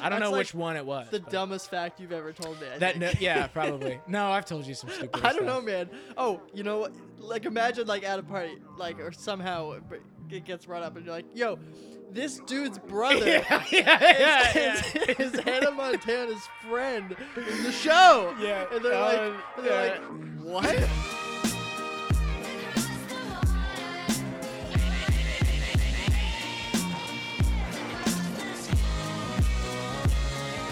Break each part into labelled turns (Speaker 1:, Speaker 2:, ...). Speaker 1: I don't know
Speaker 2: That's like
Speaker 1: which one it was.
Speaker 2: The
Speaker 1: but-
Speaker 2: dumbest fact you've ever told me. I
Speaker 1: That
Speaker 2: think.
Speaker 1: no, yeah, probably. No, I've told you some stupid.
Speaker 2: I don't know, man. Oh, you know, what? like imagine like at a party, like or somehow it gets brought up, and you're like, "Yo, this dude's brother
Speaker 1: Yeah, yeah, yeah,
Speaker 2: is,
Speaker 1: yeah.
Speaker 2: is, is Hannah Montana's friend in the show."
Speaker 1: Yeah,
Speaker 2: and they're
Speaker 1: um,
Speaker 2: like, and they're
Speaker 1: yeah.
Speaker 2: like, "What?"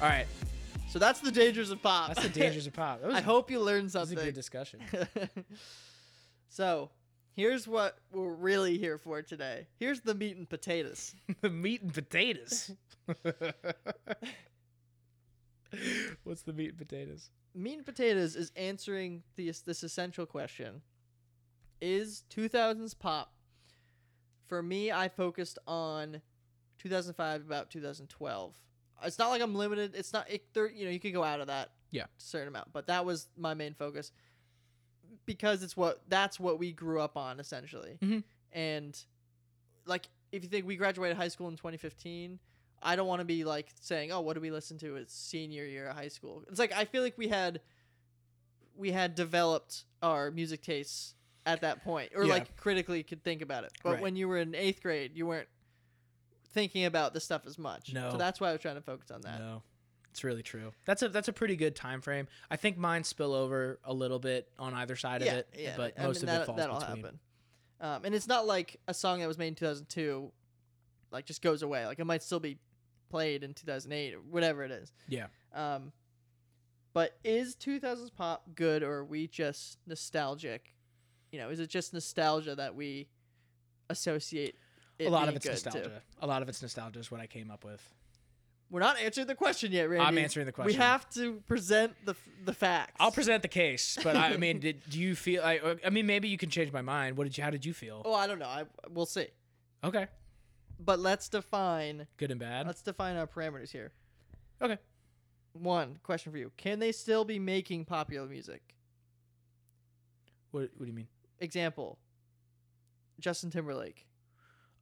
Speaker 1: All right,
Speaker 2: So that's the dangers of pop.
Speaker 1: that's the dangers of pop. That was,
Speaker 2: I hope you learned
Speaker 1: that was a
Speaker 2: something.
Speaker 1: good discussion.
Speaker 2: so, here's what we're really here for today. Here's the meat and potatoes.
Speaker 1: the meat and potatoes. What's the meat and potatoes?
Speaker 2: meat and potatoes is answering this this essential question: Is 2000s pop? For me, I focused on 2005 about 2012. It's not like I'm limited. It's not it, there. You know, you could go out of that.
Speaker 1: Yeah.
Speaker 2: Certain amount, but that was my main focus because it's what that's what we grew up on essentially.
Speaker 1: Mhm.
Speaker 2: And like, if you think we graduated high school in 2015, I don't want to be like saying, "Oh, what do we listen to?" It's senior year of high school. It's like I feel like we had we had developed our music tastes at that point, or
Speaker 1: Yeah.
Speaker 2: like critically could think about it. But
Speaker 1: Right.
Speaker 2: when you were in eighth grade, you weren't thinking about this stuff as much.
Speaker 1: No.
Speaker 2: So that's why I was trying to focus on that.
Speaker 1: No, it's really true. That's a that's a pretty good time frame. I think mine spill over a little bit on either side
Speaker 2: yeah,
Speaker 1: of it,
Speaker 2: yeah.
Speaker 1: but
Speaker 2: I
Speaker 1: most
Speaker 2: mean,
Speaker 1: of
Speaker 2: that,
Speaker 1: it falls
Speaker 2: that'll
Speaker 1: between.
Speaker 2: happen. Um, and it's not like a song that was made in 2002, like just goes away. Like it might still be played in 2008 or whatever it is.
Speaker 1: Yeah.
Speaker 2: Um, but is 2000s pop good or are we just nostalgic? You know, is it just nostalgia that we associate? It
Speaker 1: a lot
Speaker 2: being
Speaker 1: of it's
Speaker 2: good to?
Speaker 1: nostalgia. A lot of it's nostalgia is what I came up with.
Speaker 2: We're not answering the question yet, Randy.
Speaker 1: I'm answering the question.
Speaker 2: We have to present the f- the facts.
Speaker 1: I'll present the case, but I, I mean, did, do you feel? I, I mean, maybe you can change my mind. What did you? How did you feel?
Speaker 2: Oh, I don't know. I we'll see.
Speaker 1: Okay,
Speaker 2: But let's define
Speaker 1: good and bad.
Speaker 2: let's define our parameters here.
Speaker 1: Okay.
Speaker 2: One question for you: Can they still be making popular music?
Speaker 1: What, what do you mean?
Speaker 2: Example: Justin Timberlake.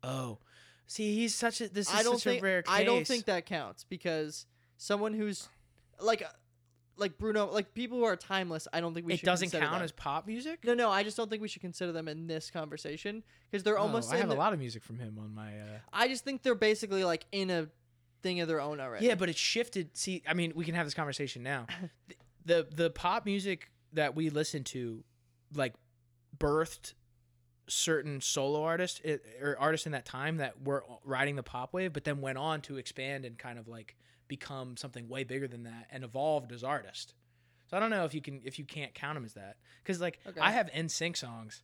Speaker 1: Oh, see, he's such a. This is
Speaker 2: I don't
Speaker 1: such
Speaker 2: think
Speaker 1: a rare case.
Speaker 2: I don't think that counts because someone who's like uh, like Bruno, like people who are timeless. I don't think we
Speaker 1: it
Speaker 2: should
Speaker 1: doesn't
Speaker 2: consider
Speaker 1: count
Speaker 2: them.
Speaker 1: as pop music.
Speaker 2: no, no. I just don't think we should consider them in this conversation because they're
Speaker 1: Oh,
Speaker 2: almost.
Speaker 1: I
Speaker 2: in
Speaker 1: have a
Speaker 2: the-
Speaker 1: lot of music from him on my. Uh,
Speaker 2: I just think they're basically like in a thing of their own already.
Speaker 1: Yeah, but it shifted. See, I mean, we can have this conversation now. the The pop music that we listen to, like, birthed certain solo artists eh, or artists in that time that were riding the pop wave, but then went on to expand and kind of like become something way bigger than that and evolved as artists. So I don't know if you can if you can't count him as that because like
Speaker 2: Okay.
Speaker 1: I have NSYNC songs,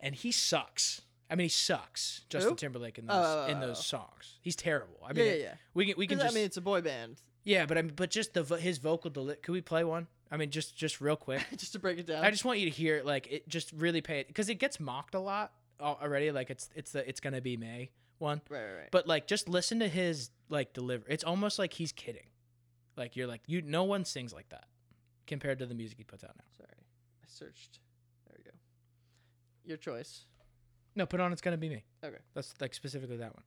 Speaker 1: and he sucks. I mean, he sucks. Justin
Speaker 2: Who?
Speaker 1: Timberlake in those in
Speaker 2: Oh.
Speaker 1: those songs, he's terrible. I mean,
Speaker 2: yeah, yeah, yeah.
Speaker 1: we can we can
Speaker 2: 'Cause,
Speaker 1: just
Speaker 2: I mean, it's a boy band.
Speaker 1: yeah, but I'm but just the vo- his vocal deli- could we play one? I mean, just just real quick.
Speaker 2: just to break it down.
Speaker 1: I just want you to hear it, like it. Just really pay it because it gets mocked a lot al- already. Like it's it's the it's gonna be May one,
Speaker 2: right, right, right.
Speaker 1: but like just listen to his like deliver. It's almost like he's kidding. Like you're like you. No one sings like that compared to the music he puts out now.
Speaker 2: Sorry, I searched. There we go. Your choice.
Speaker 1: No, put on it's gonna be me.
Speaker 2: Okay.
Speaker 1: That's like specifically that one.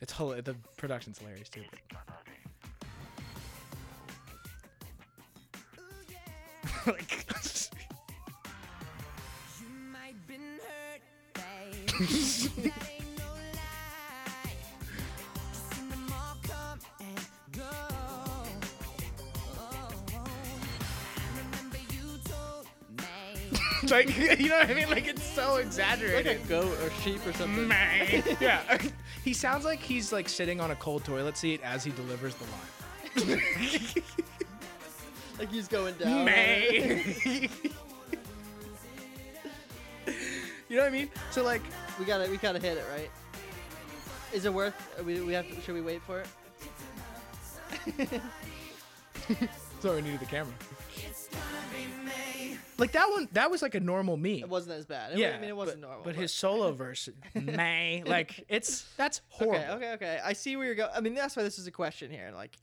Speaker 1: It's hila- the production's hilarious too. like,
Speaker 3: You might been hurt, babe. that ain't no lie. Just seen them all come and go. Oh, I remember you told me.
Speaker 1: like you know what I mean? Like it's so
Speaker 2: Like a
Speaker 1: exaggerated.
Speaker 2: goat or sheep or something.
Speaker 1: yeah. He sounds like he's like sitting on a cold toilet seat as he delivers the line.
Speaker 2: Like he's going down.
Speaker 1: you know what I mean? So like,
Speaker 2: We gotta we gotta hit it right. Is it worth? are We we have to, should we wait for it?
Speaker 1: so we needed the camera. Like that one, that was like a normal me.
Speaker 2: It wasn't as bad. It,
Speaker 1: yeah,
Speaker 2: I mean it
Speaker 1: but-
Speaker 2: wasn't normal.
Speaker 1: But, his solo verse, may like it's that's horrible.
Speaker 2: Okay, okay, okay. I see where you're going. I mean that's why this is a question here. Like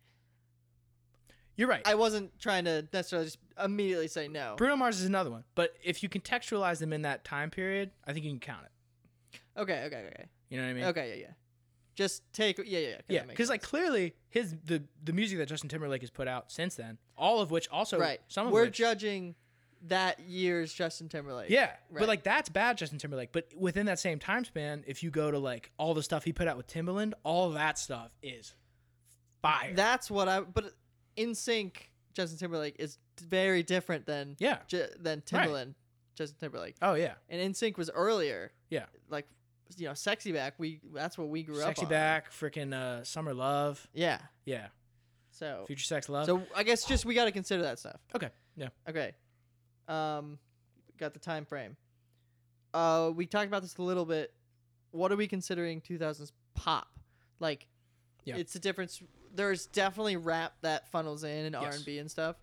Speaker 1: You're right.
Speaker 2: I wasn't trying to necessarily just immediately say no.
Speaker 1: Bruno Mars is another one, but if you contextualize them in that time period, I think you can count it.
Speaker 2: Okay, okay, okay,
Speaker 1: You know what I mean?
Speaker 2: okay, yeah, yeah. Just take yeah, yeah, that
Speaker 1: Yeah,
Speaker 2: makes
Speaker 1: because like
Speaker 2: sense.
Speaker 1: clearly his the the music that Justin Timberlake has put out since then, all of which also
Speaker 2: right,
Speaker 1: some of
Speaker 2: we're
Speaker 1: which,
Speaker 2: judging that year's Justin Timberlake.
Speaker 1: yeah,
Speaker 2: right.
Speaker 1: but like that's bad Justin Timberlake. But within that same time span, if you go to like all the stuff he put out with Timbaland, all that stuff is fire.
Speaker 2: that's what I. But in sync, Justin Timberlake is very different than
Speaker 1: yeah.
Speaker 2: J- than
Speaker 1: Right.
Speaker 2: Timberland, Justin Timberlake,
Speaker 1: Oh yeah.
Speaker 2: and in sync was earlier.
Speaker 1: Yeah.
Speaker 2: like you know, sexy back. We that's what we grew up.
Speaker 1: Sexy
Speaker 2: on.
Speaker 1: back, freaking uh, summer love.
Speaker 2: Yeah.
Speaker 1: Yeah.
Speaker 2: So
Speaker 1: Future sex love.
Speaker 2: Oh. so I guess just we got to consider that stuff.
Speaker 1: okay. Yeah.
Speaker 2: Okay. Um, got the time frame. Uh, we talked about this a little bit. What are we considering 2000s pop? Like,
Speaker 1: Yeah.
Speaker 2: it's a difference. There's definitely rap that funnels in and
Speaker 1: Yes.
Speaker 2: R and B and stuff,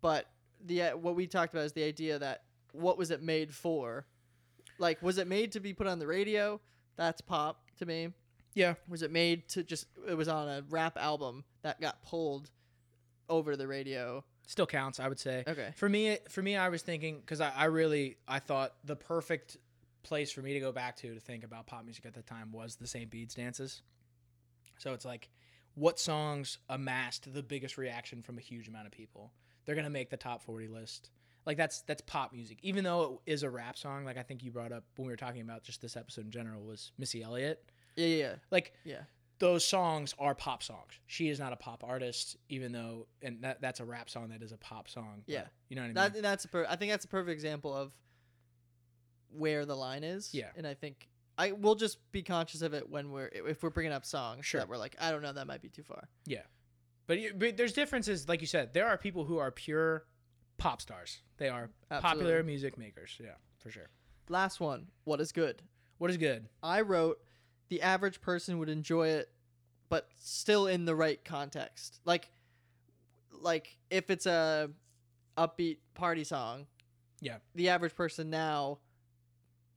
Speaker 2: but the uh, what we talked about is the idea that what was it made for? Like, was it made to be put on the radio? That's pop to me
Speaker 1: Yeah.
Speaker 2: was it made to just it was on a rap album that got pulled over the radio
Speaker 1: Still counts, I would say.
Speaker 2: okay
Speaker 1: For me, for me, I was thinking because I, I really I thought the perfect place for me to go back to to think about pop music at the time was the St. Bede's dances. So it's like, what songs amassed the biggest reaction from a huge amount of people? They're gonna make the top forty list. Like that's that's pop music, even though it is a rap song. Like I think you brought up when we were talking about just this episode in general was Missy Elliott.
Speaker 2: yeah yeah yeah
Speaker 1: Like
Speaker 2: Yeah.
Speaker 1: those songs are pop songs. She is not a pop artist, even though and that that's a rap song that is a pop song. but
Speaker 2: Yeah.
Speaker 1: you know what I mean.
Speaker 2: that, that's a per- i think that's a perfect example of where the line is
Speaker 1: Yeah.
Speaker 2: and i think i we'll just be conscious of it when we're if we're bringing up songs
Speaker 1: Sure.
Speaker 2: that we're like i don't know that might be too far
Speaker 1: But, you- but there's differences, like you said. There are people who are pure pop stars. They are popular
Speaker 2: Absolutely.
Speaker 1: music makers. Yeah, for sure.
Speaker 2: last one what is good
Speaker 1: What is good?
Speaker 2: i wrote the average person would enjoy it but still in the right context like like if it's a upbeat party song
Speaker 1: Yeah.
Speaker 2: the average person now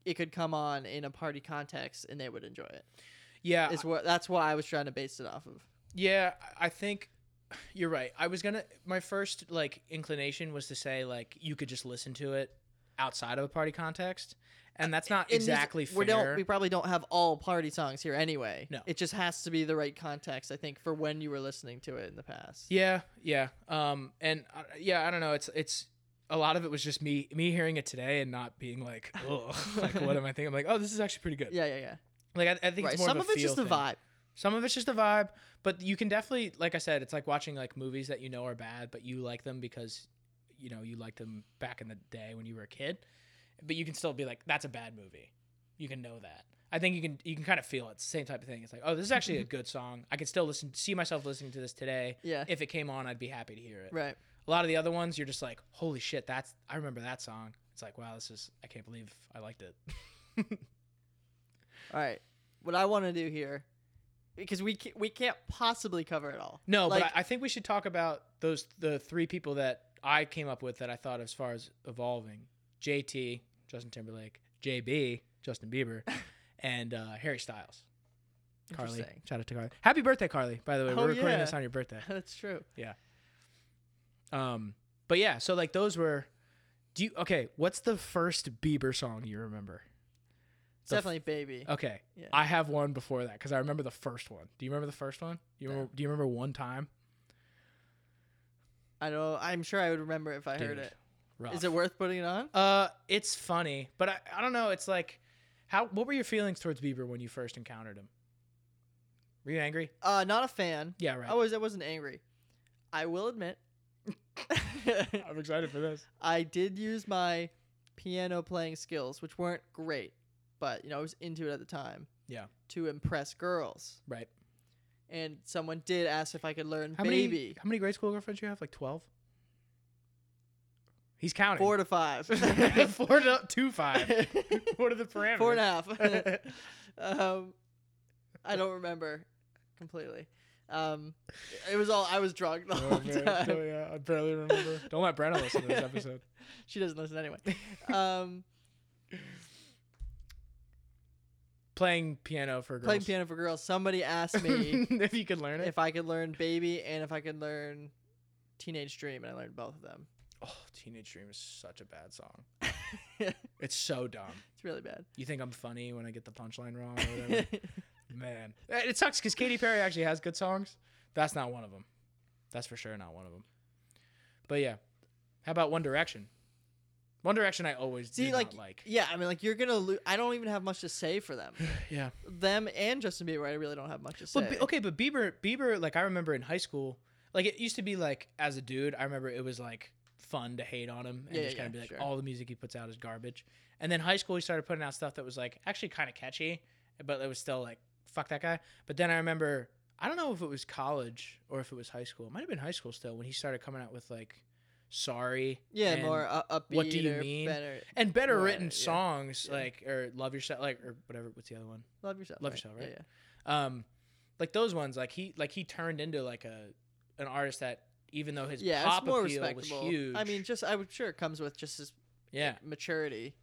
Speaker 2: it could come on in a party context and they would enjoy it
Speaker 1: Yeah,
Speaker 2: is what that's what i was trying to base it off of
Speaker 1: Yeah, I- I think you're right. I was gonna. My first like inclination was to say like you could just listen to it outside of a party context, and that's not
Speaker 2: And these-
Speaker 1: exactly fair.
Speaker 2: we don't we probably don't have all party songs here anyway
Speaker 1: No.
Speaker 2: it just has to be the right context i think for when you were listening to it in the past
Speaker 1: yeah, yeah. Um, and uh, yeah, I don't know. It's it's a lot of it was just me me hearing it today and not being like, Ugh, like what am I thinking? I'm like, oh, this is actually pretty good.
Speaker 2: yeah yeah yeah
Speaker 1: Like I, I think
Speaker 2: right
Speaker 1: it's more
Speaker 2: some
Speaker 1: of,
Speaker 2: of,
Speaker 1: a
Speaker 2: it's
Speaker 1: feel
Speaker 2: just
Speaker 1: thing.
Speaker 2: a vibe
Speaker 1: Some of it's just a vibe, but you can definitely, like I said, it's like watching like movies that you know are bad, but you like them because, you know, you liked them back in the day when you were a kid. But you can still be like, that's a bad movie. You can know that. I think you can you can kind of feel it. It's the same type of thing. It's like, oh, this is actually
Speaker 2: Mm-hmm.
Speaker 1: a good song. I could still listen, see myself listening to this today.
Speaker 2: yeah
Speaker 1: If it came on, I'd be happy to hear it.
Speaker 2: right
Speaker 1: A lot of the other ones, you're just like, holy shit, that's I remember that song. It's like, wow, this is I can't believe I liked it.
Speaker 2: all right what i want to do here because we ca- we can't possibly cover it all
Speaker 1: No,
Speaker 2: like,
Speaker 1: but I, I think we should talk about those the three people that I came up with that I thought as far as evolving: JT, Justin Timberlake, JB, Justin Bieber, and uh, Harry Styles. Carly,
Speaker 2: Interesting.
Speaker 1: shout out to Carly. Happy birthday, Carly! By the way,
Speaker 2: Oh,
Speaker 1: we're recording
Speaker 2: yeah.
Speaker 1: this on your birthday.
Speaker 2: that's true
Speaker 1: Um, but yeah, so like those were. Do you okay? What's the first Bieber song you remember?
Speaker 2: It's
Speaker 1: The f- Oh.
Speaker 2: definitely baby.
Speaker 1: Okay,
Speaker 2: Yeah.
Speaker 1: I have one before that because I remember the first one. Do you remember the first one? Do you
Speaker 2: No.
Speaker 1: remember, do you remember one time?
Speaker 2: I know. I'm sure I would remember if I heard
Speaker 1: Dude,
Speaker 2: it.
Speaker 1: Rough.
Speaker 2: Is it worth putting it on?
Speaker 1: Uh, it's funny, but I, I don't know. It's like, how? What were your feelings towards Bieber when you first encountered him? Were you angry?
Speaker 2: Uh, not a fan.
Speaker 1: Yeah, right.
Speaker 2: I was. I wasn't angry. I will admit,
Speaker 1: I'm excited for this.
Speaker 2: I did use my piano playing skills, which weren't great, but you know I was into it at the time.
Speaker 1: Yeah.
Speaker 2: To impress girls,
Speaker 1: Right.
Speaker 2: and someone did ask if I could learn
Speaker 1: How many?
Speaker 2: baby
Speaker 1: How many grade school girlfriends you have? Like twelve. He's counting.
Speaker 2: four to five.
Speaker 1: Four to two five. What are the parameters?
Speaker 2: Four and a half. um, I don't remember completely. Um, it was all I was drunk the whole
Speaker 1: Oh, man.
Speaker 2: time.
Speaker 1: Oh, yeah. I barely remember. Don't let Brenna listen to this episode.
Speaker 2: She doesn't listen anyway. Um,
Speaker 1: Playing piano for girls.
Speaker 2: playing piano for girls. Somebody asked me
Speaker 1: if you could learn it.
Speaker 2: if I could learn baby and if I could learn Teenage Dream, and I learned both of them.
Speaker 1: Oh, Teenage Dream is such a bad song. It's so dumb.
Speaker 2: it's really bad.
Speaker 1: You think I'm funny when I get the punchline wrong or whatever? Man, Eh, it sucks because Katy Perry actually has good songs. That's not one of them. That's for sure not one of them. But yeah, how about One Direction? One Direction, I always
Speaker 2: See,
Speaker 1: did
Speaker 2: like,
Speaker 1: not like.
Speaker 2: yeah, I mean, like you're gonna. Lo- I don't even have much to say for them.
Speaker 1: Yeah,
Speaker 2: them and Justin Bieber, I really don't have much to say.
Speaker 1: but Be- okay, but Bieber, Bieber, like I remember in high school, like it used to be like as a dude, I remember it was like fun to hate on him and
Speaker 2: Yeah,
Speaker 1: just kind
Speaker 2: yeah,
Speaker 1: of be like,
Speaker 2: sure.
Speaker 1: all the music he puts out is garbage. And then high school, he started putting out stuff that was like actually kind of catchy, but it was still like fuck that guy. But then I remember, I don't know if it was college or if it was high school. It might have been high school still when he started coming out with like sorry,
Speaker 2: Yeah,
Speaker 1: and-
Speaker 2: more uh, upbeat.
Speaker 1: What Do You
Speaker 2: or
Speaker 1: Mean?
Speaker 2: Better.
Speaker 1: and better
Speaker 2: Right,
Speaker 1: written
Speaker 2: yeah,
Speaker 1: songs
Speaker 2: yeah.
Speaker 1: like or love yourself like or whatever. What's the other one?
Speaker 2: Love yourself.
Speaker 1: Love
Speaker 2: right?
Speaker 1: Yourself,
Speaker 2: Yeah,
Speaker 1: right? um like those ones like he like he turned into like a an artist that even though his
Speaker 2: Yeah, yeah
Speaker 1: pop
Speaker 2: it's more
Speaker 1: appeal was
Speaker 2: respectable.
Speaker 1: huge
Speaker 2: I mean, just I'm sure it comes with just his
Speaker 1: yeah
Speaker 2: maturity.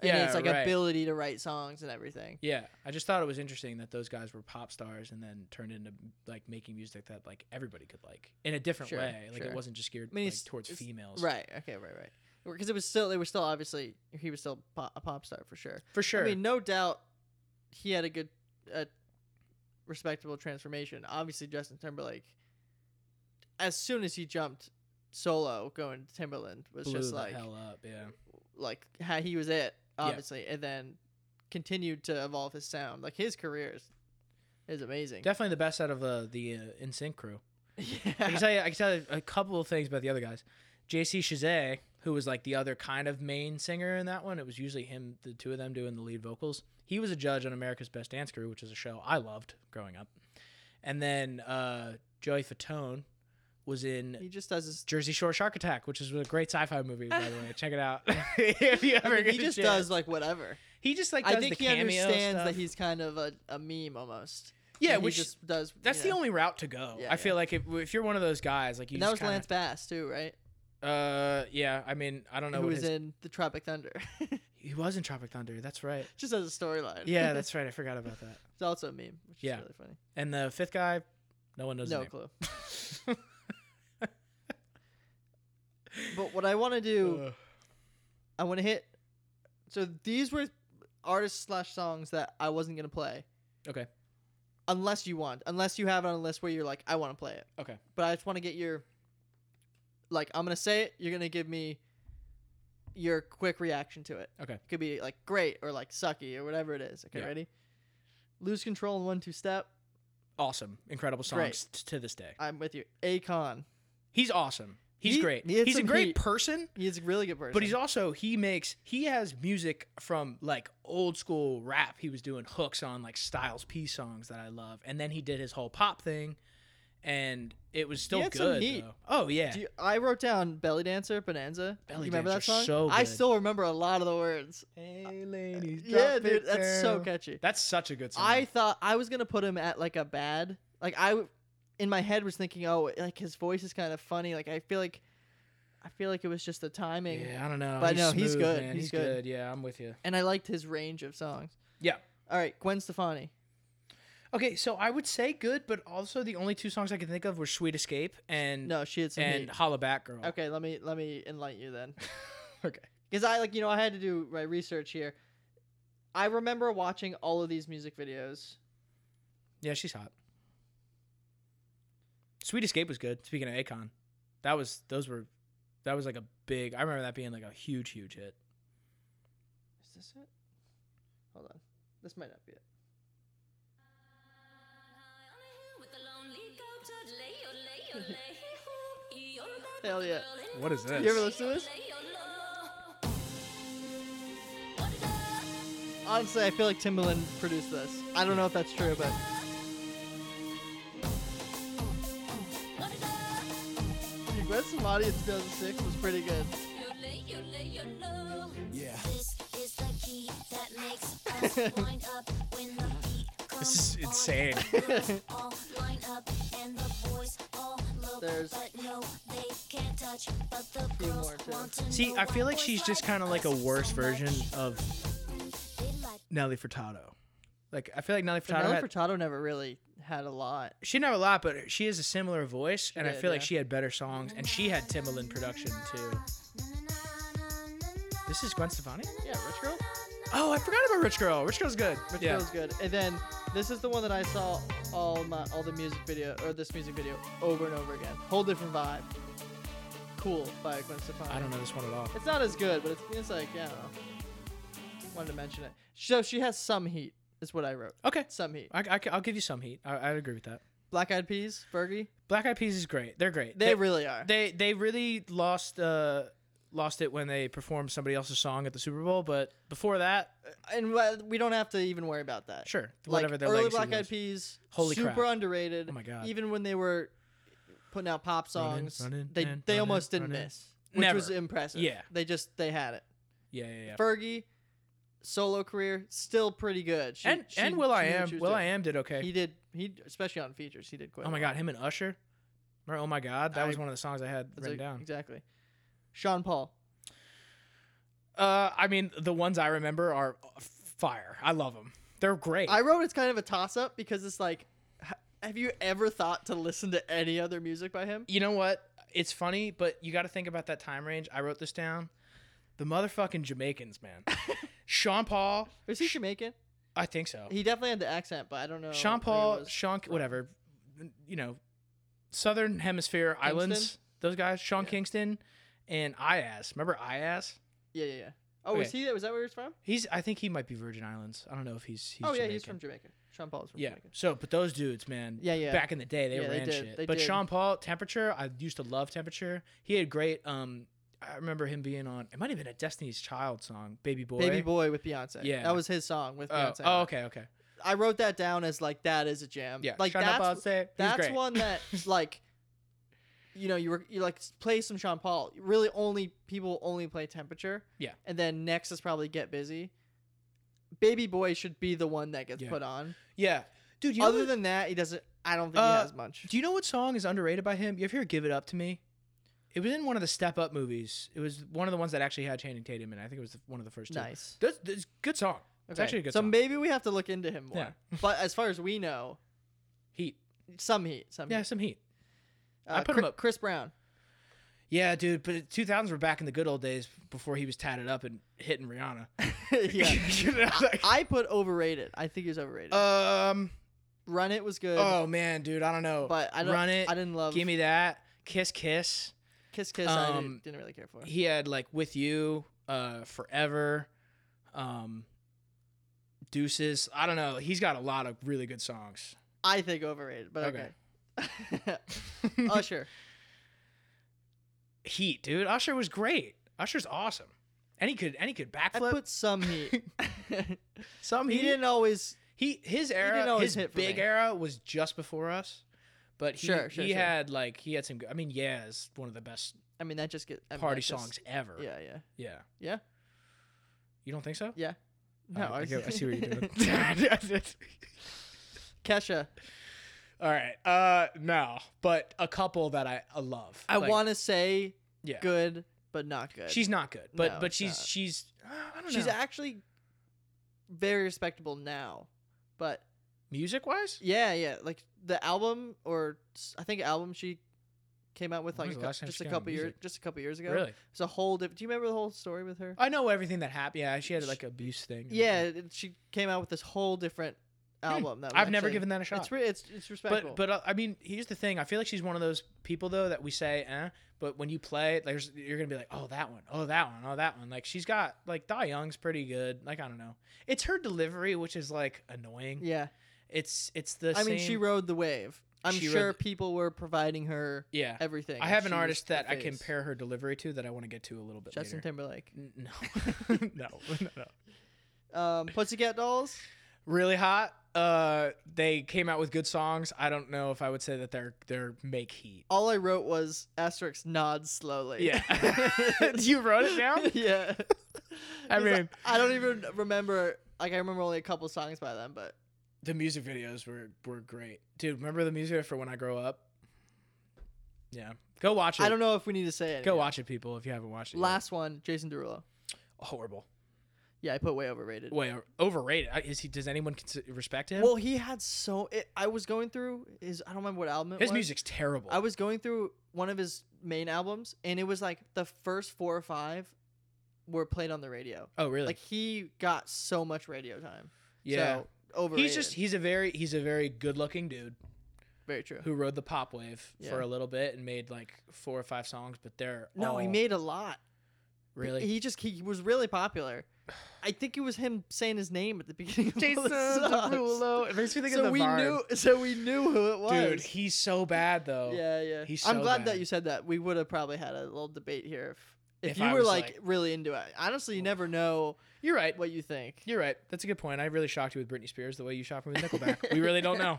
Speaker 2: And
Speaker 1: Yeah,
Speaker 2: it's like
Speaker 1: right.
Speaker 2: ability to write songs and everything.
Speaker 1: yeah i just thought it was interesting that those guys were pop stars and then turned into like making music that like everybody could like in a different
Speaker 2: Sure,
Speaker 1: way like
Speaker 2: sure.
Speaker 1: it wasn't just geared
Speaker 2: I mean,
Speaker 1: like,
Speaker 2: it's-
Speaker 1: towards
Speaker 2: it's-
Speaker 1: females
Speaker 2: Right. Okay. Right. Right. Because it was still they were still obviously he was still po- a pop star for sure.
Speaker 1: for sure
Speaker 2: I mean, no doubt he had a good, uh, respectable transformation. Obviously, Justin Timberlake, as soon as he jumped solo going to Timberland, was
Speaker 1: blew
Speaker 2: just
Speaker 1: the
Speaker 2: like
Speaker 1: hell up yeah
Speaker 2: like how he was it obviously, and then continued to evolve his sound. Like his career is, is amazing.
Speaker 1: definitely the best out of uh, the uh, NSYNC crew I can
Speaker 2: yeah.
Speaker 1: tell you, I can tell you a couple of things about the other guys. J.C. Shazay, who was like the other kind of main singer in that one, it was usually him, the two of them doing the lead vocals. He was a judge on America's Best Dance Crew, which is a show I loved growing up. And then uh, Joey Fatone was in
Speaker 2: He just does his.
Speaker 1: Jersey Shore Shark Attack, which is a great sci-fi movie, by the way. Check it out if you
Speaker 2: I
Speaker 1: ever
Speaker 2: mean,
Speaker 1: get
Speaker 2: he
Speaker 1: a
Speaker 2: just
Speaker 1: chance.
Speaker 2: does like whatever.
Speaker 1: He just like does
Speaker 2: I think
Speaker 1: the
Speaker 2: he
Speaker 1: cameo
Speaker 2: understands
Speaker 1: stuff.
Speaker 2: that he's kind of a, a meme almost.
Speaker 1: yeah,
Speaker 2: And he
Speaker 1: which
Speaker 2: just does.
Speaker 1: that's
Speaker 2: you
Speaker 1: the
Speaker 2: know.
Speaker 1: only route to go.
Speaker 2: Yeah,
Speaker 1: I feel like if, if you're one of those guys, like you
Speaker 2: And that was
Speaker 1: just kinda,
Speaker 2: Lance Bass too, right?
Speaker 1: Uh, yeah. I mean, I don't know
Speaker 2: who
Speaker 1: what
Speaker 2: was
Speaker 1: his
Speaker 2: in the Tropic Thunder.
Speaker 1: He was in Tropic Thunder. That's right.
Speaker 2: Just as a storyline.
Speaker 1: Yeah, that's right. I forgot about that.
Speaker 2: it's also a meme, which
Speaker 1: Yeah.
Speaker 2: is really funny.
Speaker 1: And the fifth guy, no one knows.
Speaker 2: no
Speaker 1: No.
Speaker 2: clue.
Speaker 1: His
Speaker 2: But what I want to do,
Speaker 1: name.
Speaker 2: I want to hit. So these were artists slash songs that I wasn't gonna play,
Speaker 1: okay.
Speaker 2: unless you want, unless you have it on a list where you're like, I want to play it.
Speaker 1: Okay.
Speaker 2: But I just want to get your, like, I'm gonna say it. You're gonna give me your quick reaction to it.
Speaker 1: Okay.
Speaker 2: It could be like great or like sucky or whatever it is. Okay,
Speaker 1: Yeah.
Speaker 2: ready? Lose control in one two step.
Speaker 1: Awesome. Incredible songs
Speaker 2: Great.
Speaker 1: t- to this day.
Speaker 2: I'm with you. Acon.
Speaker 1: He's awesome. He's
Speaker 2: He-
Speaker 1: great.
Speaker 2: he had
Speaker 1: he's a
Speaker 2: some
Speaker 1: great
Speaker 2: heat.
Speaker 1: person,
Speaker 2: He's a really good person.
Speaker 1: but he's also he makes he has music from like old school rap. He was doing hooks on like Styles P songs that I love, and then he did his whole pop thing, and it was still
Speaker 2: had some
Speaker 1: good.
Speaker 2: heat.
Speaker 1: though. Oh yeah.
Speaker 2: Do you, I wrote down Belly Dancer, Bonanza. Do
Speaker 1: Belly
Speaker 2: you remember
Speaker 1: Dancer,
Speaker 2: that song?
Speaker 1: so
Speaker 2: I
Speaker 1: good.
Speaker 2: still remember a lot of the words.
Speaker 1: hey ladies,
Speaker 2: yeah,
Speaker 1: drop it
Speaker 2: dude, that's so
Speaker 1: down.
Speaker 2: catchy.
Speaker 1: Uh, That's such a good song.
Speaker 2: I thought I was gonna put him at like a bad, like I, w- in my head was thinking, oh, like his voice is kind of funny. Like I feel like, I feel like it was just the timing,
Speaker 1: Yeah, I don't know.
Speaker 2: But no, he's
Speaker 1: smooth,
Speaker 2: good.
Speaker 1: man.
Speaker 2: He's
Speaker 1: He's,
Speaker 2: good.
Speaker 1: good. Yeah, I'm with you.
Speaker 2: and I liked his range of songs.
Speaker 1: Yeah.
Speaker 2: All right, Gwen Stefani.
Speaker 1: Okay, so I would say good, but also the only two songs I can think of were "Sweet Escape" and
Speaker 2: No, she had some.
Speaker 1: and
Speaker 2: heat.
Speaker 1: "Holla Back Girl."
Speaker 2: Okay, let me let me enlighten you then,
Speaker 1: okay.
Speaker 2: because I like you know I had to do my research here. I remember watching all of these music videos.
Speaker 1: Yeah, she's hot. "Sweet Escape" was good. Speaking of Akon, that was those were that was like a big. I remember that being like a huge, huge hit.
Speaker 2: Is this it? Hold on. This might not be it. Hell yeah.
Speaker 1: What is
Speaker 2: You ever listen to this? Honestly, I feel like Timbaland produced this. I don't know if that's true, but dude, Gwen Stefani in 2006 was pretty good.
Speaker 1: Yeah.
Speaker 4: This is the key that makes us wind up when the beat comes
Speaker 1: This is
Speaker 4: on.
Speaker 1: insane.
Speaker 4: Girls all line up and the boys all look,
Speaker 2: There's-
Speaker 4: but no, they can't touch. But the
Speaker 2: Few
Speaker 4: girls
Speaker 2: more, too.
Speaker 4: want to
Speaker 1: See,
Speaker 4: know
Speaker 1: I feel
Speaker 4: why
Speaker 1: like
Speaker 4: boys
Speaker 1: she's just kind of like a
Speaker 4: us
Speaker 1: worse
Speaker 4: so
Speaker 1: version
Speaker 4: much.
Speaker 1: of
Speaker 4: They like
Speaker 1: Nelly Furtado. Like I feel like Nelly Furtado.
Speaker 2: Nelly
Speaker 1: had-
Speaker 2: Furtado never really had a lot.
Speaker 1: she didn't have a lot, but she has a similar voice, and I
Speaker 2: did,
Speaker 1: feel like
Speaker 2: yeah.
Speaker 1: she had better songs, and she had Timbaland production too. This is Gwen Stefani.
Speaker 2: Yeah, Rich Girl.
Speaker 1: Oh, I forgot about Rich Girl. Rich Girl's good.
Speaker 2: Rich
Speaker 1: yeah.
Speaker 2: Girl's good. And then this is the one that I saw all my all the music video or this music video over and over again. Whole different vibe. Cool by Gwen Stefani.
Speaker 1: I don't know this one at all.
Speaker 2: It's not as good, but it's, it's like yeah. I don't know. Wanted to mention it. So she has some heat, is what I wrote.
Speaker 1: Okay,
Speaker 2: Some heat.
Speaker 1: I, will give you some heat. I, I agree with that.
Speaker 2: Black Eyed Peas, Fergie.
Speaker 1: Black Eyed Peas is great. They're great.
Speaker 2: They, really are.
Speaker 1: they they really lost uh lost it when they performed somebody else's song at the Super Bowl, but before that,
Speaker 2: and wha- we don't have to even worry about that.
Speaker 1: sure,
Speaker 2: Like,
Speaker 1: whatever their
Speaker 2: early
Speaker 1: legacy
Speaker 2: Black Eyed
Speaker 1: was.
Speaker 2: Peas,
Speaker 1: Holy
Speaker 2: super
Speaker 1: crap.
Speaker 2: underrated.
Speaker 1: Oh my God.
Speaker 2: Even when they were putting out pop
Speaker 1: Running,
Speaker 2: songs,
Speaker 1: running,
Speaker 2: they
Speaker 1: and
Speaker 2: they
Speaker 1: running,
Speaker 2: almost didn't
Speaker 1: running.
Speaker 2: miss, which was
Speaker 1: Never.
Speaker 2: impressive.
Speaker 1: Yeah.
Speaker 2: they just they had it.
Speaker 1: Yeah, yeah, yeah.
Speaker 2: Fergie, solo career still pretty good. She,
Speaker 1: and
Speaker 2: she-
Speaker 1: and Will I
Speaker 2: she knew what
Speaker 1: Am,
Speaker 2: she was
Speaker 1: Will I
Speaker 2: doing.
Speaker 1: Am did okay.
Speaker 2: He did. He especially on features, he did quite.
Speaker 1: Oh my
Speaker 2: well.
Speaker 1: god, him and Usher. Remember, oh my god, that
Speaker 2: I-
Speaker 1: was one of the songs I had
Speaker 2: That's
Speaker 1: written
Speaker 2: it,
Speaker 1: down.
Speaker 2: exactly. Sean Paul.
Speaker 1: Uh, I mean, the ones I remember are fire. I love them. They're great.
Speaker 2: I wrote it's kind of a toss up because it's like, h- have you ever thought to listen to any other music by him?
Speaker 1: you know what? It's funny, but you got to think about that time range. I wrote this down. The motherfucking Jamaicans, man. Sean Paul,
Speaker 2: Is he Jamaican?
Speaker 1: I think so.
Speaker 2: He definitely had the accent, but I don't know.
Speaker 1: Sean
Speaker 2: where he
Speaker 1: Paul,
Speaker 2: was.
Speaker 1: Sean, whatever, you know, Southern Hemisphere islands.
Speaker 2: Kingston?
Speaker 1: Those guys, Sean Kingston and Ias. Remember Ias?
Speaker 2: yeah, yeah, yeah. Oh, was
Speaker 1: Okay.
Speaker 2: he? Was that where he was from?
Speaker 1: He's. I think he might be Virgin Islands. I don't know if he's. he's
Speaker 2: oh, yeah,
Speaker 1: Jamaican.
Speaker 2: he's from Jamaica. Sean Paul is from
Speaker 1: Yeah.
Speaker 2: Jamaica.
Speaker 1: So, but those dudes, man.
Speaker 2: Yeah, yeah.
Speaker 1: Back in the day, they
Speaker 2: Yeah, they
Speaker 1: ran
Speaker 2: did,
Speaker 1: shit.
Speaker 2: they
Speaker 1: but
Speaker 2: did.
Speaker 1: Sean Paul, Temperature, I used to love Temperature. He had great. Um, I remember him being on. It might have been a Destiny's Child song, Baby Boy.
Speaker 2: Baby Boy with Beyonce.
Speaker 1: Yeah.
Speaker 2: that was his song with
Speaker 1: Oh,
Speaker 2: Beyonce.
Speaker 1: oh, okay, okay.
Speaker 2: I wrote that down as like that is a jam.
Speaker 1: Yeah.
Speaker 2: like
Speaker 1: Shut up, I'll
Speaker 2: that's
Speaker 1: say it. He's
Speaker 2: that's
Speaker 1: great.
Speaker 2: one that like, you know, you were you like play some Sean Paul. Really, only people only play Temperature.
Speaker 1: Yeah.
Speaker 2: and then next is probably Get Busy. Baby Boy should be the one that gets
Speaker 1: Yeah.
Speaker 2: put on.
Speaker 1: Yeah, dude. You know
Speaker 2: Other
Speaker 1: what-
Speaker 2: than that, he doesn't. I don't think he
Speaker 1: Uh,
Speaker 2: has much.
Speaker 1: do you know what song is underrated by him? You ever hear "Give It Up to Me"? It was in one of the Step Up movies. It was one of the ones that actually had Channing Tatum in. it. I think it was the, one of the first two.
Speaker 2: Nice.
Speaker 1: That's, that's good song. It's
Speaker 2: Okay,
Speaker 1: actually a good
Speaker 2: so
Speaker 1: song.
Speaker 2: maybe we have to look into him more.
Speaker 1: Yeah.
Speaker 2: but as far as we know,
Speaker 1: heat.
Speaker 2: some heat, some
Speaker 1: Yeah,
Speaker 2: heat.
Speaker 1: some heat.
Speaker 2: Uh,
Speaker 1: I put
Speaker 2: Chri-
Speaker 1: him up.
Speaker 2: Chris Brown.
Speaker 1: Yeah, dude, but two thousands were back in the good old days before he was tatted up and hitting Rihanna.
Speaker 2: yeah.
Speaker 1: You know, like-
Speaker 2: I put overrated. I think he's overrated.
Speaker 1: um.
Speaker 2: Run it was good,
Speaker 1: Oh man, dude, I don't know.
Speaker 2: uh, but um, I don't.
Speaker 1: run it.
Speaker 2: I didn't love.
Speaker 1: Give me that. Kiss, kiss.
Speaker 2: kiss, kiss. I
Speaker 1: um,
Speaker 2: didn't, didn't really care for.
Speaker 1: He had like with you, uh, forever, um, deuces. I don't know. He's got a lot of really good songs.
Speaker 2: I think overrated, but Oh, okay. Usher.
Speaker 1: Heat, dude. Usher was great. Usher's awesome, and he could and he could
Speaker 2: I
Speaker 1: backflip.
Speaker 2: put some heat.
Speaker 1: Some
Speaker 2: he
Speaker 1: heat.
Speaker 2: didn't always.
Speaker 1: He his
Speaker 2: didn't
Speaker 1: era,
Speaker 2: always
Speaker 1: his
Speaker 2: hit for
Speaker 1: big
Speaker 2: me.
Speaker 1: era was just before us, but he
Speaker 2: Sure, sure,
Speaker 1: he
Speaker 2: sure.
Speaker 1: had like he had some. good- I mean, yeah, it's one of the best
Speaker 2: I mean, that just gets I mean,
Speaker 1: party
Speaker 2: that just-
Speaker 1: songs ever.
Speaker 2: Yeah, yeah,
Speaker 1: yeah,
Speaker 2: yeah,
Speaker 1: You don't think so?
Speaker 2: yeah.
Speaker 1: Uh, I, get- I see what you're doing.
Speaker 2: Kesha.
Speaker 1: All right, uh, no, but a couple that I, I love.
Speaker 2: I
Speaker 1: Like,
Speaker 2: want to say
Speaker 1: Yeah,
Speaker 2: good, but not good.
Speaker 1: she's not good, but
Speaker 2: No,
Speaker 1: but
Speaker 2: it's
Speaker 1: she's
Speaker 2: not.
Speaker 1: she's I don't
Speaker 2: she's
Speaker 1: know.
Speaker 2: actually very respectable now, but
Speaker 1: music wise.
Speaker 2: yeah, yeah, like the album or s- I think album she came out with
Speaker 1: When
Speaker 2: like
Speaker 1: was
Speaker 2: a
Speaker 1: the
Speaker 2: cou-
Speaker 1: last time
Speaker 2: just
Speaker 1: she
Speaker 2: a
Speaker 1: came out
Speaker 2: couple
Speaker 1: with
Speaker 2: years,
Speaker 1: music?
Speaker 2: just a couple years ago.
Speaker 1: Really,
Speaker 2: It's a whole. Diff- Do you remember the whole story with her?
Speaker 1: I know everything that happened. Yeah, she had like a abuse thing.
Speaker 2: yeah, it- she came out with this whole different album. That was
Speaker 1: Hmm. I've never
Speaker 2: actually-
Speaker 1: given that a shot.
Speaker 2: It's re- it's it's respectable.
Speaker 1: But but uh, I mean, here's the thing. I feel like she's one of those people though that we say, eh. But when you play, it, there's you're gonna be like, oh that one, oh that one, oh that one. Like she's got like Da Young's pretty good. Like I don't know. It's her delivery which is like annoying.
Speaker 2: yeah,
Speaker 1: It's it's the.
Speaker 2: I mean, she
Speaker 1: same-
Speaker 2: rode the wave. I'm
Speaker 1: She rode
Speaker 2: sure
Speaker 1: the-
Speaker 2: people were providing her
Speaker 1: Yeah.
Speaker 2: everything.
Speaker 1: I have
Speaker 2: She
Speaker 1: an
Speaker 2: was
Speaker 1: artist
Speaker 2: the
Speaker 1: that I
Speaker 2: face.
Speaker 1: compare her delivery to that I want to get to a little bit
Speaker 2: Justin
Speaker 1: later.
Speaker 2: Timberlake.
Speaker 1: N- no. no, no, no.
Speaker 2: Um, Pussycat Dolls.
Speaker 1: Really hot. Uh, they came out with good songs. I don't know if I would say that they're they're make heat.
Speaker 2: All I wrote was asterisk nods slowly.
Speaker 1: Yeah. you wrote it down.
Speaker 2: yeah.
Speaker 1: I
Speaker 2: It's like-
Speaker 1: mean-
Speaker 2: I don't even remember. Like, I remember only a couple songs by them, but
Speaker 1: the music videos were were great, dude. Remember the music video for when I grow up? Yeah, go watch it.
Speaker 2: I don't know if we need to say it.
Speaker 1: Go
Speaker 2: anymore.
Speaker 1: watch it, people, if you haven't watched it. yet.
Speaker 2: Last one, Jason Derulo.
Speaker 1: horrible.
Speaker 2: Yeah, I put way overrated.
Speaker 1: Wait, overrated? I- Is he? Does anyone consi- respect him?
Speaker 2: Well, he had so. It, I was going through his. I don't remember what album. It
Speaker 1: his
Speaker 2: was.
Speaker 1: music's terrible.
Speaker 2: I was going through one of his main albums, and it was like the first four or five were played on the radio.
Speaker 1: oh, really?
Speaker 2: Like he got so much radio time.
Speaker 1: yeah.
Speaker 2: So, overrated.
Speaker 1: he's just he's a very he's a very good-looking dude
Speaker 2: very true.
Speaker 1: who rode the pop wave for
Speaker 2: Yeah.
Speaker 1: a little bit and made like four or five songs, but they're
Speaker 2: No, he
Speaker 1: all
Speaker 2: made a lot.
Speaker 1: Oh. really
Speaker 2: He just he was really popular. I think it was him saying his name at the beginning. Of all the songs.
Speaker 1: It makes me think
Speaker 2: So we knew. So we knew who it was.
Speaker 1: dude, he's so bad though.
Speaker 2: yeah, yeah.
Speaker 1: he's
Speaker 2: I'm
Speaker 1: so
Speaker 2: glad that
Speaker 1: bad.
Speaker 2: you said that. We would have probably had a little debate here if, if,
Speaker 1: If
Speaker 2: you
Speaker 1: I
Speaker 2: were
Speaker 1: was,
Speaker 2: like,
Speaker 1: like-
Speaker 2: really into it. Honestly, you never know
Speaker 1: You're right.
Speaker 2: what you think.
Speaker 1: You're right. That's a good point. I really shocked you with Britney Spears the way you shocked me with Nickelback. we really don't know.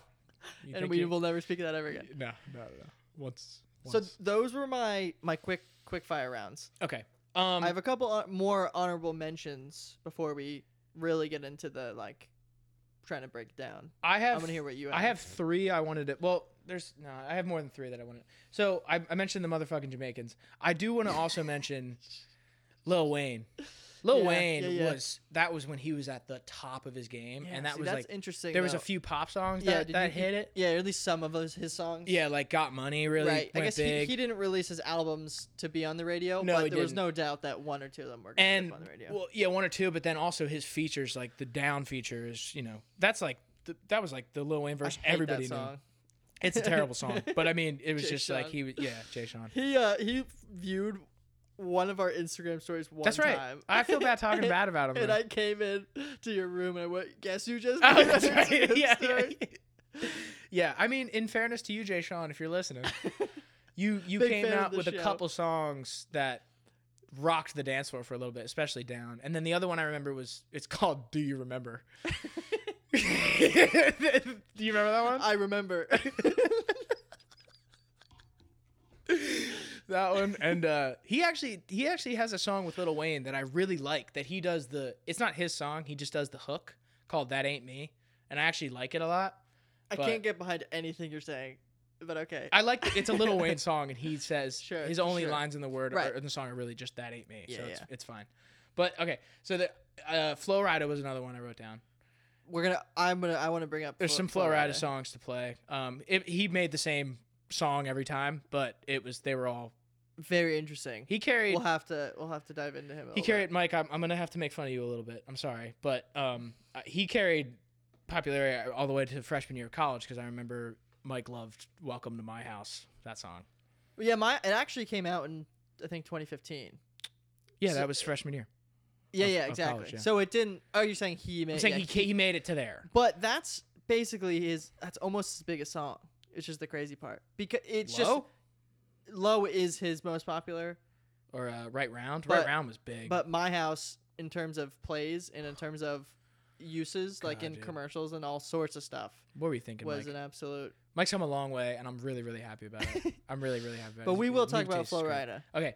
Speaker 1: You
Speaker 2: and
Speaker 1: think
Speaker 2: we
Speaker 1: you-
Speaker 2: will never speak of that ever again.
Speaker 1: No, no, no. no. Once.
Speaker 2: So
Speaker 1: once.
Speaker 2: those were my my quick quick fire rounds.
Speaker 1: okay. Um,
Speaker 2: I have a couple hon- more honorable mentions before we really get into the like trying to break down.
Speaker 1: I have.
Speaker 2: I want to hear what you.
Speaker 1: I have three. I wanted to. Well, there's no. I have more than three that I wanted. So I, I mentioned the motherfucking Jamaicans. I do want to also mention Lil Wayne. Lil
Speaker 2: Yeah,
Speaker 1: Wayne
Speaker 2: yeah, yeah.
Speaker 1: was that was when he was at the top of his game, and that
Speaker 2: see,
Speaker 1: was
Speaker 2: that's
Speaker 1: like
Speaker 2: interesting.
Speaker 1: there was a
Speaker 2: though.
Speaker 1: few pop songs
Speaker 2: Yeah,
Speaker 1: that,
Speaker 2: did
Speaker 1: that
Speaker 2: you-
Speaker 1: hit it.
Speaker 2: Yeah, or at least some of those, his songs.
Speaker 1: Yeah, like got money really
Speaker 2: right. I
Speaker 1: went
Speaker 2: guess he,
Speaker 1: big.
Speaker 2: he didn't release his albums to be on the radio,
Speaker 1: No, he
Speaker 2: but there was
Speaker 1: didn't.
Speaker 2: no doubt that one or two of them were going to
Speaker 1: and
Speaker 2: be on the radio.
Speaker 1: well, yeah, one or two, but then also his features, like the down feature is, you know, that's like the, that was like the Lil Wayne
Speaker 2: I
Speaker 1: verse
Speaker 2: hate
Speaker 1: everybody
Speaker 2: that
Speaker 1: knew.
Speaker 2: song.
Speaker 1: It's a terrible song, but I mean, it was
Speaker 2: Jay
Speaker 1: just like
Speaker 2: Sean.
Speaker 1: he was, yeah, Jay Sean.
Speaker 2: He uh he viewed one of our Instagram stories one
Speaker 1: That's right.
Speaker 2: time.
Speaker 1: I feel bad talking
Speaker 2: And-
Speaker 1: bad about him.
Speaker 2: And
Speaker 1: though.
Speaker 2: I came in to your room and I went, guess you just
Speaker 1: oh,
Speaker 2: viewed
Speaker 1: that's
Speaker 2: our
Speaker 1: right.
Speaker 2: Instagram
Speaker 1: Yeah, yeah,
Speaker 2: story?"
Speaker 1: yeah. Yeah, I mean, in fairness to you, Jay Sean, if you're listening, you you
Speaker 2: Big
Speaker 1: came
Speaker 2: fan of
Speaker 1: out
Speaker 2: the
Speaker 1: with a
Speaker 2: show.
Speaker 1: couple songs that rocked the dance floor for a little bit, especially down. And then the other one I remember was it's called "Do You Remember." Do you remember that one?
Speaker 2: I remember.
Speaker 1: that one and uh he actually he actually has a song with Lil Wayne that I really like that he does the it's not his song he just does the hook called that ain't me and I actually like it a lot
Speaker 2: I
Speaker 1: But-
Speaker 2: can't get behind anything you're saying, but okay.
Speaker 1: I like that it's a Lil Wayne song and he says
Speaker 2: Sure,
Speaker 1: his only
Speaker 2: sure.
Speaker 1: lines in the word
Speaker 2: Right.
Speaker 1: or in the song are really just that ain't me
Speaker 2: Yeah,
Speaker 1: so it's,
Speaker 2: yeah.
Speaker 1: it's fine but okay so the uh Flow Rida was another one I wrote down
Speaker 2: We're gonna. I'm gonna. I want to bring up.
Speaker 1: there's
Speaker 2: Flo-
Speaker 1: some Flow
Speaker 2: Florida.
Speaker 1: Rida songs to play um it, he made the same song every time but it was they were all
Speaker 2: Very interesting.
Speaker 1: he carried
Speaker 2: we'll have to. We'll have to dive into him.
Speaker 1: He
Speaker 2: a little
Speaker 1: carried Mike. I'm, I'm gonna have to make fun of you a little bit. I'm sorry, but um, uh, he carried popularity all the way to freshman year of college because I remember Mike loved "Welcome to My House" that song.
Speaker 2: bit. Yeah, my it actually came out in I think 2015.
Speaker 1: Yeah,
Speaker 2: So-
Speaker 1: that was freshman year.
Speaker 2: Yeah,
Speaker 1: Of-
Speaker 2: yeah,
Speaker 1: of
Speaker 2: exactly.
Speaker 1: college, yeah.
Speaker 2: So it didn't. Oh, you're saying he made.
Speaker 1: I'm saying
Speaker 2: yeah,
Speaker 1: he, ca- he made it to there.
Speaker 2: But that's basically his. That's almost his biggest song. It's just the crazy part because it's
Speaker 1: Low
Speaker 2: just low is his most popular,
Speaker 1: or uh, right round.
Speaker 2: But-
Speaker 1: right round was big.
Speaker 2: but my house in terms of plays and in terms of uses, like
Speaker 1: God,
Speaker 2: in
Speaker 1: dude.
Speaker 2: commercials and all sorts of stuff,
Speaker 1: what were you thinking,
Speaker 2: was
Speaker 1: Mike?
Speaker 2: an absolute.
Speaker 1: Mike's come a long way, and I'm really really happy about it. I'm really really happy. about
Speaker 2: But
Speaker 1: it.
Speaker 2: we
Speaker 1: His
Speaker 2: will talk
Speaker 1: music
Speaker 2: about
Speaker 1: taste is
Speaker 2: Flo
Speaker 1: great.
Speaker 2: Rida.
Speaker 1: Okay,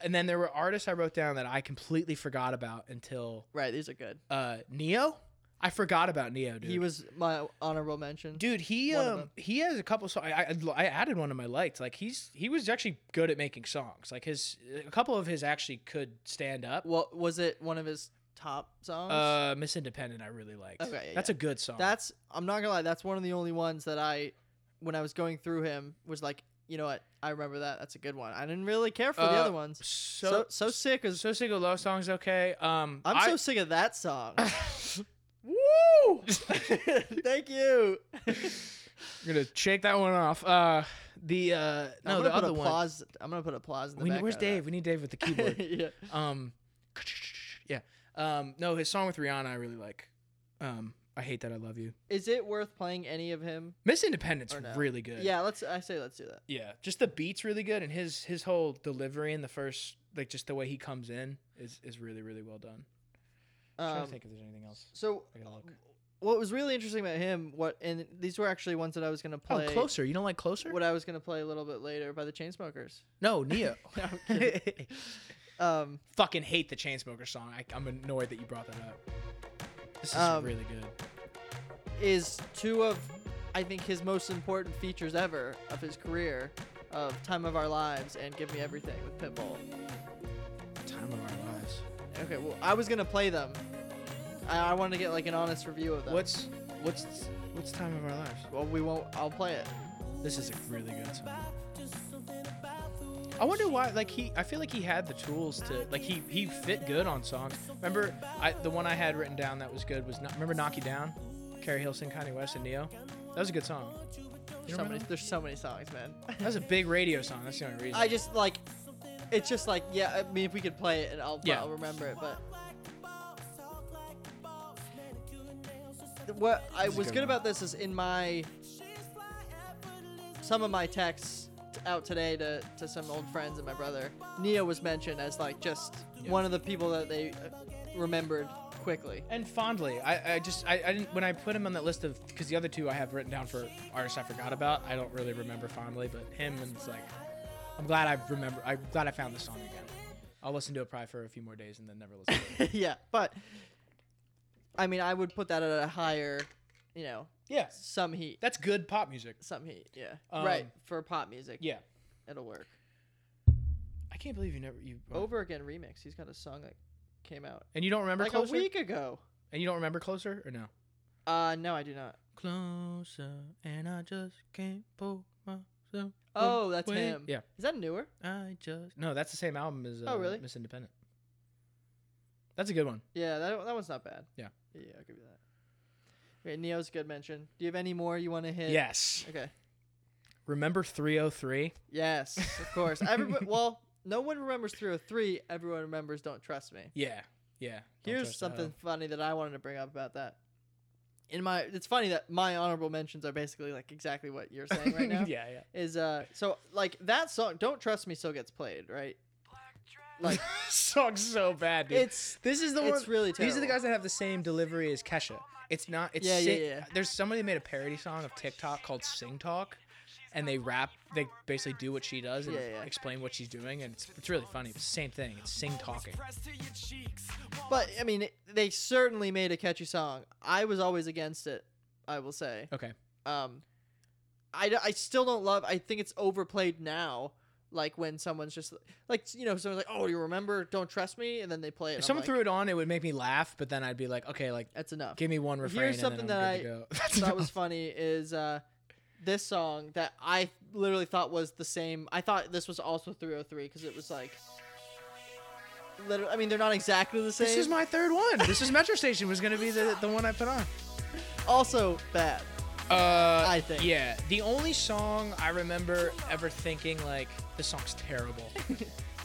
Speaker 1: and then there were artists I wrote down that I completely forgot about until
Speaker 2: Right, these are good.
Speaker 1: uh, Neo. I forgot about Neo, dude.
Speaker 2: He was my honorable mention.
Speaker 1: Dude, he
Speaker 2: One of
Speaker 1: um
Speaker 2: them.
Speaker 1: he has a couple songs. I, I I added one of my liked. Like he's he was actually good at making songs. Like his a couple of his actually could stand up.
Speaker 2: What was it? One of his top songs.
Speaker 1: Uh, Miss Independent, I really liked.
Speaker 2: Okay, yeah,
Speaker 1: that's
Speaker 2: yeah.
Speaker 1: a good song.
Speaker 2: that's I'm not gonna lie. That's one of the only ones that I, when I was going through him, was like, you know what? I remember that. That's a good one. I didn't really care for the
Speaker 1: Uh,
Speaker 2: other ones.
Speaker 1: so
Speaker 2: So
Speaker 1: so,
Speaker 2: so sick is.
Speaker 1: so single low songs okay. Um,
Speaker 2: I'm
Speaker 1: I-
Speaker 2: so sick of that song.
Speaker 1: woo.
Speaker 2: Thank you.
Speaker 1: I'm gonna shake that one off. Uh, the uh
Speaker 2: I'm
Speaker 1: no
Speaker 2: gonna
Speaker 1: the
Speaker 2: put
Speaker 1: other one.
Speaker 2: applause. I'm gonna put applause in the
Speaker 1: We, need- where's Dave?
Speaker 2: background
Speaker 1: We need Dave with the
Speaker 2: of that.
Speaker 1: keyboard.
Speaker 2: yeah.
Speaker 1: Um, yeah. Um, no, his song with Rihanna, I really like. Um, I hate that I love you.
Speaker 2: Is it worth playing any of him?
Speaker 1: Miss Independence
Speaker 2: Or no.
Speaker 1: really good.
Speaker 2: Yeah. Let's. I say let's do that.
Speaker 1: yeah. Just the beats really good, and his his whole delivery in the first, like just the way he comes in is is really really well done. I'm trying
Speaker 2: Um,
Speaker 1: to think if there's anything else.
Speaker 2: so
Speaker 1: I gotta look.
Speaker 2: what was really interesting about him? What and these were actually ones that I was gonna play.
Speaker 1: Oh, closer. You don't like closer?
Speaker 2: What I was gonna play a little bit later by the Chainsmokers.
Speaker 1: no, Neo.
Speaker 2: I'm kidding. Um,
Speaker 1: Fucking hate the Chainsmokers song. I, I'm annoyed that you brought that up. This is
Speaker 2: Um,
Speaker 1: really good.
Speaker 2: is two of I think his most important features ever of his career of Time of Our Lives and Give Me Everything with Pitbull.
Speaker 1: Time of our lives.
Speaker 2: Okay, well I was gonna play them I, I want to get like an honest review of them.
Speaker 1: What's what's what's time of our lives?
Speaker 2: Well, we won't. I'll play it.
Speaker 1: This is a really good song. I wonder why. Like he, I feel like he had the tools to like he he fit good on songs. Remember, I the one I had written down that was good was not, remember "Knock You Down," Carrie Hilson, Kanye West, and Neo. That was a good song. You
Speaker 2: There's so
Speaker 1: remember
Speaker 2: many.
Speaker 1: that?
Speaker 2: There's so many songs, man.
Speaker 1: That was a big radio song. That's the only reason.
Speaker 2: I just like. It's just like yeah. I mean, if we could play it, and I'll
Speaker 1: Yeah.
Speaker 2: I'll remember it. But what I
Speaker 1: That's a
Speaker 2: was
Speaker 1: good
Speaker 2: good,
Speaker 1: one.
Speaker 2: about this is in my some of my texts t- out today to, to some old friends and my brother. Neo was mentioned as like just
Speaker 1: Yeah.
Speaker 2: one of the people that they uh, remembered quickly.
Speaker 1: and fondly. I, I just I, I didn't when I put him on that list of because the other two I have written down for artists I forgot about. I don't really remember fondly, but him and it's like I'm glad I remember. I'm glad I found the song again. I'll listen to it probably for a few more days and then never listen. to it.
Speaker 2: yeah, but I mean, I would put that at a higher, you know,
Speaker 1: yeah,
Speaker 2: some heat,
Speaker 1: that's good pop music.
Speaker 2: some heat. Yeah, right
Speaker 1: Um,
Speaker 2: for pop music.
Speaker 1: Yeah,
Speaker 2: it'll work.
Speaker 1: I can't believe you never you uh,
Speaker 2: Over again remix. He's got a song that came out
Speaker 1: and you don't remember
Speaker 2: like
Speaker 1: closer
Speaker 2: a week ago.
Speaker 1: and you don't remember closer or no
Speaker 2: Uh, no, I do not.
Speaker 1: closer and I just can't pull myself.
Speaker 2: Oh, that's
Speaker 1: away.
Speaker 2: him.
Speaker 1: Yeah,
Speaker 2: Is that newer?
Speaker 1: I just no. That's the same album as uh,
Speaker 2: Oh, really?
Speaker 1: Miss Independent. That's a good one.
Speaker 2: Yeah, that that one's not bad.
Speaker 1: Yeah.
Speaker 2: yeah, I'll give you that. Okay, Neo's a good mention. Do you have any more you want to hit?
Speaker 1: Yes.
Speaker 2: Okay.
Speaker 1: Remember 303?
Speaker 2: Yes, of course. Everybody. well, no one remembers 303. Everyone remembers Don't Trust Me.
Speaker 1: Yeah. Yeah. Don't
Speaker 2: Here's
Speaker 1: trust the
Speaker 2: something
Speaker 1: hoe.
Speaker 2: funny that I wanted to bring up about that. In my, it's funny that my honorable mentions are basically like exactly what you're saying right now.
Speaker 1: yeah, yeah.
Speaker 2: Is uh, so like that song "Don't Trust Me" still gets played, right? Like
Speaker 1: song's so bad, dude.
Speaker 2: it's
Speaker 1: this is the
Speaker 2: it's
Speaker 1: one.
Speaker 2: really
Speaker 1: These are the
Speaker 2: terrible.
Speaker 1: guys that have the same delivery as Kesha. It's not. It's
Speaker 2: Yeah, yeah,
Speaker 1: sing-
Speaker 2: yeah.
Speaker 1: There's somebody made a parody song of TikTok called Sing Talk, and they rap. They basically do what she does and
Speaker 2: Yeah, yeah.
Speaker 1: explain what she's doing, and it's, it's really funny. It's the same thing. It's sing talking.
Speaker 2: but I mean it, they certainly made a catchy song. I was always against it. I will say.
Speaker 1: Okay.
Speaker 2: Um, I, d- I still don't love. I think it's overplayed now. Like when someone's just like you know someone's like oh you remember Don't Trust Me and then they play it.
Speaker 1: If
Speaker 2: I'm
Speaker 1: someone
Speaker 2: like,
Speaker 1: threw it on, it would make me laugh, but then I'd be like, okay, like
Speaker 2: that's enough.
Speaker 1: give me one refrain.
Speaker 2: Here's something
Speaker 1: and then I'm
Speaker 2: that
Speaker 1: good to go.
Speaker 2: So that was funny is uh this song that I literally thought was the same. I thought this was also 303 because it was like literally I mean they're not exactly the same.
Speaker 1: This is my third one. This is Metro Station was gonna be the, the one I put on.
Speaker 2: also bad.
Speaker 1: Uh,
Speaker 2: I think.
Speaker 1: Yeah, the only song I remember ever thinking like this song's terrible,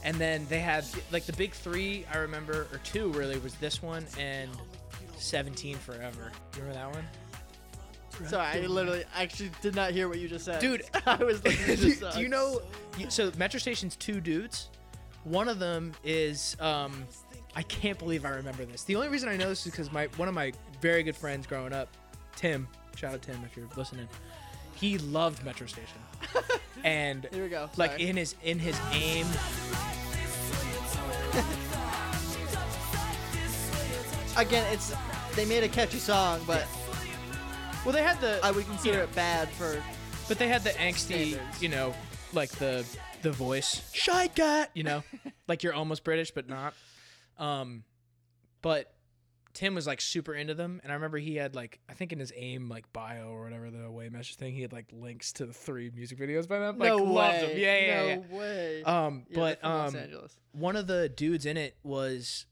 Speaker 1: and then they had like the big three I remember or two really was this one and Seventeen Forever. You remember that one?
Speaker 2: So I literally actually did not hear what you just said.
Speaker 1: Dude.
Speaker 2: I was like
Speaker 1: do, you- do you know? you- So Metro Station's two dudes. One of them is um, I can't believe I remember this. The only reason I know this is because my one of my very good friends growing up, Tim. Shout out Tim if you're listening. He loved Metro Station, and
Speaker 2: Here we go.
Speaker 1: like
Speaker 2: Sorry.
Speaker 1: in his in his aim.
Speaker 2: Again, it's they made a catchy song but
Speaker 1: Well, they had the
Speaker 2: I would consider
Speaker 1: Yeah.
Speaker 2: it bad for
Speaker 1: But they had the angsty,
Speaker 2: Standards.
Speaker 1: you know, like the the voice, shy cat, you know, like you're almost British but not. Um, but Tim was like super into them, and I remember he had like I think in his aim like bio or whatever the way message thing, he had like links to the three music videos by them. Like
Speaker 2: no
Speaker 1: loved
Speaker 2: way.
Speaker 1: them. Yeah, yeah, yeah.
Speaker 2: no way.
Speaker 1: Um,
Speaker 2: Yeah, they're
Speaker 1: but
Speaker 2: from Los
Speaker 1: um,
Speaker 2: Angeles.
Speaker 1: one of the dudes in it was,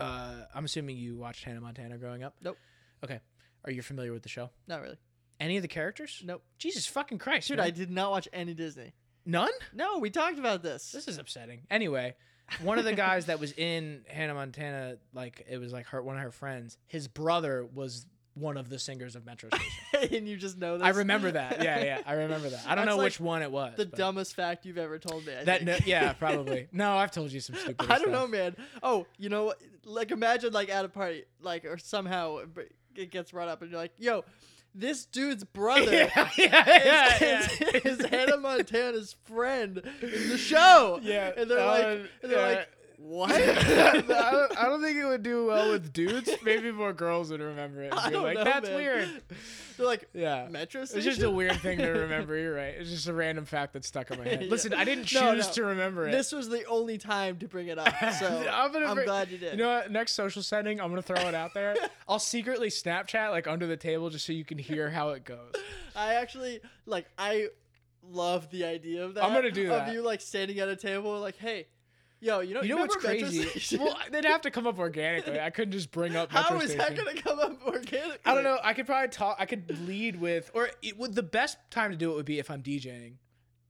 Speaker 1: uh, I'm assuming you watched Hannah Montana growing up.
Speaker 2: Nope.
Speaker 1: Okay. Are you familiar with the show?
Speaker 2: Not really.
Speaker 1: Any of the characters?
Speaker 2: Nope.
Speaker 1: Jesus fucking Christ,
Speaker 2: Dude,
Speaker 1: man.
Speaker 2: I did not watch any Disney.
Speaker 1: none.
Speaker 2: No, we talked about this.
Speaker 1: This is upsetting. Anyway, one of the guys that was in Hannah Montana, like it was like her one of her friends, his brother was one of the singers of Metro Station.
Speaker 2: and you just know this.
Speaker 1: I remember that. Yeah, yeah, I remember that. I don't know
Speaker 2: That's like
Speaker 1: which one it was.
Speaker 2: The
Speaker 1: but
Speaker 2: dumbest fact you've ever told me. I
Speaker 1: That no,
Speaker 2: think.
Speaker 1: yeah, probably. No, I've told you some stupid.
Speaker 2: I don't know, man. Oh, you know, what? like imagine like at a party, like or somehow it br- it gets brought up, and you're like, "Yo, this dude's brother
Speaker 1: Yeah, yeah, yeah,
Speaker 2: is,
Speaker 1: yeah.
Speaker 2: is Hannah Montana's friend in the show."
Speaker 1: Yeah,
Speaker 2: and they're like,
Speaker 1: uh,
Speaker 2: and they're
Speaker 1: yeah.
Speaker 2: like, what?
Speaker 1: I, don't, I don't think it would do well with dudes. Maybe more girls would remember it. And
Speaker 2: I
Speaker 1: be
Speaker 2: don't
Speaker 1: like,
Speaker 2: know,
Speaker 1: that's
Speaker 2: man."
Speaker 1: weird.
Speaker 2: They're like
Speaker 1: Yeah.
Speaker 2: metro
Speaker 1: Uh,
Speaker 2: station.
Speaker 1: It's just a weird thing to remember. You're right. It's just a random fact that stuck in my head.
Speaker 2: Yeah.
Speaker 1: Listen, I didn't choose
Speaker 2: No, no.
Speaker 1: to remember it.
Speaker 2: This was the only time to bring it up, so I'm,
Speaker 1: bring-
Speaker 2: glad you did.
Speaker 1: You know what? Next social setting, I'm gonna throw it out there. I'll secretly Snapchat like under the table just so you can hear how it goes.
Speaker 2: I actually like I love the idea of that.
Speaker 1: I'm gonna do that.
Speaker 2: Of you like standing at a table, like, hey, yo, you know,
Speaker 1: You know what's
Speaker 2: remember Metro
Speaker 1: crazy?
Speaker 2: Station?
Speaker 1: Well, they'd have to come up organically. I couldn't just bring up. Metro
Speaker 2: How is that
Speaker 1: Station.
Speaker 2: gonna come up organically?
Speaker 1: I don't know. I could probably talk. I could lead with, or it would the best time to do it would be if I'm DJing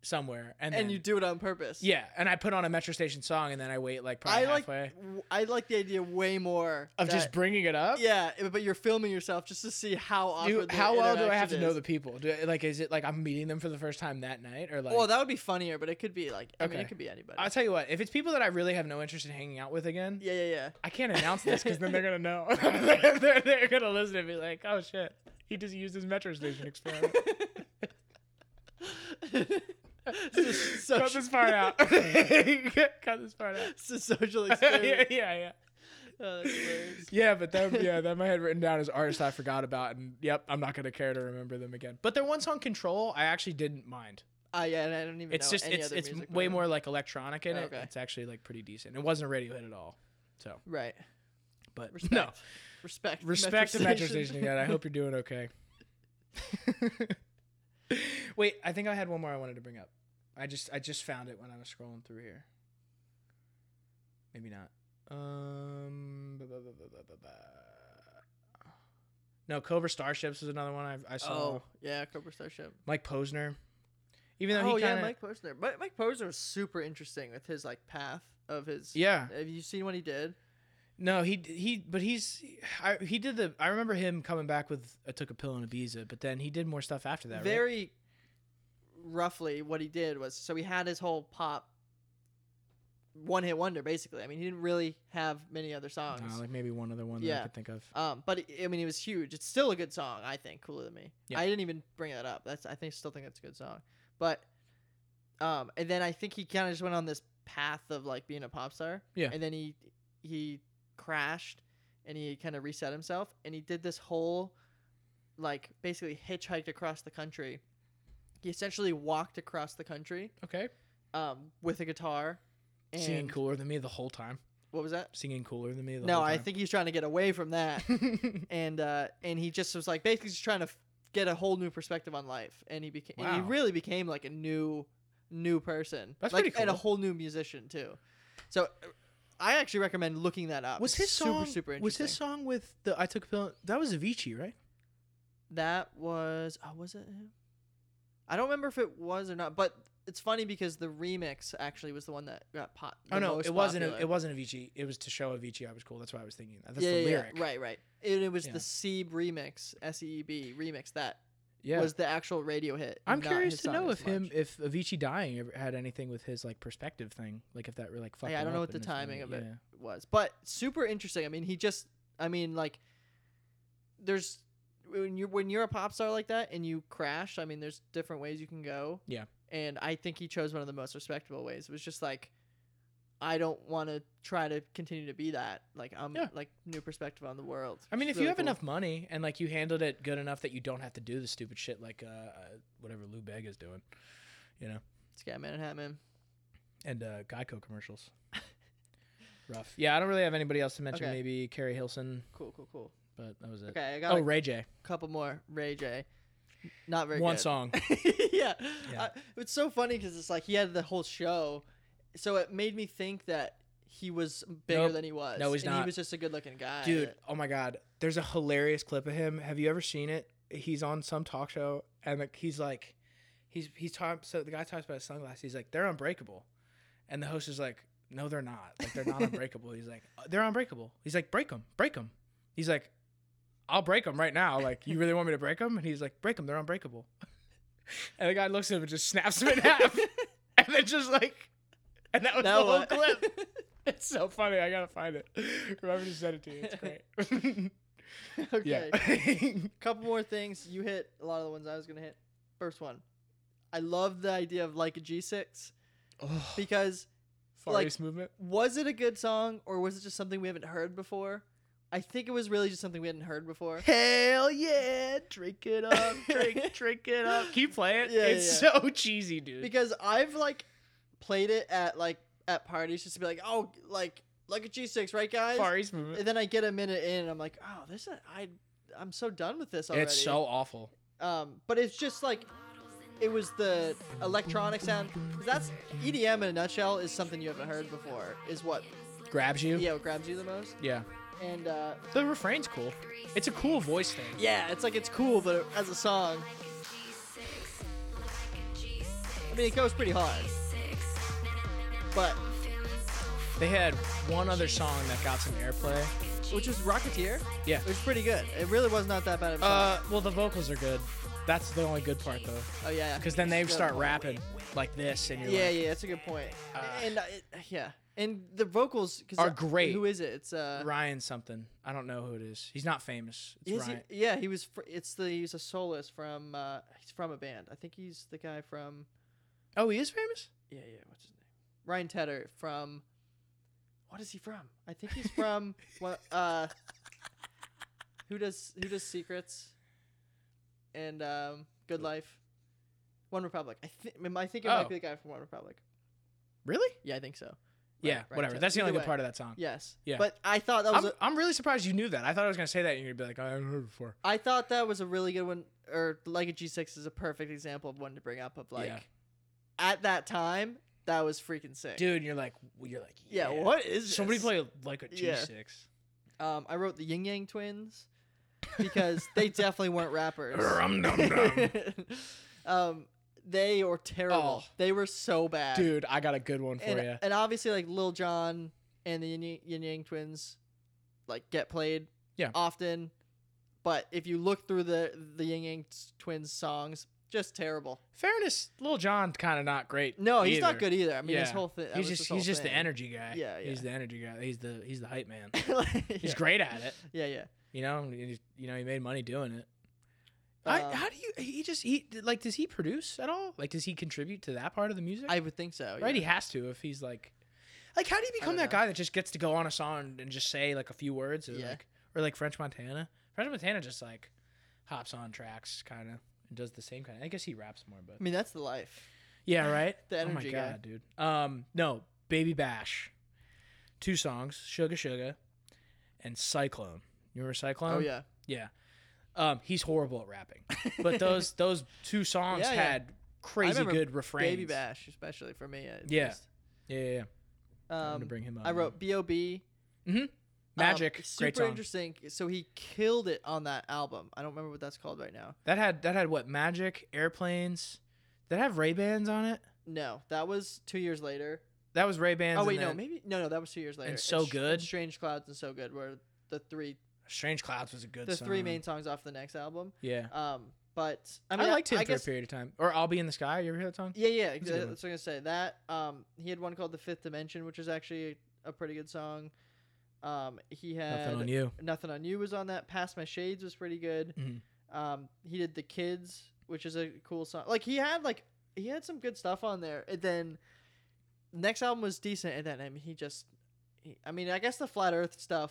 Speaker 1: somewhere, and
Speaker 2: And
Speaker 1: then,
Speaker 2: you do it on purpose.
Speaker 1: yeah, and I put on a Metro Station song, and then I wait like probably
Speaker 2: I like
Speaker 1: halfway
Speaker 2: w- I like the idea way more
Speaker 1: of just
Speaker 2: that-
Speaker 1: bringing it up.
Speaker 2: yeah, but you're filming yourself just to see how
Speaker 1: Do-
Speaker 2: awkward. the
Speaker 1: how well do I have to
Speaker 2: interaction
Speaker 1: know
Speaker 2: is.
Speaker 1: the people? Do, I- like, is it like I'm meeting them for the first time that night, or like?
Speaker 2: well, that would be funnier, but it could be like I mean,
Speaker 1: Okay.
Speaker 2: it could be anybody.
Speaker 1: I'll tell you what. If it's people that I really have no interest in hanging out with again,
Speaker 2: yeah, yeah, yeah.
Speaker 1: I can't announce this because then they're gonna know. they're, they're- they're gonna listen and be like, "Oh shit, he just used his metro station experiment."
Speaker 2: This is so-
Speaker 1: Cut this part out. Cut this part out.
Speaker 2: It's a social
Speaker 1: yeah, yeah,
Speaker 2: experience.
Speaker 1: yeah.
Speaker 2: Oh, that's hilarious.
Speaker 1: Yeah, but that yeah, that I had written down as artists I forgot about, and yep, I'm not gonna care to remember them again. But their one song "Control," I actually didn't mind.
Speaker 2: Ah, yeah, and I don't even
Speaker 1: It's
Speaker 2: know
Speaker 1: just
Speaker 2: any
Speaker 1: it's
Speaker 2: other
Speaker 1: it's
Speaker 2: music by
Speaker 1: way
Speaker 2: them.
Speaker 1: more like electronic in it.
Speaker 2: Okay.
Speaker 1: It's actually like pretty decent. It wasn't a Radiohead at all. So,
Speaker 2: right.
Speaker 1: but
Speaker 2: Respect.
Speaker 1: no,
Speaker 2: Respect.
Speaker 1: respect to Metro Station again. I hope you're doing okay. Wait, I think I had one more I wanted to bring up. I just I just found it when I was scrolling through here. Maybe not. Um. ba- ba- ba- ba- ba- ba- ba. No, Cobra Starships is another one I, I saw.
Speaker 2: oh yeah, Cobra Starship.
Speaker 1: Mike Posner. Even though
Speaker 2: Oh
Speaker 1: he
Speaker 2: yeah,
Speaker 1: kind of
Speaker 2: Mike Posner. Mike, Mike Posner was super interesting with his like path of his.
Speaker 1: yeah.
Speaker 2: Have you seen what he did?
Speaker 1: No, he he, but he's I, he did the. I remember him coming back with I took a pill and Ibiza, but then he did more stuff after that. right?
Speaker 2: Very roughly, what he did was so he had his whole pop one hit wonder basically. I mean, he didn't really have many other songs.
Speaker 1: Uh, like maybe one other one that
Speaker 2: Yeah.
Speaker 1: I could think of.
Speaker 2: Um, but it- I mean, it was huge. It's still a good song, I think. Cooler than me.
Speaker 1: Yeah.
Speaker 2: I didn't even bring that up. That's I think still think that's a good song. But, um, and then I think he kind of just went on this path of like being a pop star.
Speaker 1: Yeah.
Speaker 2: And then he he crashed, and he kind of reset himself, and he did this whole, like basically hitchhiked across the country. He essentially walked across the country,
Speaker 1: Okay.
Speaker 2: um, with a guitar. And
Speaker 1: Singing cooler than me the whole time.
Speaker 2: What was that?
Speaker 1: Singing cooler than me the
Speaker 2: No,
Speaker 1: whole
Speaker 2: I
Speaker 1: time.
Speaker 2: think he's trying to get away from that. and uh, and he just was like basically just trying to f- get a whole new perspective on life, and he became and he
Speaker 1: Wow.
Speaker 2: really became like a new new person,
Speaker 1: That's
Speaker 2: like
Speaker 1: pretty
Speaker 2: and a
Speaker 1: cool.
Speaker 2: whole new musician too. So uh, I actually recommend looking that up.
Speaker 1: was
Speaker 2: It's
Speaker 1: his
Speaker 2: super
Speaker 1: song
Speaker 2: super interesting?
Speaker 1: was his song with the I took a pill that was Avicii, right?
Speaker 2: that was oh was it him? I don't remember if it was or not, but it's funny because the remix actually was the one that got pot.
Speaker 1: Oh
Speaker 2: the
Speaker 1: no,
Speaker 2: most
Speaker 1: it wasn't
Speaker 2: popular.
Speaker 1: it wasn't Avicii. It was to show Avicii I was cool. That's why I was thinking that. That's
Speaker 2: yeah,
Speaker 1: the
Speaker 2: yeah, yeah,
Speaker 1: lyric.
Speaker 2: right, right. It, it was
Speaker 1: Yeah.
Speaker 2: the Seeb remix, S E E B remix that
Speaker 1: Yeah.
Speaker 2: was the actual radio hit.
Speaker 1: I'm
Speaker 2: not
Speaker 1: curious
Speaker 2: his
Speaker 1: to
Speaker 2: song
Speaker 1: know
Speaker 2: as
Speaker 1: if him
Speaker 2: much.
Speaker 1: if Avicii dying ever had anything with his like perspective thing, like if that really like fucked
Speaker 2: I
Speaker 1: him
Speaker 2: don't know
Speaker 1: up
Speaker 2: what the
Speaker 1: in his early-
Speaker 2: timing of it
Speaker 1: yeah.
Speaker 2: was, but super interesting. I mean, he just, I mean, like, there's when you're when you're a pop star like that and you crash. I mean, there's different ways you can go.
Speaker 1: Yeah.
Speaker 2: and I think he chose one of the most respectable ways. It was just like. I don't want to try to continue to be that. Like I'm
Speaker 1: Yeah.
Speaker 2: like new perspective on the world.
Speaker 1: I mean,
Speaker 2: It's
Speaker 1: if you
Speaker 2: really
Speaker 1: have
Speaker 2: cool.
Speaker 1: enough money and like you handled it good enough that you don't have to do the stupid shit like uh, uh whatever Lou Beg is doing, you know.
Speaker 2: Scatman and Hatman.
Speaker 1: and uh, Geico commercials. Rough. Yeah, I don't really have anybody else to mention.
Speaker 2: Okay.
Speaker 1: Maybe Carrie Hilson,
Speaker 2: Cool, cool, cool.
Speaker 1: but that was it.
Speaker 2: Okay, I got
Speaker 1: Oh,
Speaker 2: a
Speaker 1: Ray J.
Speaker 2: couple more. Ray J. Not very
Speaker 1: One
Speaker 2: good.
Speaker 1: song.
Speaker 2: yeah.
Speaker 1: Yeah.
Speaker 2: Uh, it's so funny because it's like he had the whole show, so it made me think that he was bigger
Speaker 1: Nope.
Speaker 2: than he was.
Speaker 1: No, he's
Speaker 2: and He
Speaker 1: not.
Speaker 2: was just a good-looking guy.
Speaker 1: Dude, oh my God. There's a hilarious clip of him. Have you ever seen it? He's on some talk show and like, he's like, he's, he's talking. So the guy talks about his sunglasses. He's like, they're unbreakable. And the host is like, no, they're not. Like, they're not unbreakable. He's like, "Uh, they're unbreakable. He's like, break them, break them. He's like, I'll break them right now. Like, you really want me to break them? And he's like, break them. They're unbreakable. And the guy looks at him and just snaps him in half. and then just like, and that was
Speaker 2: Now
Speaker 1: the whole
Speaker 2: what?
Speaker 1: clip. It's so funny. I gotta find it. Whoever just sent it to you, it's great.
Speaker 2: okay.
Speaker 1: yeah.
Speaker 2: couple more things. You hit a lot of the ones I was gonna hit. First one, I love the idea of like a G six because
Speaker 1: Far
Speaker 2: Like-
Speaker 1: East movement.
Speaker 2: was it a good song or was it just something we haven't heard before? I think it was really just something we hadn't heard before.
Speaker 1: Hell yeah! Drink it up, drink, drink it up. Keep playing.
Speaker 2: Yeah,
Speaker 1: it's so cheesy, dude.
Speaker 2: Because I've like played it at like at parties just to be like, oh, like like a G6, right, guys?
Speaker 1: Far East movement.
Speaker 2: And then I get a minute in, and I'm like, oh, this is, I I'm so done with this already.
Speaker 1: It's so awful.
Speaker 2: um, but it's just like it was the electronic sound. 'Cause That's EDM in a nutshell is something you haven't heard before. Is what
Speaker 1: Grabs you.
Speaker 2: yeah what grabs you the most.
Speaker 1: Yeah.
Speaker 2: And uh,
Speaker 1: The refrain's cool. It's a cool voice thing.
Speaker 2: yeah, it's like it's cool, but as a song, I mean, it goes pretty hard. But
Speaker 1: They had one other song that got some airplay.
Speaker 2: which was Rocketeer.
Speaker 1: Yeah.
Speaker 2: It was pretty good. It really was not that bad of a song.
Speaker 1: Uh, well, the vocals are good. That's the only good part though,
Speaker 2: oh yeah.
Speaker 1: because then they
Speaker 2: Good.
Speaker 1: start rapping like this, and you're
Speaker 2: Yeah,
Speaker 1: like,
Speaker 2: yeah, that's a good point.
Speaker 1: Uh,
Speaker 2: and uh, it, yeah, and the vocals 'cause,
Speaker 1: Are
Speaker 2: uh,
Speaker 1: great.
Speaker 2: Who is it? It's uh,
Speaker 1: Ryan something. I don't know who it is. He's not famous. It's
Speaker 2: is he-
Speaker 1: Ryan.
Speaker 2: yeah, he was. Fr- it's the he's a soloist from. Uh, he's from a band. I think he's the guy from.
Speaker 1: Oh, he is famous.
Speaker 2: Yeah, yeah. What's his name? Ryan Tedder from. What is he from? I think he's from what? Uh, who does who does secrets? And um, Good Life, One Republic. I think I think it
Speaker 1: Oh.
Speaker 2: might be the guy from One Republic.
Speaker 1: Really?
Speaker 2: Yeah, I think so.
Speaker 1: Yeah.
Speaker 2: Ryan
Speaker 1: whatever.
Speaker 2: Tedder.
Speaker 1: That's the only
Speaker 2: Either
Speaker 1: good
Speaker 2: way.
Speaker 1: part of that song.
Speaker 2: Yes.
Speaker 1: Yeah.
Speaker 2: But I thought that was
Speaker 1: I'm,
Speaker 2: a,
Speaker 1: I'm really surprised you knew that. I thought I was gonna say that, and you're gonna be like, I haven't heard it before.
Speaker 2: I thought that was a really good one or like a G6 is a perfect example of one to bring up of like
Speaker 1: Yeah.
Speaker 2: at that time that was freaking sick.
Speaker 1: Dude, and you're like, you're like,
Speaker 2: yeah, what is this?
Speaker 1: Somebody play like a G6.
Speaker 2: Yeah. Um I wrote the Yin Yang Twins because they definitely weren't rappers. um they were terrible.
Speaker 1: Oh.
Speaker 2: They were so bad.
Speaker 1: Dude, I got a good one for
Speaker 2: and,
Speaker 1: you.
Speaker 2: and obviously like Lil Jon and the Yin Yang, Yin Yang Twins like get played
Speaker 1: Yeah.
Speaker 2: often, but if you look through the the Yin Yang Twins songs, just terrible.
Speaker 1: Fairness, Lil John kind of not great.
Speaker 2: No, he's not
Speaker 1: either.
Speaker 2: good either. I mean, his
Speaker 1: Yeah.
Speaker 2: whole thing.
Speaker 1: He's just he's just the energy guy.
Speaker 2: Yeah,
Speaker 1: He's the
Speaker 2: yeah.
Speaker 1: energy guy. He's the he's the hype man. He's
Speaker 2: He's
Speaker 1: great at it.
Speaker 2: Yeah, yeah.
Speaker 1: You know, and he's- you know he made money doing it. I,
Speaker 2: Um,
Speaker 1: how do you? He just he like does he produce at all? Like does he contribute to that part of the music?
Speaker 2: I would think so.
Speaker 1: right,
Speaker 2: yeah.
Speaker 1: he has to if he's like, like how do you become
Speaker 2: don't
Speaker 1: that
Speaker 2: know.
Speaker 1: guy that just gets to go on a song and just say like a few words or
Speaker 2: Yeah.
Speaker 1: like or like French Montana? French Montana just like hops on tracks kind of and does the same kind. of I guess he raps more, but
Speaker 2: I mean, that's the life.
Speaker 1: yeah, right.
Speaker 2: The
Speaker 1: oh my
Speaker 2: energy guy.
Speaker 1: god, dude. Um, no, Baby Bash, two songs, Sugar Sugar, and Cyclone. You remember Cyclone?
Speaker 2: Oh yeah.
Speaker 1: yeah. Um, he's horrible at rapping, but those those two songs
Speaker 2: Yeah, yeah.
Speaker 1: had crazy
Speaker 2: remember
Speaker 1: good refrains.
Speaker 2: Baby Bash, especially for me. at
Speaker 1: Yeah.
Speaker 2: least.
Speaker 1: Yeah, yeah, yeah. I'm
Speaker 2: Um,
Speaker 1: gonna bring him up. Mm-hmm.
Speaker 2: I wrote B.O.B. Um,
Speaker 1: Magic.
Speaker 2: super
Speaker 1: great song.
Speaker 2: interesting. So he killed it on that album. I don't remember what that's called right now.
Speaker 1: That had that had what magic airplanes. Did that have Ray Bans on it?
Speaker 2: No, that was two years later.
Speaker 1: That was Ray Bans.
Speaker 2: oh wait, no, maybe no, no, that was two years later.
Speaker 1: So
Speaker 2: Str-
Speaker 1: Good?
Speaker 2: Strange Clouds, and So Good were the three,
Speaker 1: Strange Clouds was a good.
Speaker 2: the
Speaker 1: song.
Speaker 2: three main songs off the next album.
Speaker 1: Yeah,
Speaker 2: Um, but I
Speaker 1: I,
Speaker 2: mean,
Speaker 1: liked him
Speaker 2: I
Speaker 1: for
Speaker 2: guess,
Speaker 1: a period of time. Or I'll be in the sky. You ever hear that song?
Speaker 2: Yeah, yeah,
Speaker 1: That's a good
Speaker 2: exactly.
Speaker 1: one.
Speaker 2: That's what I was gonna say. That um, he had one called The Fifth Dimension, which is actually a pretty good song. Um, he had
Speaker 1: Nothing on you.
Speaker 2: Nothing on You was on that. Past My Shades was pretty good.
Speaker 1: Mhm.
Speaker 2: Um, he did The Kids, which is a cool song. Like he had like he had some good stuff on there. And then next album was decent, and then I mean he just, he, I mean I guess the flat Earth stuff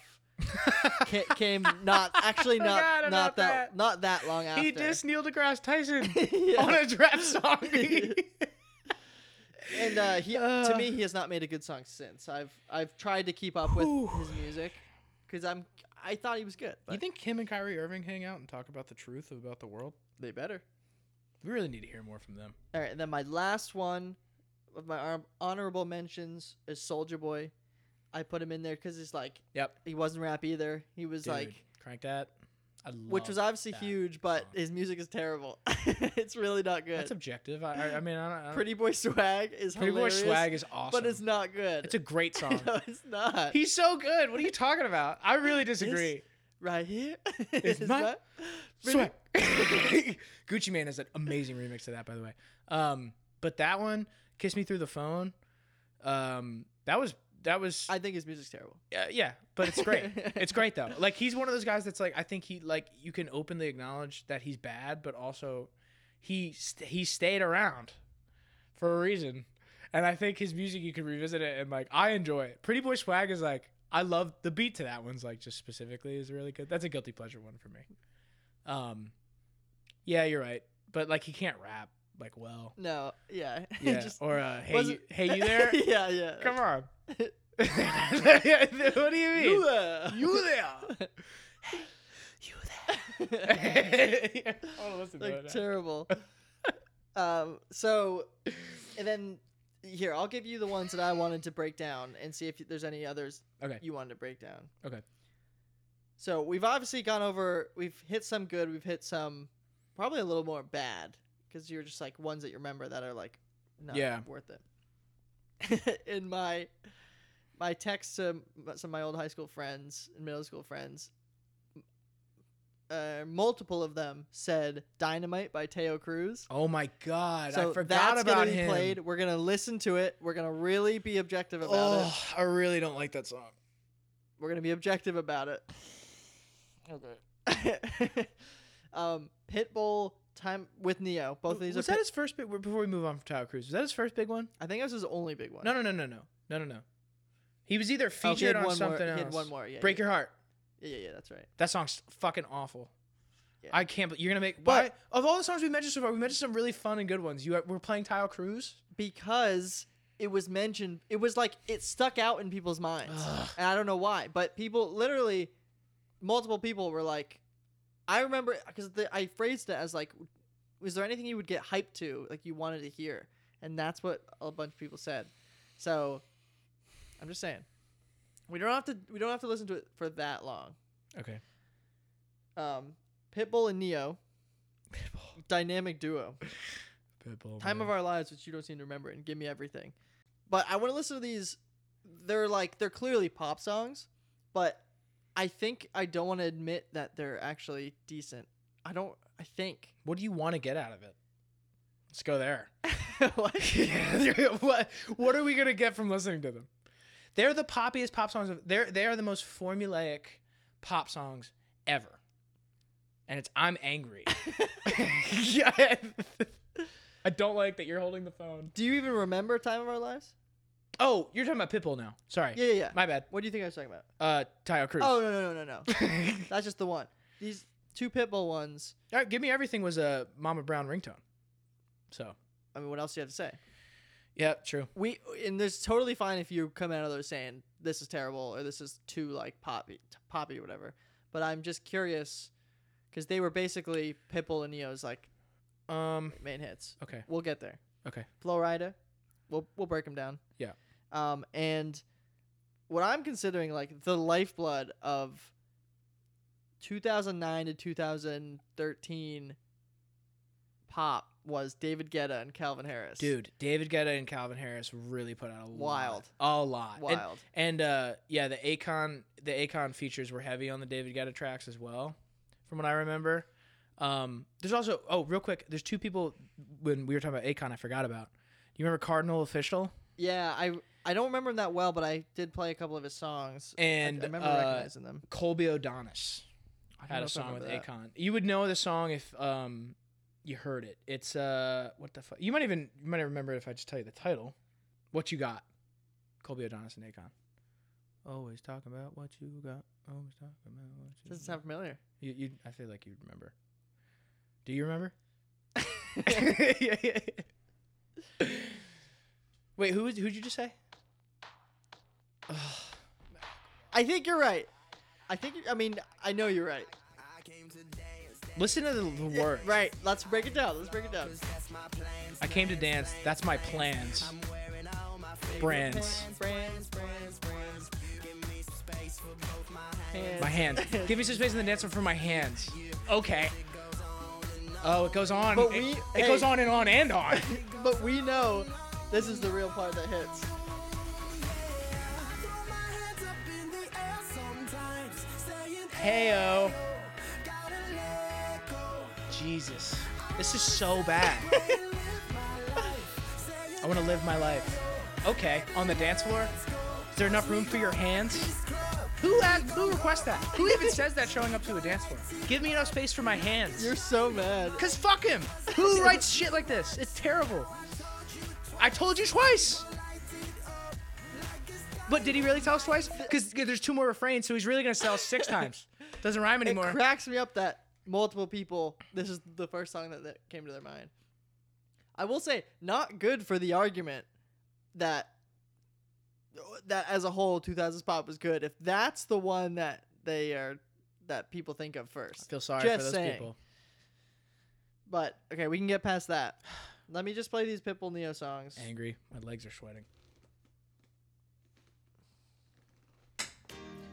Speaker 2: ca- came not actually not
Speaker 1: Forgot
Speaker 2: not
Speaker 1: about
Speaker 2: that,
Speaker 1: that.
Speaker 2: not that long after.
Speaker 1: He dissed Neil deGrasse Tyson
Speaker 2: Yeah.
Speaker 1: on a draft song.
Speaker 2: and uh, he
Speaker 1: Uh.
Speaker 2: to me he has not made a good song since. I've I've tried to keep up with
Speaker 1: Whew.
Speaker 2: his music because I'm I thought he was good. But
Speaker 1: you think him and Kyrie Irving hang out and talk about the truth about the world?
Speaker 2: they better?
Speaker 1: We really need to hear more from them.
Speaker 2: All right, and then my last one of my hon- honorable mentions is Soldier Boy. I put him in there because he's like
Speaker 1: Yep.
Speaker 2: he wasn't rap either. He was
Speaker 1: Dude,
Speaker 2: like.
Speaker 1: crank that. I love
Speaker 2: Which was obviously
Speaker 1: that
Speaker 2: huge, but
Speaker 1: song.
Speaker 2: his music is terrible. it's really not good.
Speaker 1: That's objective. I, I, I mean, I don't, I don't,
Speaker 2: Pretty Boy Swag is
Speaker 1: Pretty Boy
Speaker 2: hilarious,
Speaker 1: Swag is awesome,
Speaker 2: but it's not good.
Speaker 1: it's a great song.
Speaker 2: no, it's not.
Speaker 1: He's so good. What are you talking about? I really disagree.
Speaker 2: right here
Speaker 1: It's
Speaker 2: is
Speaker 1: my-
Speaker 2: that-
Speaker 1: Swag. Gucci Man has an amazing remix to that, by the way. Um, but that one, "Kiss Me Through the Phone," um, that was that was
Speaker 2: I think his music's terrible.
Speaker 1: uh, yeah, but it's great. it's great though. Like he's one of those guys that's like I think he like you can openly acknowledge that he's bad, but also he st- he stayed around for a reason. And I think his music, you could revisit it and like I enjoy it. Pretty Boy Swag is like I love the beat to that one's like just specifically is really good. That's a guilty pleasure one for me. Um, yeah, you're right, but like he can't rap like well.
Speaker 2: No, yeah.
Speaker 1: Yeah,
Speaker 2: Just-
Speaker 1: or uh, hey, you,
Speaker 2: wasn't-
Speaker 1: hey you there?
Speaker 2: yeah, yeah.
Speaker 1: Come on. what do you mean?
Speaker 2: You there.
Speaker 1: You there? you there? I want to listen to
Speaker 2: like
Speaker 1: it.
Speaker 2: terrible. um. So, and then here I'll give you the ones that I wanted to break down and see if there's any others
Speaker 1: Okay.
Speaker 2: you wanted to break down.
Speaker 1: Okay.
Speaker 2: So we've obviously gone over. We've hit some good. We've hit some, probably a little more bad, because you're just like ones that you remember that are like, not
Speaker 1: Yeah.
Speaker 2: worth it. In my, my text to m- some of my old high school friends and middle school friends, m- uh, multiple of them said "Dynamite" by Teo Cruz.
Speaker 1: Oh my god,
Speaker 2: so
Speaker 1: I forgot
Speaker 2: that's
Speaker 1: about
Speaker 2: gonna be
Speaker 1: him.
Speaker 2: played. We're gonna listen to it. We're gonna really be objective about
Speaker 1: oh,
Speaker 2: it.
Speaker 1: I really don't like that song.
Speaker 2: We're gonna be objective about it. Okay. um, Pitbull time with Neo. Both of these
Speaker 1: was
Speaker 2: are.
Speaker 1: that his first big? Before we move on from Tyler Cruz, was that his first big one?
Speaker 2: Pit- I think that was his only big one.
Speaker 1: No, no, no, no, no, no, no, no. He was either
Speaker 2: Oh, he
Speaker 1: featured
Speaker 2: had
Speaker 1: on
Speaker 2: one
Speaker 1: something
Speaker 2: more, He had
Speaker 1: else.
Speaker 2: one more. Yeah.
Speaker 1: Break
Speaker 2: yeah,
Speaker 1: your heart.
Speaker 2: Yeah, yeah, yeah. That's right.
Speaker 1: That song's fucking awful.
Speaker 2: Yeah.
Speaker 1: I can't. believe You're gonna make.
Speaker 2: But-
Speaker 1: why- of all the songs we mentioned so far, we mentioned some really fun and good ones. You we're playing Tyler Cruz.
Speaker 2: Because it was mentioned. It was like it stuck out in people's minds,
Speaker 1: Ugh.
Speaker 2: and I don't know why. But people, literally, multiple people were like, "I remember," because I phrased it as like, "Was there anything you would get hyped to, like you wanted to hear?" And that's what a bunch of people said. So, I'm just saying, we don't have to. We don't have to listen to it for that long.
Speaker 1: Okay.
Speaker 2: um, Pitbull and Neo,
Speaker 1: Pitbull.
Speaker 2: dynamic duo.
Speaker 1: Pitbull.
Speaker 2: Time of Our Lives, which you don't seem to remember, and Give Me Everything. But I want to listen to these. They're like they're clearly pop songs, but I think I don't want to admit that they're actually decent. I don't. I think.
Speaker 1: What do you want to get out of it? Let's go there.
Speaker 2: what?
Speaker 1: what what are we gonna get from listening to them? They're the poppiest pop songs of they're they are the most formulaic pop songs ever. And it's I'm angry. yeah. I don't like that you're holding the phone.
Speaker 2: Do you even remember Time of Our Lives?
Speaker 1: Oh, you're talking about Pitbull now. Sorry.
Speaker 2: Yeah, yeah, yeah.
Speaker 1: My bad.
Speaker 2: What do you think I was talking about?
Speaker 1: Uh Tyler Cruz.
Speaker 2: Oh no, no, no, no, no.
Speaker 1: All
Speaker 2: That's just the one. These two Pitbull ones.
Speaker 1: right, Give Me Everything was a Mama Brown ringtone. So
Speaker 2: I mean, what else do you have to say?
Speaker 1: yeah, true.
Speaker 2: we and this is totally fine if you come out of there saying this is terrible or this is too like poppy poppy or whatever but i'm just curious because they were basically pitbull and neo's like
Speaker 1: Um
Speaker 2: main hits
Speaker 1: okay.
Speaker 2: we'll get there
Speaker 1: Okay.
Speaker 2: flow rider we'll, we'll break them down
Speaker 1: Yeah.
Speaker 2: um and what i'm considering like the lifeblood of 2009 to 2013 pop was david guetta and calvin harris
Speaker 1: Dude, David Guetta and Calvin Harris really put out a
Speaker 2: Wild.
Speaker 1: lot, a lot, And-
Speaker 2: wild
Speaker 1: And, uh, yeah, the Akon the Akon features were heavy on the David Guetta tracks as well, from what I remember. Um, there's also oh, real quick, there's two people when we were talking about Akon, I forgot about. Do you remember Cardinal Official
Speaker 2: Yeah, I I don't remember him that well, but I did play a couple of his songs. I-
Speaker 1: and
Speaker 2: I, remember
Speaker 1: uh,
Speaker 2: recognizing them.
Speaker 1: Colby O'Donis
Speaker 2: I
Speaker 1: had
Speaker 2: don't know
Speaker 1: a
Speaker 2: if I
Speaker 1: song with
Speaker 2: remember that.
Speaker 1: Akon. You would know the song if um you heard it. It's uh what the fuck? You might even you might remember it if I just tell you the title. What you got? Colby O'Donis and Akon. Always talking about what you got. Always talking about what you.
Speaker 2: Doesn't
Speaker 1: got.
Speaker 2: sound familiar.
Speaker 1: You, you, I feel like you remember. Do you remember? Wait, who is who'd you just say?
Speaker 2: I think you're right. I think you- I mean I know you're right.
Speaker 3: I came to dance, dance,
Speaker 1: Listen to the, the words.
Speaker 2: Right. Let's break it down. Let's break it down.
Speaker 3: 'cause that's my plans.
Speaker 1: I came to dance. That's my plans.
Speaker 3: I'm wearing all my favorite
Speaker 1: Brands.
Speaker 2: Brands,
Speaker 3: brands, brands. Give me some space for both my hands.
Speaker 2: hands.
Speaker 1: My hands. Give me some space in the dance floor for my hands. Okay. Oh, it goes on.
Speaker 2: But
Speaker 1: it-
Speaker 2: we-
Speaker 1: it,
Speaker 2: hey.
Speaker 1: goes on and on and on.
Speaker 2: But we know this is the real part that hits.
Speaker 3: Throw my hands up in the air sometimes, saying,
Speaker 1: Heyo.
Speaker 3: gotta let go.
Speaker 1: Jesus. This is so bad. I want to live my life. Okay, on the dance floor? Is there enough room for your hands? Who asked, who requests that? Who even says that showing up to a dance floor? Give me enough space for my hands.
Speaker 2: You're so mad.
Speaker 1: Cause fuck him. Who writes shit like this? It's terrible.
Speaker 5: I told you twice. But did he really tell us twice? Because there's two more refrains, so he's really gonna sell us six times. Doesn't rhyme
Speaker 2: It
Speaker 5: anymore.
Speaker 2: cracks me up that multiple people. This is the first song that, that came to their mind. I will say, not good for the argument that that as a whole, 2000s pop was good. If that's the one that they are that people think of first,
Speaker 1: Feel sorry
Speaker 2: Just
Speaker 1: for those
Speaker 2: saying.
Speaker 1: people.
Speaker 2: But okay, we can get past that. Let me just play these Pitbull Neo songs.
Speaker 1: Angry. My legs are sweating.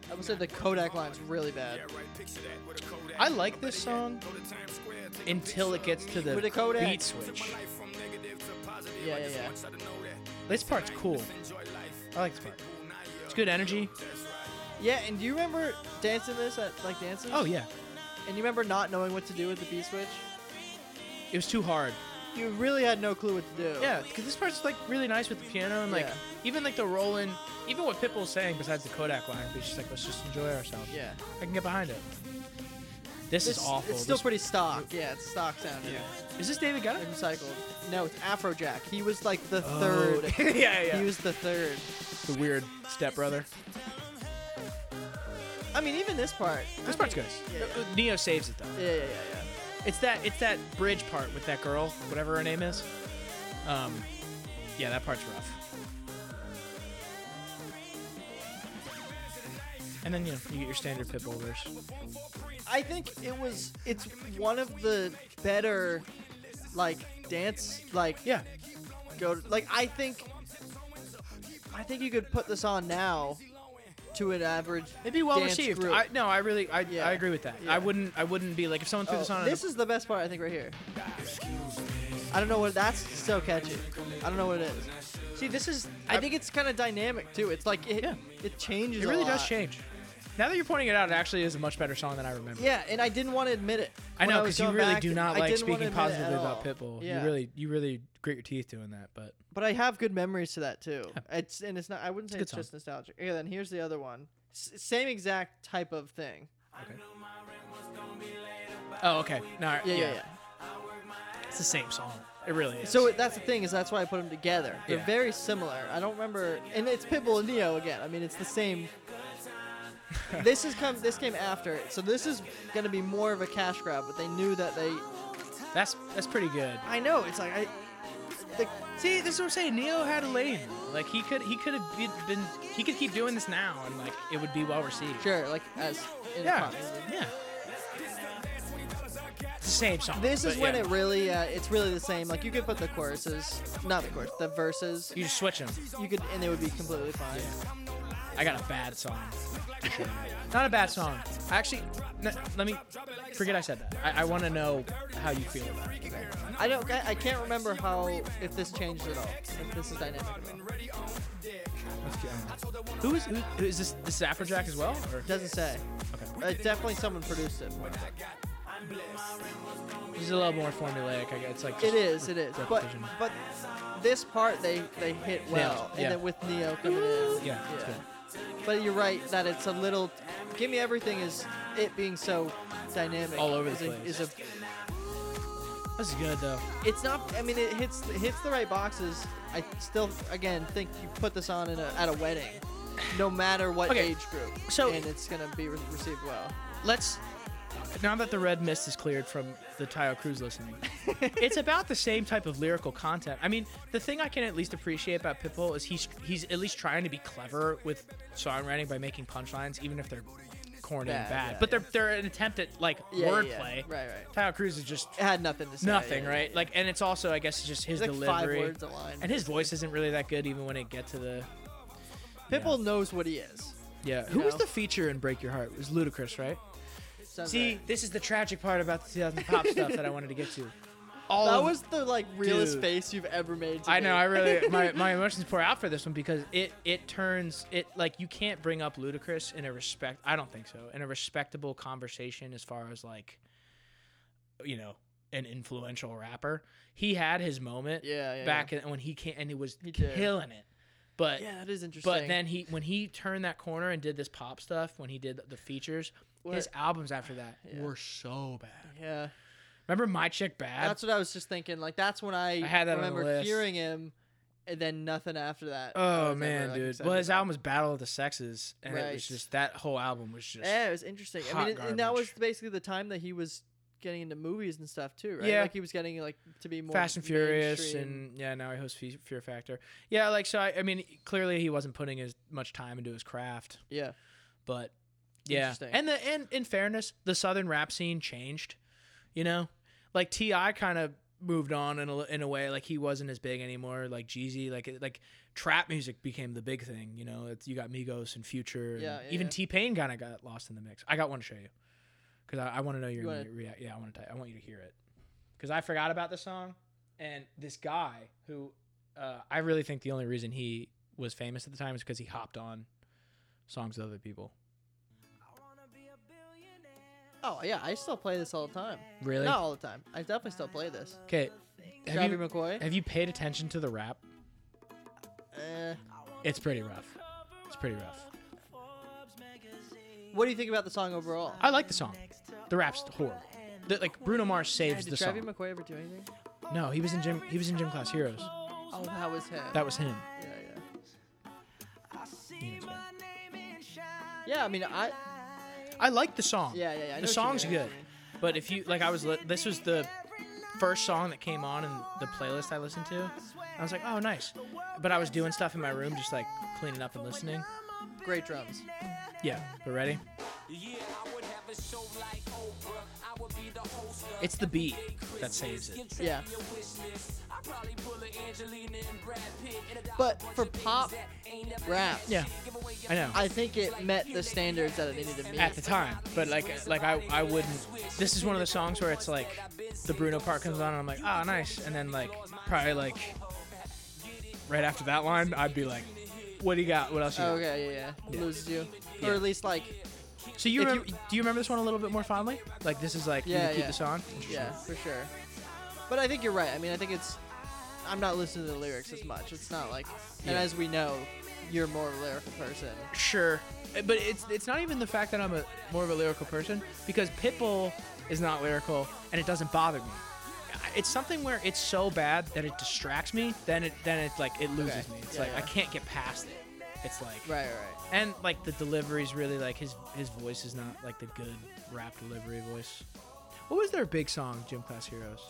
Speaker 2: I would say the Kodak line's really bad.
Speaker 1: I like this song until it gets to the
Speaker 2: With the Kodak.
Speaker 1: beat switch.
Speaker 2: Yeah, yeah, yeah.
Speaker 1: This part's cool. I like this part. It's good energy.
Speaker 2: Yeah, and do you remember dancing this at like dances?
Speaker 1: Oh yeah,
Speaker 2: And you remember not knowing what to do with the B switch?
Speaker 1: it was too hard.
Speaker 2: You really had no clue what to do.
Speaker 1: Yeah, because this part's like really nice with the piano and like
Speaker 2: Yeah.
Speaker 1: even like the rolling, even what Pitbull's saying besides the Kodak line, it's just like let's just enjoy ourselves.
Speaker 2: Yeah.
Speaker 1: I can get behind it. This,
Speaker 2: This,
Speaker 1: is awful.
Speaker 2: It's still
Speaker 1: This-
Speaker 2: pretty stock. Yeah, it's stock sounding.
Speaker 1: Is this David Guetta?
Speaker 2: Like recycled. No, it's Afrojack. He was like the third.
Speaker 1: yeah,
Speaker 2: He
Speaker 1: Oh. yeah.
Speaker 2: was the third.
Speaker 1: The weird stepbrother.
Speaker 2: I mean, even this part.
Speaker 1: This part's good. Uh, uh, Neo saves it though.
Speaker 2: Yeah, yeah, yeah, yeah.
Speaker 1: It's that it's that bridge part with that girl, whatever her name is. Um, yeah, that part's rough. And then you know you get your standard pitbull verse.
Speaker 2: I think it was. It's one of the better, like dance, like
Speaker 1: Yeah,
Speaker 2: go like I think I think you could put this on now to an average
Speaker 1: It'd be well
Speaker 2: dance
Speaker 1: received.
Speaker 2: group.
Speaker 1: I, no, I really, I,
Speaker 2: Yeah.
Speaker 1: I agree with that.
Speaker 2: Yeah.
Speaker 1: I wouldn't, I wouldn't be like if someone threw
Speaker 2: Oh,
Speaker 1: this on.
Speaker 2: this is the best part I think right here. I don't know what that's so catchy. I don't know what it is.
Speaker 1: see, this is.
Speaker 2: I think it's kind of dynamic too. It's like it
Speaker 1: Yeah.
Speaker 2: it changes.
Speaker 1: it
Speaker 2: a
Speaker 1: really does
Speaker 2: lot.
Speaker 1: change. Now that you're pointing it out, it actually is a much better song than I remember.
Speaker 2: Yeah, and I didn't want to admit it.
Speaker 1: I
Speaker 2: when
Speaker 1: know because
Speaker 2: was
Speaker 1: you
Speaker 2: going
Speaker 1: really
Speaker 2: back,
Speaker 1: do not
Speaker 2: I
Speaker 1: like
Speaker 2: didn't wanna
Speaker 1: speaking
Speaker 2: admit it at
Speaker 1: positively about
Speaker 2: all.
Speaker 1: Pitbull.
Speaker 2: Yeah.
Speaker 1: You really, you really grit your teeth doing that. But
Speaker 2: But I have good memories to that too. It's and it's not. I wouldn't say
Speaker 1: good
Speaker 2: it's, just nostalgic. Yeah. Then here's the other one. S- same exact type of thing.
Speaker 1: oh, okay. No,
Speaker 2: Yeah, yeah, yeah.
Speaker 1: It's the same song. It really is.
Speaker 2: So it- that's the thing is that's why I put them together. They're
Speaker 1: Yeah.
Speaker 2: very similar. I don't remember, and it's Pitbull and Neo again. I mean, it's the same. this is come. This came after, it. so this is gonna be more of a cash grab. But they knew that they.
Speaker 1: that's that's pretty good.
Speaker 2: I know. It's like I. The,
Speaker 1: See, this is what I'm saying. Neo had a lane. Like he could, he could have been, been, he could keep doing this now, and like it would be well received.
Speaker 2: sure, like as. In
Speaker 1: Yeah.
Speaker 2: pop.
Speaker 1: Yeah. It's the same song.
Speaker 2: This is
Speaker 1: but
Speaker 2: when
Speaker 1: yeah.
Speaker 2: it really, uh, it's really the same. Like you could put the choruses, not the chorus, the verses.
Speaker 1: You just switch them.
Speaker 2: You could, and they would be completely fine.
Speaker 1: I got a bad song. Not a bad song. I actually, n- let me forget I said that. I, I want to know how you feel about it.
Speaker 2: I don't, I, I can't remember how if this changed at all. If this is dynamic at all.
Speaker 1: Let's get on that. Who is who, who is this? This is Afrojack as well? Or
Speaker 2: Doesn't say.
Speaker 1: okay.
Speaker 2: Uh, definitely someone produced it.
Speaker 1: This is a little more formulaic. I guess it's like
Speaker 2: It is, it is. But
Speaker 1: Repetition.
Speaker 2: but this part they they hit well,
Speaker 1: yeah.
Speaker 2: and then with Neo coming in,
Speaker 1: Yeah, it's
Speaker 2: But you're right that it's a little. Give me everything is it being so dynamic
Speaker 1: All over
Speaker 2: is
Speaker 1: the
Speaker 2: a-
Speaker 1: place.
Speaker 2: is a
Speaker 1: This is good though.
Speaker 2: it's not. I mean, it hits it hits the right boxes. I still again think you put this on in a, at a wedding, no matter what
Speaker 1: Okay,
Speaker 2: age group.
Speaker 1: so-
Speaker 2: and it's gonna be re- received well.
Speaker 1: Let's now that the red mist is cleared from the Tayo Cruz listening. it's about the same type of lyrical content. I mean, the thing I can at least appreciate about Pitbull is he's he's at least trying to be clever with songwriting by making punchlines, even if they're corny and
Speaker 2: Bad,
Speaker 1: bad.
Speaker 2: yeah,
Speaker 1: but they're they're an attempt at like
Speaker 2: Yeah, yeah, yeah.
Speaker 1: wordplay.
Speaker 2: Right, right.
Speaker 1: Tayo Cruz is just
Speaker 2: It had nothing to say.
Speaker 1: nothing,
Speaker 2: yeah,
Speaker 1: right?
Speaker 2: yeah.
Speaker 1: Like, and it's also I guess just his
Speaker 2: It's like five
Speaker 1: delivery.
Speaker 2: words a line.
Speaker 1: and his voice isn't really that good, even when it get to the
Speaker 2: Pitbull knows what he is.
Speaker 1: yeah. Who was
Speaker 2: know?
Speaker 1: the feature in Break Your Heart? It was Ludacris, right?
Speaker 2: Sounds
Speaker 1: See,
Speaker 2: right.
Speaker 1: this is the tragic part about the 2000 pop stuff that I wanted to get to. All
Speaker 2: that
Speaker 1: of-
Speaker 2: was the like realest
Speaker 1: oh, Dude.
Speaker 2: face you've ever made. To
Speaker 1: I
Speaker 2: me.
Speaker 1: know. I really my, my emotions pour out for this one because it it turns it like you can't bring up Ludacris in a respect. I don't think so. In a respectable conversation, as far as like, you know, an influential rapper. He had his moment.
Speaker 2: Yeah, yeah,
Speaker 1: Back in, when he can and he was
Speaker 2: He did.
Speaker 1: killing it. But
Speaker 2: yeah, that is interesting.
Speaker 1: but then he when he turned that corner and did this pop stuff when he did the features. His
Speaker 2: What-
Speaker 1: albums after that
Speaker 2: Yeah.
Speaker 1: were so bad.
Speaker 2: yeah,
Speaker 1: Remember My Chick Bad?
Speaker 2: that's what I was just thinking. Like that's when I,
Speaker 1: I had that on the
Speaker 2: remember
Speaker 1: list.
Speaker 2: hearing him, and then nothing after that. I was
Speaker 1: Oh
Speaker 2: ever,
Speaker 1: man,
Speaker 2: like,
Speaker 1: dude.
Speaker 2: excited
Speaker 1: Well, his
Speaker 2: about.
Speaker 1: album was Battle of the Sexes, and it
Speaker 2: Right.
Speaker 1: was just that whole album was just.
Speaker 2: Yeah, it was interesting. I
Speaker 1: hot
Speaker 2: mean, and- and that was
Speaker 1: garbage.
Speaker 2: basically the time that he was getting into movies and stuff too, right?
Speaker 1: Yeah.
Speaker 2: like he was getting like to be more
Speaker 1: Fast and Furious,
Speaker 2: mainstream.
Speaker 1: and yeah, now he hosts Fe- Fear Factor. Yeah, like so. I, I mean, clearly he wasn't putting as much time into his craft,
Speaker 2: yeah,
Speaker 1: but yeah.
Speaker 2: Interesting.
Speaker 1: And the and in fairness, the southern rap scene changed. You know, like Ti kind of moved on in a, in a way. Like he wasn't as big anymore. Like Jeezy, like it- like trap music became the big thing. You know, it's, you got Migos and Future. And
Speaker 2: Yeah, yeah,
Speaker 1: even
Speaker 2: yeah.
Speaker 1: T Pain kind of got lost in the mix. I got one to show you because I, I want to know your
Speaker 2: You wanna-
Speaker 1: react. Yeah, I want to. I want you to hear it because I forgot about the song and this guy who uh, I really think the only reason he was famous at the time is because he hopped on songs of other people.
Speaker 2: oh yeah, I still play this all the time.
Speaker 1: Really?
Speaker 2: Not all the time. I definitely still play this.
Speaker 1: Okay. Have
Speaker 2: Travis
Speaker 1: you,
Speaker 2: McCoy.
Speaker 1: have you paid attention to the rap?
Speaker 2: Eh.
Speaker 1: It's pretty rough. It's pretty rough.
Speaker 2: what do you think about the song overall?
Speaker 1: I like the song. The rap's horrible. The, like Bruno Mars saves
Speaker 2: Did
Speaker 1: the
Speaker 2: Travis
Speaker 1: song.
Speaker 2: McCoy ever do anything?
Speaker 1: no, he was in gym. He was in Gym Class Heroes.
Speaker 2: Oh, that was him.
Speaker 1: That was him.
Speaker 2: yeah, yeah.
Speaker 1: You know what I'm saying?
Speaker 2: Yeah, I mean, I
Speaker 1: I like the song.
Speaker 2: Yeah, yeah, yeah, I know what
Speaker 1: The
Speaker 2: you
Speaker 1: song's
Speaker 2: mean, I know
Speaker 1: good,
Speaker 2: what you mean.
Speaker 1: but if you like, I was li- this was the first song that came on in the playlist I listened to. I was like, oh, nice. But I was doing stuff in my room, just like cleaning up and listening.
Speaker 2: great drums.
Speaker 1: Yeah, but ready? It's the beat that saves it.
Speaker 2: Yeah. But for pop rap,
Speaker 1: Yeah, I know.
Speaker 2: I think it met the standards that it needed to meet.
Speaker 1: at the time. But like, uh, like I, I wouldn't. This is one of the songs where it's like, the Bruno part comes on, and I'm like, ah, nice. And then like, probably like, right after that line, I'd be like, what do you got? What else you got?
Speaker 2: okay, yeah, yeah.
Speaker 1: Yeah.
Speaker 2: Loses you.
Speaker 1: Yeah.
Speaker 2: Or at least like,
Speaker 1: So you,
Speaker 2: If
Speaker 1: remember, do you remember this one a little bit more fondly? Like this is like you
Speaker 2: Yeah,
Speaker 1: would keep
Speaker 2: yeah.
Speaker 1: this on.
Speaker 2: yeah, for sure. But I think you're right. I mean, I think it's. I'm not listening to the lyrics as much. It's not like, and
Speaker 1: Yeah.
Speaker 2: as we know, you're more of a lyrical person.
Speaker 1: Sure, Eh, but it's it's not even the fact that I'm a more of a lyrical person because Pitbull is not lyrical and it doesn't bother me. I- It's something where it's so bad that it distracts me. Then it then it like it loses
Speaker 2: Okay.
Speaker 1: me. It's
Speaker 2: Yeah,
Speaker 1: like I
Speaker 2: yeah.
Speaker 1: can't get past it. It's like
Speaker 2: Right, right.
Speaker 1: and like the delivery's really like his his voice is not like the good rap delivery voice. What was their big song, Gym Class Heroes?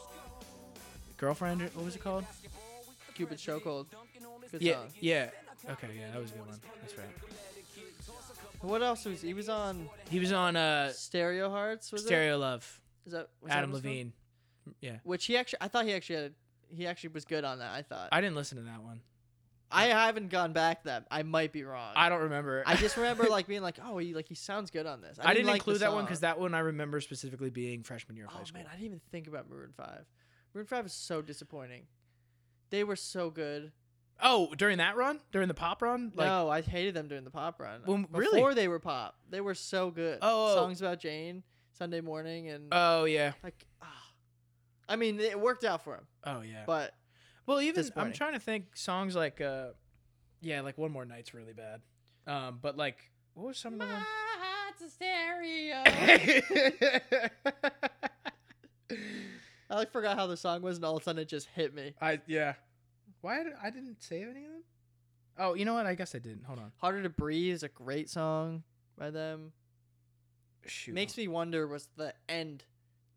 Speaker 1: Girlfriend? What was it called?
Speaker 2: Cupid Chokehold. Good
Speaker 1: Yeah,
Speaker 2: song.
Speaker 1: yeah. Okay, yeah, that was a good one. That's right.
Speaker 2: What else was he was on?
Speaker 1: He was on uh,
Speaker 2: Stereo Hearts was it?
Speaker 1: Stereo Love.
Speaker 2: Is that was that
Speaker 1: Adam
Speaker 2: what it's called?
Speaker 1: Levine. Yeah,
Speaker 2: Which he actually, I thought he actually had, a, he actually was good on that. I thought.
Speaker 1: I didn't listen to that one.
Speaker 2: I haven't gone back to that. I might be wrong.
Speaker 1: I don't remember.
Speaker 2: I just remember like being like, oh, he like he sounds good on this.
Speaker 1: I didn't
Speaker 2: like the
Speaker 1: include that one
Speaker 2: song.
Speaker 1: because that one I remember specifically being freshman year of
Speaker 2: Oh
Speaker 1: high school.
Speaker 2: man, I didn't even think about Maroon Five. Maroon Five is so disappointing. They were so good.
Speaker 1: oh, during that run, during the pop run, like
Speaker 2: no, I hated them during the pop run.
Speaker 1: Well,
Speaker 2: Before
Speaker 1: really?
Speaker 2: they were pop, they were so good.
Speaker 1: Oh, oh.
Speaker 2: songs about Jane, Sunday morning, and
Speaker 1: oh yeah,
Speaker 2: like, ah. I mean, it worked out for him,
Speaker 1: oh yeah.
Speaker 2: but
Speaker 1: well, even I'm
Speaker 2: disappointing.
Speaker 1: trying to think songs like uh, yeah, like One More Night's really bad. Um, but like what was some of the one?
Speaker 2: heart's a stereo. I like forgot how the song was, and all of a sudden it just hit me.
Speaker 1: I yeah. Why did, I didn't save any of them? Oh, you know what? I guess I didn't. Hold on.
Speaker 2: Harder to Breathe is a great song by them.
Speaker 1: Shoot.
Speaker 2: Makes me wonder was the end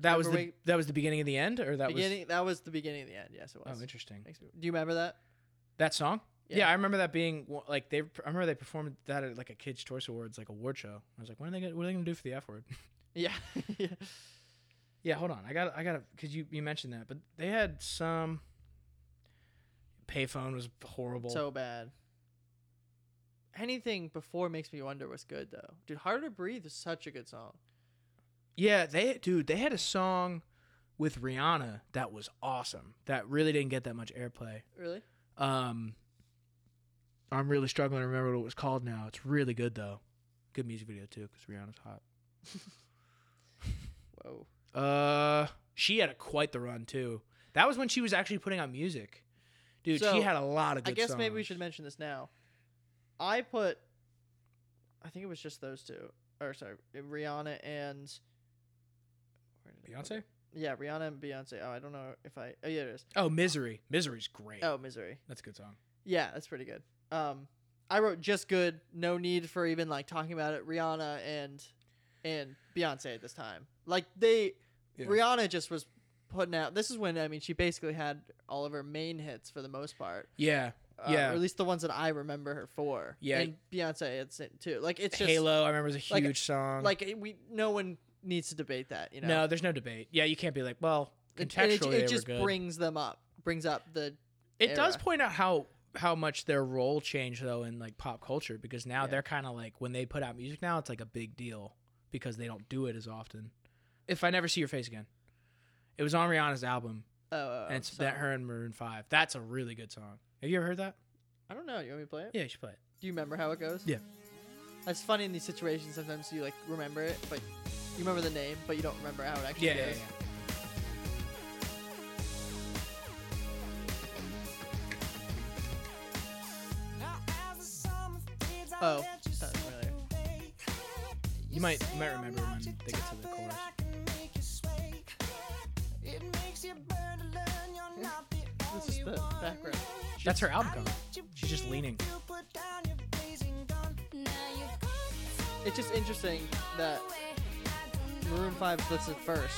Speaker 1: that was the
Speaker 2: remember
Speaker 1: that was the beginning of the end, or that
Speaker 2: beginning that was the beginning of the end. Yes, it
Speaker 1: was
Speaker 2: was.
Speaker 1: oh interesting
Speaker 2: Makes me, do you remember that?
Speaker 1: that song.
Speaker 2: Yeah.
Speaker 1: Yeah. I remember that being one- like they. I remember they performed that at like a kids' choice awards, like award show. I was like, when are they gonna, what are they gonna do for the F word?
Speaker 2: Yeah. yeah.
Speaker 1: yeah, hold on, I got I got because you you mentioned that, but they had some. Payphone was horrible.
Speaker 2: So bad. Anything before Makes Me Wonder was good though. Dude, Harder to Breathe is such a good song.
Speaker 1: Yeah, they dude, they had a song with Rihanna that was awesome. That really didn't get that much airplay.
Speaker 2: Really?
Speaker 1: Um I'm really struggling to remember what it was called now. It's really good though. Good music video too cuz Rihanna's hot.
Speaker 2: Whoa.
Speaker 1: Uh she had a quite the run too. That was when she was actually putting out music. Dude,
Speaker 2: So,
Speaker 1: she had a lot of
Speaker 2: I
Speaker 1: good
Speaker 2: guess maybe we
Speaker 1: songs.
Speaker 2: should mention this now. I put, I think it was just those two, or sorry, Rihanna and where did I put
Speaker 1: Beyonce?
Speaker 2: it? Yeah, Rihanna and Beyonce. Oh, I don't know if I. Oh yeah, it is.
Speaker 1: Oh, Misery. Misery's great.
Speaker 2: Oh, Misery.
Speaker 1: That's a good song.
Speaker 2: Yeah, that's pretty good. Um, I wrote just good. No need for even like talking about it. Rihanna and and Beyonce at this time. Like they,
Speaker 1: Yeah.
Speaker 2: Rihanna just was putting out. This is when I mean she basically had all of her main hits for the most part.
Speaker 1: Yeah.
Speaker 2: Uh,
Speaker 1: yeah.
Speaker 2: or at least the ones that I remember her for.
Speaker 1: Yeah.
Speaker 2: and Beyonce it's it too. Like it's just
Speaker 1: Halo, I remember was a
Speaker 2: like-
Speaker 1: huge song.
Speaker 2: like it- we no one needs to debate that. You know,
Speaker 1: no, there's no debate. Yeah, you can't be like, well,
Speaker 2: It- and
Speaker 1: contextually
Speaker 2: it, it,
Speaker 1: they were
Speaker 2: just
Speaker 1: good.
Speaker 2: brings them up, brings up the
Speaker 1: It does
Speaker 2: era.
Speaker 1: point out how how much their role changed though in like pop culture because now
Speaker 2: Yeah.
Speaker 1: they're kind of like when they put out music now it's like a big deal because they don't do it as often. If I never see your face again, it was on Rihanna's album
Speaker 2: oh,
Speaker 1: and it's that her and Maroon Five. That's a really good song. Have you ever heard that?
Speaker 2: I don't know. You want me to play it?
Speaker 1: Yeah, you should play it.
Speaker 2: Do you remember how it goes?
Speaker 1: Yeah.
Speaker 2: That's funny in these situations. Sometimes you like remember it, but you remember the name, but you don't remember how it actually
Speaker 1: Yeah,
Speaker 2: goes.
Speaker 1: yeah, yeah.
Speaker 2: Oh, sounds familiar.
Speaker 1: You might you might remember when they get to the chorus.
Speaker 2: This is the background.
Speaker 1: That's her album cover. She's just leaning.
Speaker 2: It's just interesting that Maroon Five puts it first,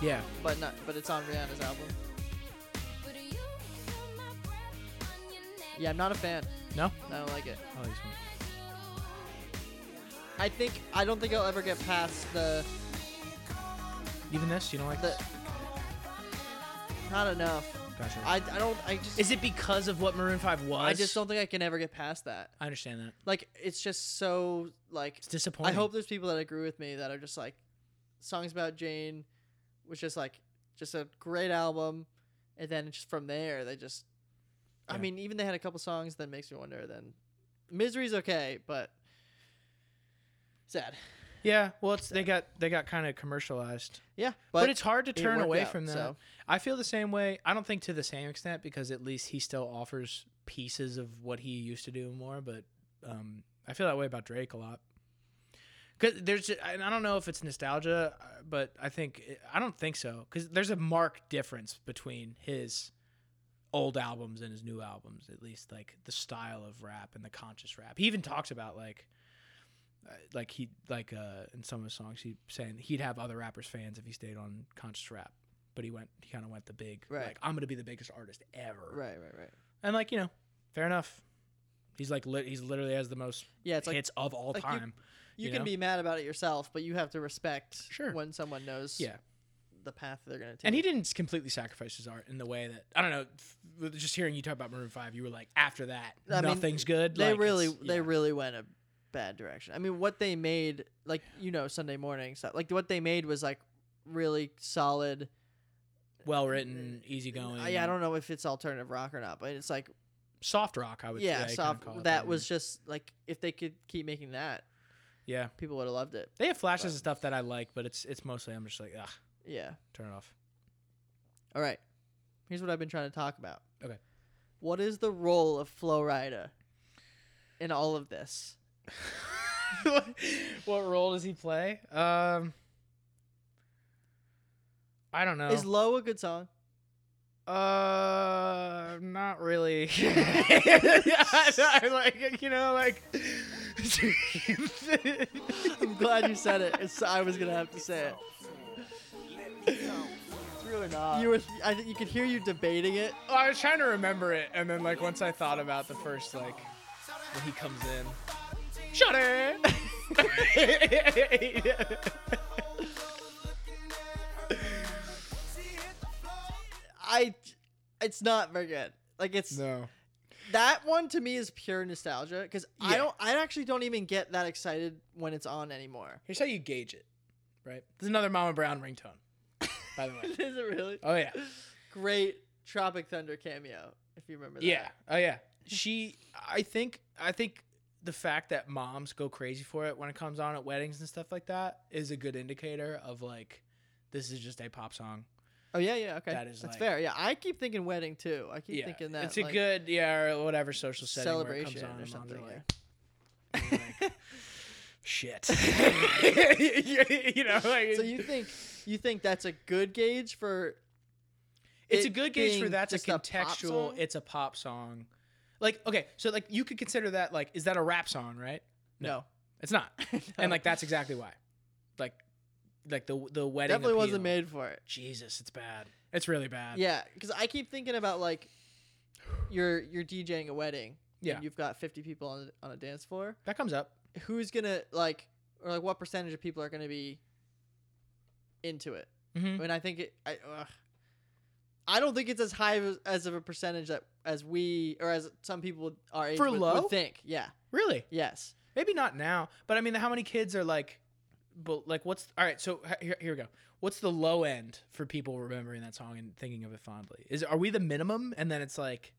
Speaker 1: Yeah,
Speaker 2: but not. But it's on Rihanna's album. Yeah, I'm not a fan.
Speaker 1: no.
Speaker 2: I don't like it.
Speaker 1: Oh, this one.
Speaker 2: I think I don't think I'll ever get past the
Speaker 1: Even this, you don't like
Speaker 2: the.
Speaker 1: this?
Speaker 2: Not enough.
Speaker 1: Gotcha.
Speaker 2: I, I don't. I just.
Speaker 1: Is it because of what Maroon Five was?
Speaker 2: I just don't think I can ever get past that.
Speaker 1: I understand that.
Speaker 2: Like it's just so like
Speaker 1: It's disappointing.
Speaker 2: I hope there's people that agree with me that are just like songs about Jane was just like just a great album, and then just from there they just. I
Speaker 1: Yeah.
Speaker 2: mean, even they had a couple songs that makes me wonder. Then, Misery's okay, but sad.
Speaker 1: Yeah, well, it's they got they got kind of commercialized,
Speaker 2: Yeah,
Speaker 1: but, it's hard to
Speaker 2: it
Speaker 1: turn
Speaker 2: worked
Speaker 1: away
Speaker 2: out,
Speaker 1: from that.
Speaker 2: so-
Speaker 1: I feel the same way. I don't think to the same extent because at least he still offers pieces of what he used to do more. But um, I feel that way about Drake a lot. Cause there's, and I don't know if it's nostalgia, uh, but I think I don't think so. Cause there's a marked difference between his old albums and his new albums, at least like the style of rap and the conscious rap. He even talks about like, uh, like he like uh in some of his songs he saying he'd have other rappers fans if he stayed on conscious rap, but he went he kind of went the big
Speaker 2: Right.
Speaker 1: like I'm gonna be the biggest artist ever,
Speaker 2: right, right, right.
Speaker 1: and like you know, fair enough. He's like lit, he's literally has the most
Speaker 2: Yeah, it's like
Speaker 1: hits of all
Speaker 2: like you-
Speaker 1: time.
Speaker 2: you,
Speaker 1: you
Speaker 2: can
Speaker 1: know?
Speaker 2: be mad about it yourself, but you have to respect
Speaker 1: Sure.
Speaker 2: when someone knows
Speaker 1: Yeah.
Speaker 2: the path they're gonna take.
Speaker 1: And he didn't completely sacrifice his art in the way that I don't know. f- with Just hearing you talk about Maroon Five, you were like, after that,
Speaker 2: I mean,
Speaker 1: nothing's good.
Speaker 2: they
Speaker 1: like,
Speaker 2: really
Speaker 1: it's-
Speaker 2: they
Speaker 1: yeah.
Speaker 2: really went a bad direction. I mean, what they made, like you know, Sunday morning, so, like what they made was like really solid.
Speaker 1: well written, easygoing.
Speaker 2: I, I don't know if it's alternative rock or not, but it's like
Speaker 1: soft rock. I would
Speaker 2: yeah,
Speaker 1: yeah, kinda
Speaker 2: soft.
Speaker 1: call it
Speaker 2: That was just like if they could keep making that,
Speaker 1: yeah.
Speaker 2: people would have loved it.
Speaker 1: They have flashes of stuff that I like, but it's it's mostly I'm just like ugh,
Speaker 2: Yeah.
Speaker 1: turn it off.
Speaker 2: All right. Here's what I've been trying to talk about.
Speaker 1: Okay.
Speaker 2: What is the role of Flo Rida in all of this?
Speaker 1: what role does he play? Um, I don't know.
Speaker 2: Is Low a good song?
Speaker 1: Uh, not really. I was like you know, like.
Speaker 2: I'm glad you said it. It's, I was gonna have to say it.
Speaker 3: It's really not.
Speaker 2: You were, I, you could hear you debating it.
Speaker 1: I was trying to remember it, and then like once I thought about the first like when he comes in, shut it.
Speaker 2: I, it's not very good. Like it's
Speaker 1: no.
Speaker 2: that one to me is pure nostalgia because I
Speaker 1: Yeah.
Speaker 2: don't, I actually don't even get that excited when it's on anymore.
Speaker 1: Here's how you gauge it, right? There's another Mama Brown ringtone, by the way.
Speaker 2: is it really
Speaker 1: Oh yeah,
Speaker 2: great? Tropic Thunder cameo, if you remember that.
Speaker 1: yeah, oh yeah. She, I think, I think the fact that moms go crazy for it when it comes on at weddings and stuff like that is a good indicator of like, this is just a pop song.
Speaker 2: Oh yeah, yeah. Okay.
Speaker 1: That is
Speaker 2: that's
Speaker 1: like-
Speaker 2: fair. Yeah, I keep thinking wedding too. I keep
Speaker 1: yeah,
Speaker 2: thinking that
Speaker 1: it's a
Speaker 2: like,
Speaker 1: good yeah or whatever social setting
Speaker 2: celebration
Speaker 1: where it comes on
Speaker 2: or
Speaker 1: and moms are
Speaker 2: something. yeah.
Speaker 1: like, shit. you know, like,
Speaker 2: so you think you think that's a good gauge for
Speaker 1: it's
Speaker 2: it
Speaker 1: a good gauge for
Speaker 2: being
Speaker 1: that's a
Speaker 2: just a pop
Speaker 1: contextual.
Speaker 2: song?
Speaker 1: it's a pop song. Like, okay, so like you could consider that like, is that a rap song, right?
Speaker 2: No.
Speaker 1: It's not.
Speaker 2: No.
Speaker 1: And like that's exactly why. Like like the the wedding
Speaker 2: definitely wasn't
Speaker 1: appeal.
Speaker 2: made for it.
Speaker 1: Jesus, it's bad. It's really bad.
Speaker 2: Yeah, because I keep thinking about like you're you're DJing a wedding. and
Speaker 1: Yeah.
Speaker 2: you've got 50 people on on a dance floor.
Speaker 1: That comes up.
Speaker 2: Who's gonna like or like what percentage of people are gonna be into it?
Speaker 1: Mhm.
Speaker 2: And I think it. I, ugh. I don't think it's as high of- as of a percentage that as we or as some people are age
Speaker 1: For
Speaker 2: would, would
Speaker 1: low?
Speaker 2: think. Yeah.
Speaker 1: Really?
Speaker 2: Yes.
Speaker 1: Maybe not now, but I mean, how many kids are like, but like, what's all right? So h- here, here we go. What's the low end for people remembering that song and thinking of it fondly? Is are we the minimum, and then it's like,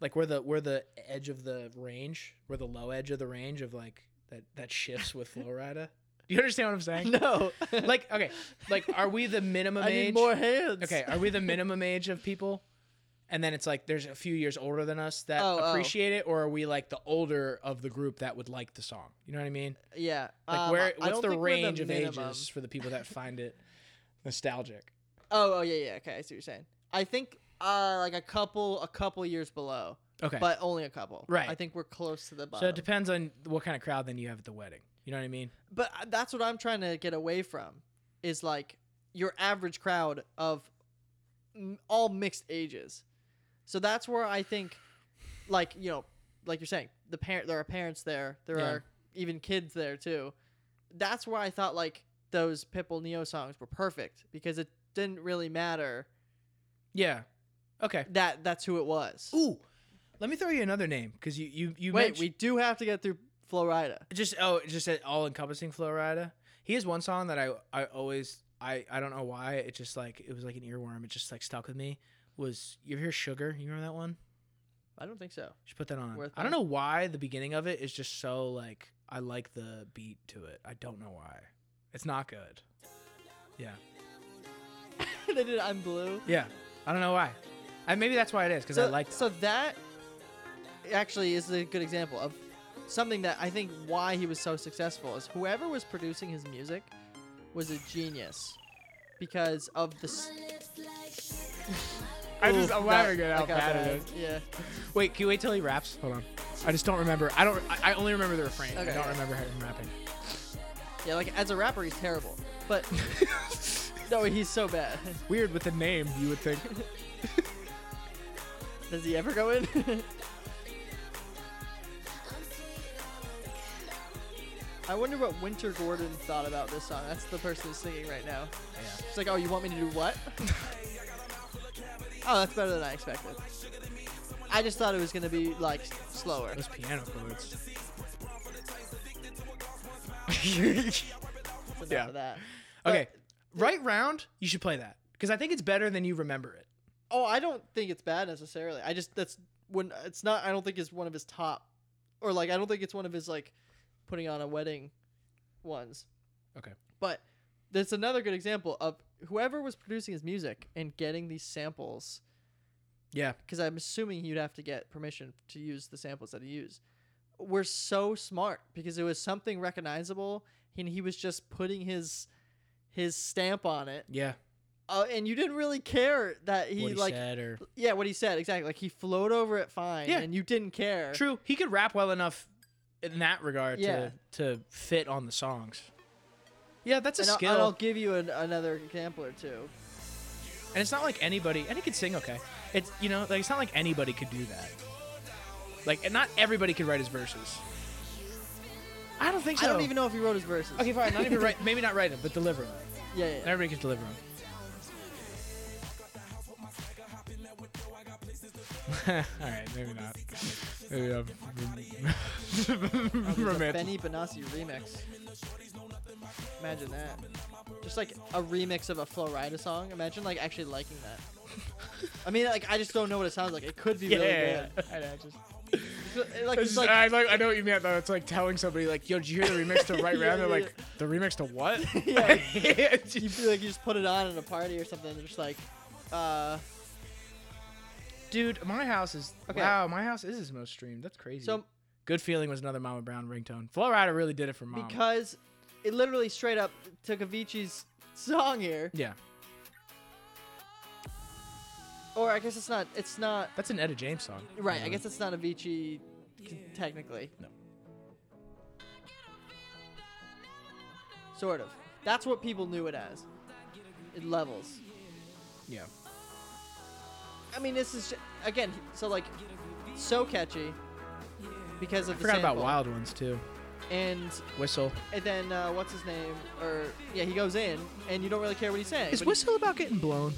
Speaker 1: like we're the we're the edge of the range, we're the low edge of the range of like that that shifts with Florida. Do you understand what I'm saying?
Speaker 2: No.
Speaker 1: Like okay, like are we the minimum
Speaker 2: I
Speaker 1: age?
Speaker 2: need more hands.
Speaker 1: Okay, are we the minimum age of people? And then it's like there's a few years older than us that
Speaker 2: Oh, oh.
Speaker 1: appreciate it, or are we like the older of the group that would like the song? You know what I mean?
Speaker 2: Yeah.
Speaker 1: Like
Speaker 2: um, I-
Speaker 1: where
Speaker 2: I
Speaker 1: what's
Speaker 2: don't
Speaker 1: the
Speaker 2: think we're
Speaker 1: range of
Speaker 2: minimum.
Speaker 1: ages for the people that find it nostalgic?
Speaker 2: Oh, oh yeah, yeah. Okay, I see what you're saying. I think uh like a couple, a couple years below,
Speaker 1: Okay.
Speaker 2: but uh, only a couple.
Speaker 1: Right.
Speaker 2: I think we're close to the
Speaker 1: so
Speaker 2: bottom.
Speaker 1: it depends on what kind of crowd then you have at the wedding. You know what I mean?
Speaker 2: but I- that's what I'm trying to get away from is like your average crowd of m- all mixed ages. So that's where I think, like you know, like you're saying, the parent there are parents there, there
Speaker 1: Yeah.
Speaker 2: are even kids there too. That's where I thought like those Pitbull Neo songs were perfect because it didn't really matter
Speaker 1: Yeah. Okay.
Speaker 2: that that's who it was.
Speaker 1: Ooh. Let me throw you another name because you you you
Speaker 2: Wait,
Speaker 1: mentioned-
Speaker 2: we do have to get through Florida.
Speaker 1: just oh just an all encompassing Florida. He has one song that I I always I I don't know why it just like it was like an earworm. It just like stuck with me. Was you ever hear Sugar? You remember that one?
Speaker 2: I don't think so.
Speaker 1: You should put that on.
Speaker 2: Worth
Speaker 1: I don't
Speaker 2: it.
Speaker 1: know why the beginning of it is just so like I like the beat to it. I don't know why. It's not good. Yeah.
Speaker 2: they did I'm Blue.
Speaker 1: Yeah. I don't know why. I, maybe that's why it is because
Speaker 2: so,
Speaker 1: I like.
Speaker 2: so that actually is a good example of something that I think why he was so successful is whoever was producing his music was a genius because of the. s-
Speaker 1: I
Speaker 2: Ooh, that- like how Yeah.
Speaker 1: Wait, can you wait till he raps? Hold on. I just don't remember. I don't. I, I only remember the refrain. I
Speaker 2: Okay.
Speaker 1: don't remember him rapping.
Speaker 2: Yeah, like as a rapper, he's terrible. But no, he's so bad.
Speaker 1: Weird with the name, you would think.
Speaker 2: Does he ever go in? I wonder what Winter Gordon thought about this song. That's the person who's singing right now. She's like, "Oh, you want me to do what?" oh, that's better than I expected. I just thought it was gonna be like s- slower.
Speaker 1: Those piano chords.
Speaker 2: That's enough
Speaker 1: yeah.
Speaker 2: of that.
Speaker 1: okay, right round. You should play that because I think it's better than you remember it.
Speaker 2: Oh, I don't think it's bad necessarily. I just that's when it's not. I don't think it's one of his top, or like I don't think it's one of his like putting on a wedding ones.
Speaker 1: Okay.
Speaker 2: But that's another good example of whoever was producing his music and getting these samples,
Speaker 1: Yeah.
Speaker 2: because I'm assuming you'd have to get permission to use the samples that he used. Were so smart because it was something recognizable, and he was just putting his his stamp on it,
Speaker 1: Yeah.
Speaker 2: uh, and you didn't really care that he,
Speaker 1: what he
Speaker 2: like
Speaker 1: said or
Speaker 2: yeah, what he said exactly. Like he flowed over it fine,
Speaker 1: Yeah.
Speaker 2: and you didn't care.
Speaker 1: true. He could rap well enough in that regard
Speaker 2: Yeah.
Speaker 1: to to fit on the songs. Yeah, that's a
Speaker 2: And I'll,
Speaker 1: skill.
Speaker 2: and I'll give you an, another example or two.
Speaker 1: and it's not like anybody and he could sing okay it's you know like it's not like anybody could do that like and not everybody could write his verses i don't think so
Speaker 2: I don't even know if he wrote his verses.
Speaker 1: okay fine not even write maybe not write them but deliver them
Speaker 2: Yeah, yeah, yeah.
Speaker 1: everybody can deliver them all right maybe not maybe
Speaker 2: Oh,
Speaker 1: not
Speaker 2: there's a
Speaker 1: romantic
Speaker 2: Benny Benassi remix. Imagine that. Just like a remix of a Flo Rida song. Imagine like actually liking that. I mean, like I just don't know what it sounds like. It could be
Speaker 1: yeah,
Speaker 2: really
Speaker 1: yeah,
Speaker 2: good.
Speaker 1: yeah. I know, I just-
Speaker 2: So, Like,
Speaker 1: It's
Speaker 2: it's
Speaker 1: just-
Speaker 2: like
Speaker 1: I, like, I know what you meant though. It's like telling somebody like, "Yo, did you hear the remix to Right
Speaker 2: Yeah,
Speaker 1: Round?" They're
Speaker 2: yeah,
Speaker 1: like, "The remix to what?"
Speaker 2: Yeah.
Speaker 1: It's
Speaker 2: you
Speaker 1: just-
Speaker 2: feel like you just put it on at a party or something. And just like, uh,
Speaker 1: Dude, my house is
Speaker 2: Okay.
Speaker 1: wow. My house is his most streamed. That's crazy.
Speaker 2: so
Speaker 1: good feeling was another Mama Brown ringtone. Florida really did it for Mama.
Speaker 2: because it literally straight up took Avicii's song here.
Speaker 1: yeah,
Speaker 2: or I guess it's not. It's not
Speaker 1: That's an Etta James song.
Speaker 2: right. I guess it's not Avicii, c- technically.
Speaker 1: No.
Speaker 2: Sort of. That's what people knew it as. It levels.
Speaker 1: Yeah.
Speaker 2: I mean, this is ju- again. So like, so catchy because of
Speaker 1: I
Speaker 2: the
Speaker 1: forgot about
Speaker 2: sample.
Speaker 1: Wild Ones too.
Speaker 2: and
Speaker 1: Whistle.
Speaker 2: and then uh, what's his name or yeah he goes in and you don't really care what he's saying.
Speaker 1: Is
Speaker 2: but he-
Speaker 1: Whistle about getting blown?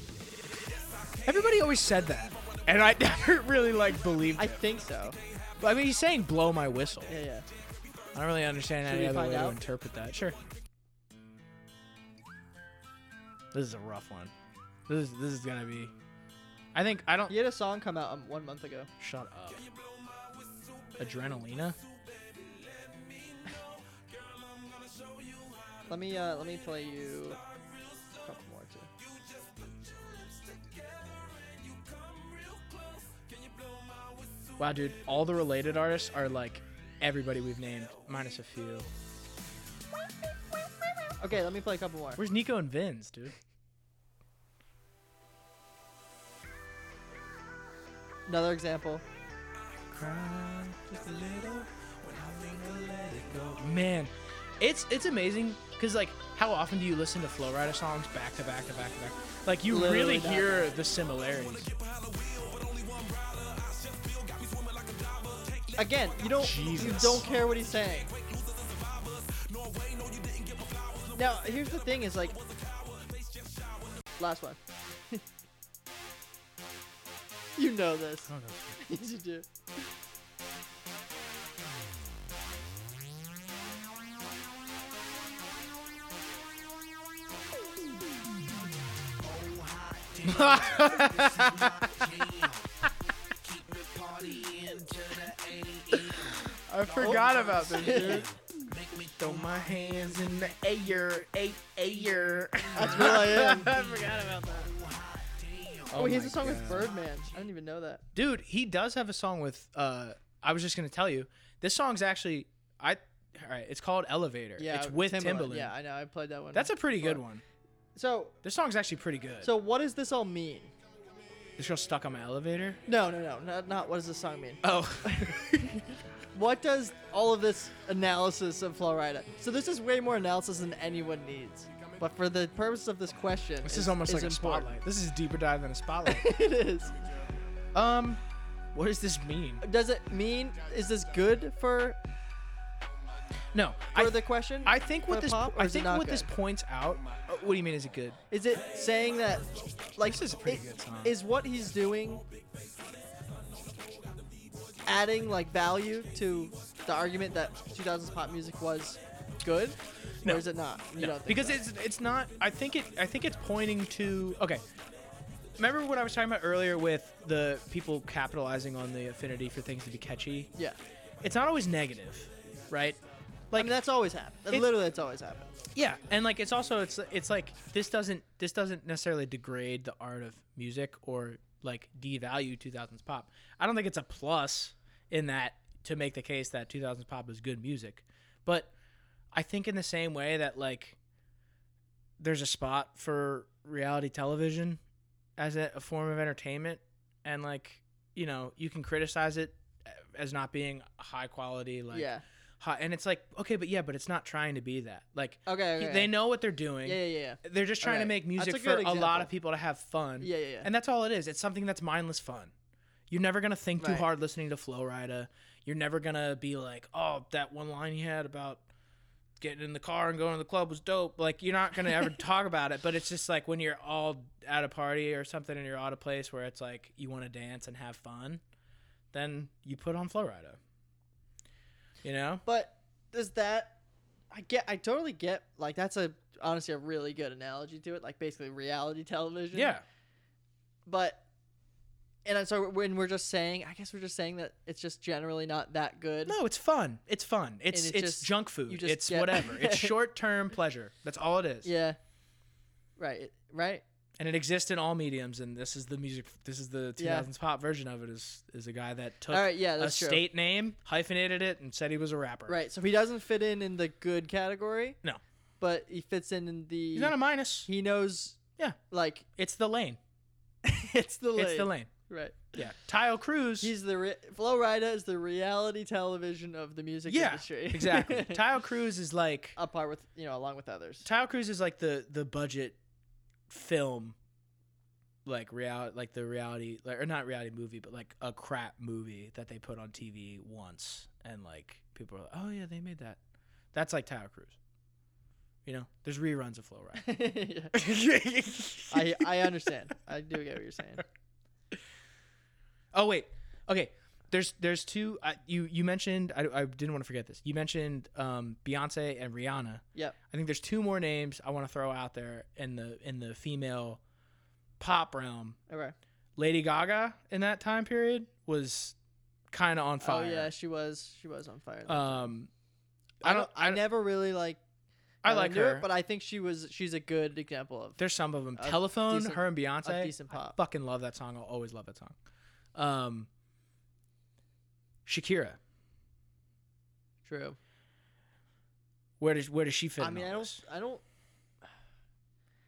Speaker 5: Everybody always said that.
Speaker 1: And I never really like believed.
Speaker 2: I
Speaker 1: I,
Speaker 2: think so.
Speaker 1: I mean, he's saying "blow my whistle."
Speaker 2: Yeah, yeah.
Speaker 1: I don't really understand
Speaker 2: Should
Speaker 1: any
Speaker 2: we
Speaker 1: other
Speaker 2: find
Speaker 1: way to
Speaker 2: out?
Speaker 1: interpret that. Sure. This is a rough one. This is this is gonna be. I think I don't.
Speaker 2: He had a song come out um, one month ago.
Speaker 1: Shut up. Adrenalina.
Speaker 2: Let me uh, let me play you a couple more too.
Speaker 1: Wow, dude. All the related artists are like everybody we've named, minus a few.
Speaker 2: Okay, let me play a couple more.
Speaker 1: Where's Nico and Vins, dude?
Speaker 2: Another example.
Speaker 1: Man, it's it's amazing because like how often do you listen to Flow Rider songs back to back to back to back? Like you
Speaker 2: Literally
Speaker 1: really
Speaker 2: not.
Speaker 1: hear the similarities.
Speaker 2: Again, you don't you
Speaker 1: Jesus.
Speaker 2: don't care what he's saying. Now here's the thing: is like last one. you know
Speaker 1: Oh,
Speaker 2: this. Yes, you do.
Speaker 1: I forgot
Speaker 2: Oh,
Speaker 1: about this, dude. Throw my hands in the air, air, air.
Speaker 2: That's what I am.
Speaker 1: I forgot about that.
Speaker 2: Oh, he has a song with Birdman. I didn't even know that.
Speaker 1: dude he does have a song with uh i was just gonna tell you this song's actually i all right it's called elevator
Speaker 2: Yeah,
Speaker 1: it's with timbaland,
Speaker 2: Yeah, I know. I played that one.
Speaker 1: that's a pretty good
Speaker 2: But-
Speaker 1: one
Speaker 2: so.
Speaker 1: this song's actually pretty good
Speaker 2: So what does this all mean?
Speaker 1: this girl stuck on my elevator
Speaker 2: No, no, no, not, not what does this song mean.
Speaker 1: oh
Speaker 2: What does all of this analysis of Florida? So this is way more analysis than anyone needs. But for the purpose of this question,
Speaker 1: this is almost like a
Speaker 2: important.
Speaker 1: spotlight this is a deeper dive than a spotlight
Speaker 2: it is.
Speaker 1: um what does this mean
Speaker 2: Does it mean? Is this good for
Speaker 1: no
Speaker 2: for
Speaker 1: I,
Speaker 2: the question?
Speaker 1: I think
Speaker 2: for
Speaker 1: what this
Speaker 2: pop, or
Speaker 1: i
Speaker 2: is it
Speaker 1: think
Speaker 2: not
Speaker 1: what this
Speaker 2: good?
Speaker 1: points out uh, what do you mean is it good
Speaker 2: is it saying that like
Speaker 1: This is a pretty
Speaker 2: it-
Speaker 1: good song.
Speaker 2: Is what he's doing adding like value to the argument that 2000s pop music was good,
Speaker 1: No.
Speaker 2: or is it not? You
Speaker 1: No,
Speaker 2: don't think
Speaker 1: because
Speaker 2: so?
Speaker 1: it's it's not. I think it. I think it's pointing to. Okay. Remember what I was talking about earlier with the people capitalizing on the affinity for things to be catchy.
Speaker 2: yeah.
Speaker 1: It's not always negative, right?
Speaker 2: I
Speaker 1: Like
Speaker 2: mean that's always happened.
Speaker 1: It's-
Speaker 2: Literally, that's always happened.
Speaker 1: yeah, and like it's also it's it's like this doesn't this doesn't necessarily degrade the art of music or like devalue 2000s pop. I don't think it's a plus in that to make the case that 2000s pop is good music, but I think in the same way that like there's a spot for reality television as a, a form of entertainment and like you know you can criticize it as not being high quality like
Speaker 2: yeah.
Speaker 1: hot and it's like okay but yeah but it's not trying to be that like
Speaker 2: Okay.
Speaker 1: he-
Speaker 2: okay.
Speaker 1: they know what they're doing
Speaker 2: Yeah, yeah, yeah.
Speaker 1: they're just trying to
Speaker 2: Alright.
Speaker 1: make music
Speaker 2: That's a
Speaker 1: for
Speaker 2: good
Speaker 1: a lot
Speaker 2: example.
Speaker 1: of people to have fun
Speaker 2: Yeah, yeah, yeah.
Speaker 1: and that's all it is it's something that's mindless fun you're never gonna think too
Speaker 2: Right.
Speaker 1: hard listening to flow rida you're never gonna be like oh that one line he had about getting in the car and going to the club was dope like you're not gonna ever talk about it but it's just like when you're all at a party or something and you're out of place where it's like you want to dance and have fun then you put on flow rida you know
Speaker 2: But does that? I get. I totally get. Like that's a honestly a really good analogy to it. Like basically reality television.
Speaker 1: yeah
Speaker 2: But and so when we're just saying, I guess we're just saying that it's just generally not that good.
Speaker 1: No, it's fun. It's fun. It's
Speaker 2: it
Speaker 1: it's
Speaker 2: just-
Speaker 1: junk food.
Speaker 2: you just
Speaker 1: it's
Speaker 2: get-
Speaker 1: whatever. it's short term pleasure. That's all it is.
Speaker 2: Yeah. Right. it- Right.
Speaker 1: And it exists in all mediums. And this is the music. This is the 2000s
Speaker 2: Yeah.
Speaker 1: pop version of it. Is is a guy that took
Speaker 2: All right, yeah,
Speaker 1: a
Speaker 2: that's true.
Speaker 1: state name, hyphenated it, and said he was a rapper.
Speaker 2: Right. So he doesn't fit in in the good category.
Speaker 1: No.
Speaker 2: But he fits in in the.
Speaker 1: He's not a minus.
Speaker 2: he knows
Speaker 1: Yeah.
Speaker 2: like
Speaker 1: It's the lane.
Speaker 2: it's the lane.
Speaker 1: It's the lane.
Speaker 2: Right.
Speaker 1: Yeah. Tyo Cruz.
Speaker 2: He's the re- Flo Rida is the reality television of the music
Speaker 1: yeah,
Speaker 2: industry.
Speaker 1: exactly. Tyo Cruz is like
Speaker 2: Up par with you know, along with others.
Speaker 1: Tyo Cruz is like the the budget film, like reality, like the reality, like, or not reality movie, but like a crap movie that they put on TV once, and like people are like, oh yeah, they made that. That's like Tyo Cruz. You know, there's reruns of Flow Ride.
Speaker 2: Yeah.
Speaker 1: I
Speaker 2: I I understand. I do get what you're saying.
Speaker 1: Oh wait, okay. There's there's two. I, you you mentioned I, I didn't want to forget this. You mentioned um, Beyonce and Rihanna.
Speaker 2: Yep.
Speaker 1: I think there's two more names I want to throw out there in the in the female pop realm.
Speaker 2: Okay. Oh,
Speaker 1: Lady Gaga in that time period was kind of on fire.
Speaker 2: Oh yeah, she was she was on fire.
Speaker 1: Um,
Speaker 2: I don't I, never really like
Speaker 1: I
Speaker 2: I
Speaker 1: like
Speaker 2: knew
Speaker 1: her,
Speaker 2: it,
Speaker 1: but
Speaker 2: but I think she was she's a good example of
Speaker 1: there's some of them.
Speaker 2: a
Speaker 1: Telephone,
Speaker 2: decent-
Speaker 1: her and Beyonce,
Speaker 2: a decent
Speaker 1: I
Speaker 2: pop.
Speaker 1: fucking love that song. I'll always love that song. Um, Shakira,
Speaker 2: true.
Speaker 1: where does where does she fit?
Speaker 2: I mean, I don't I don't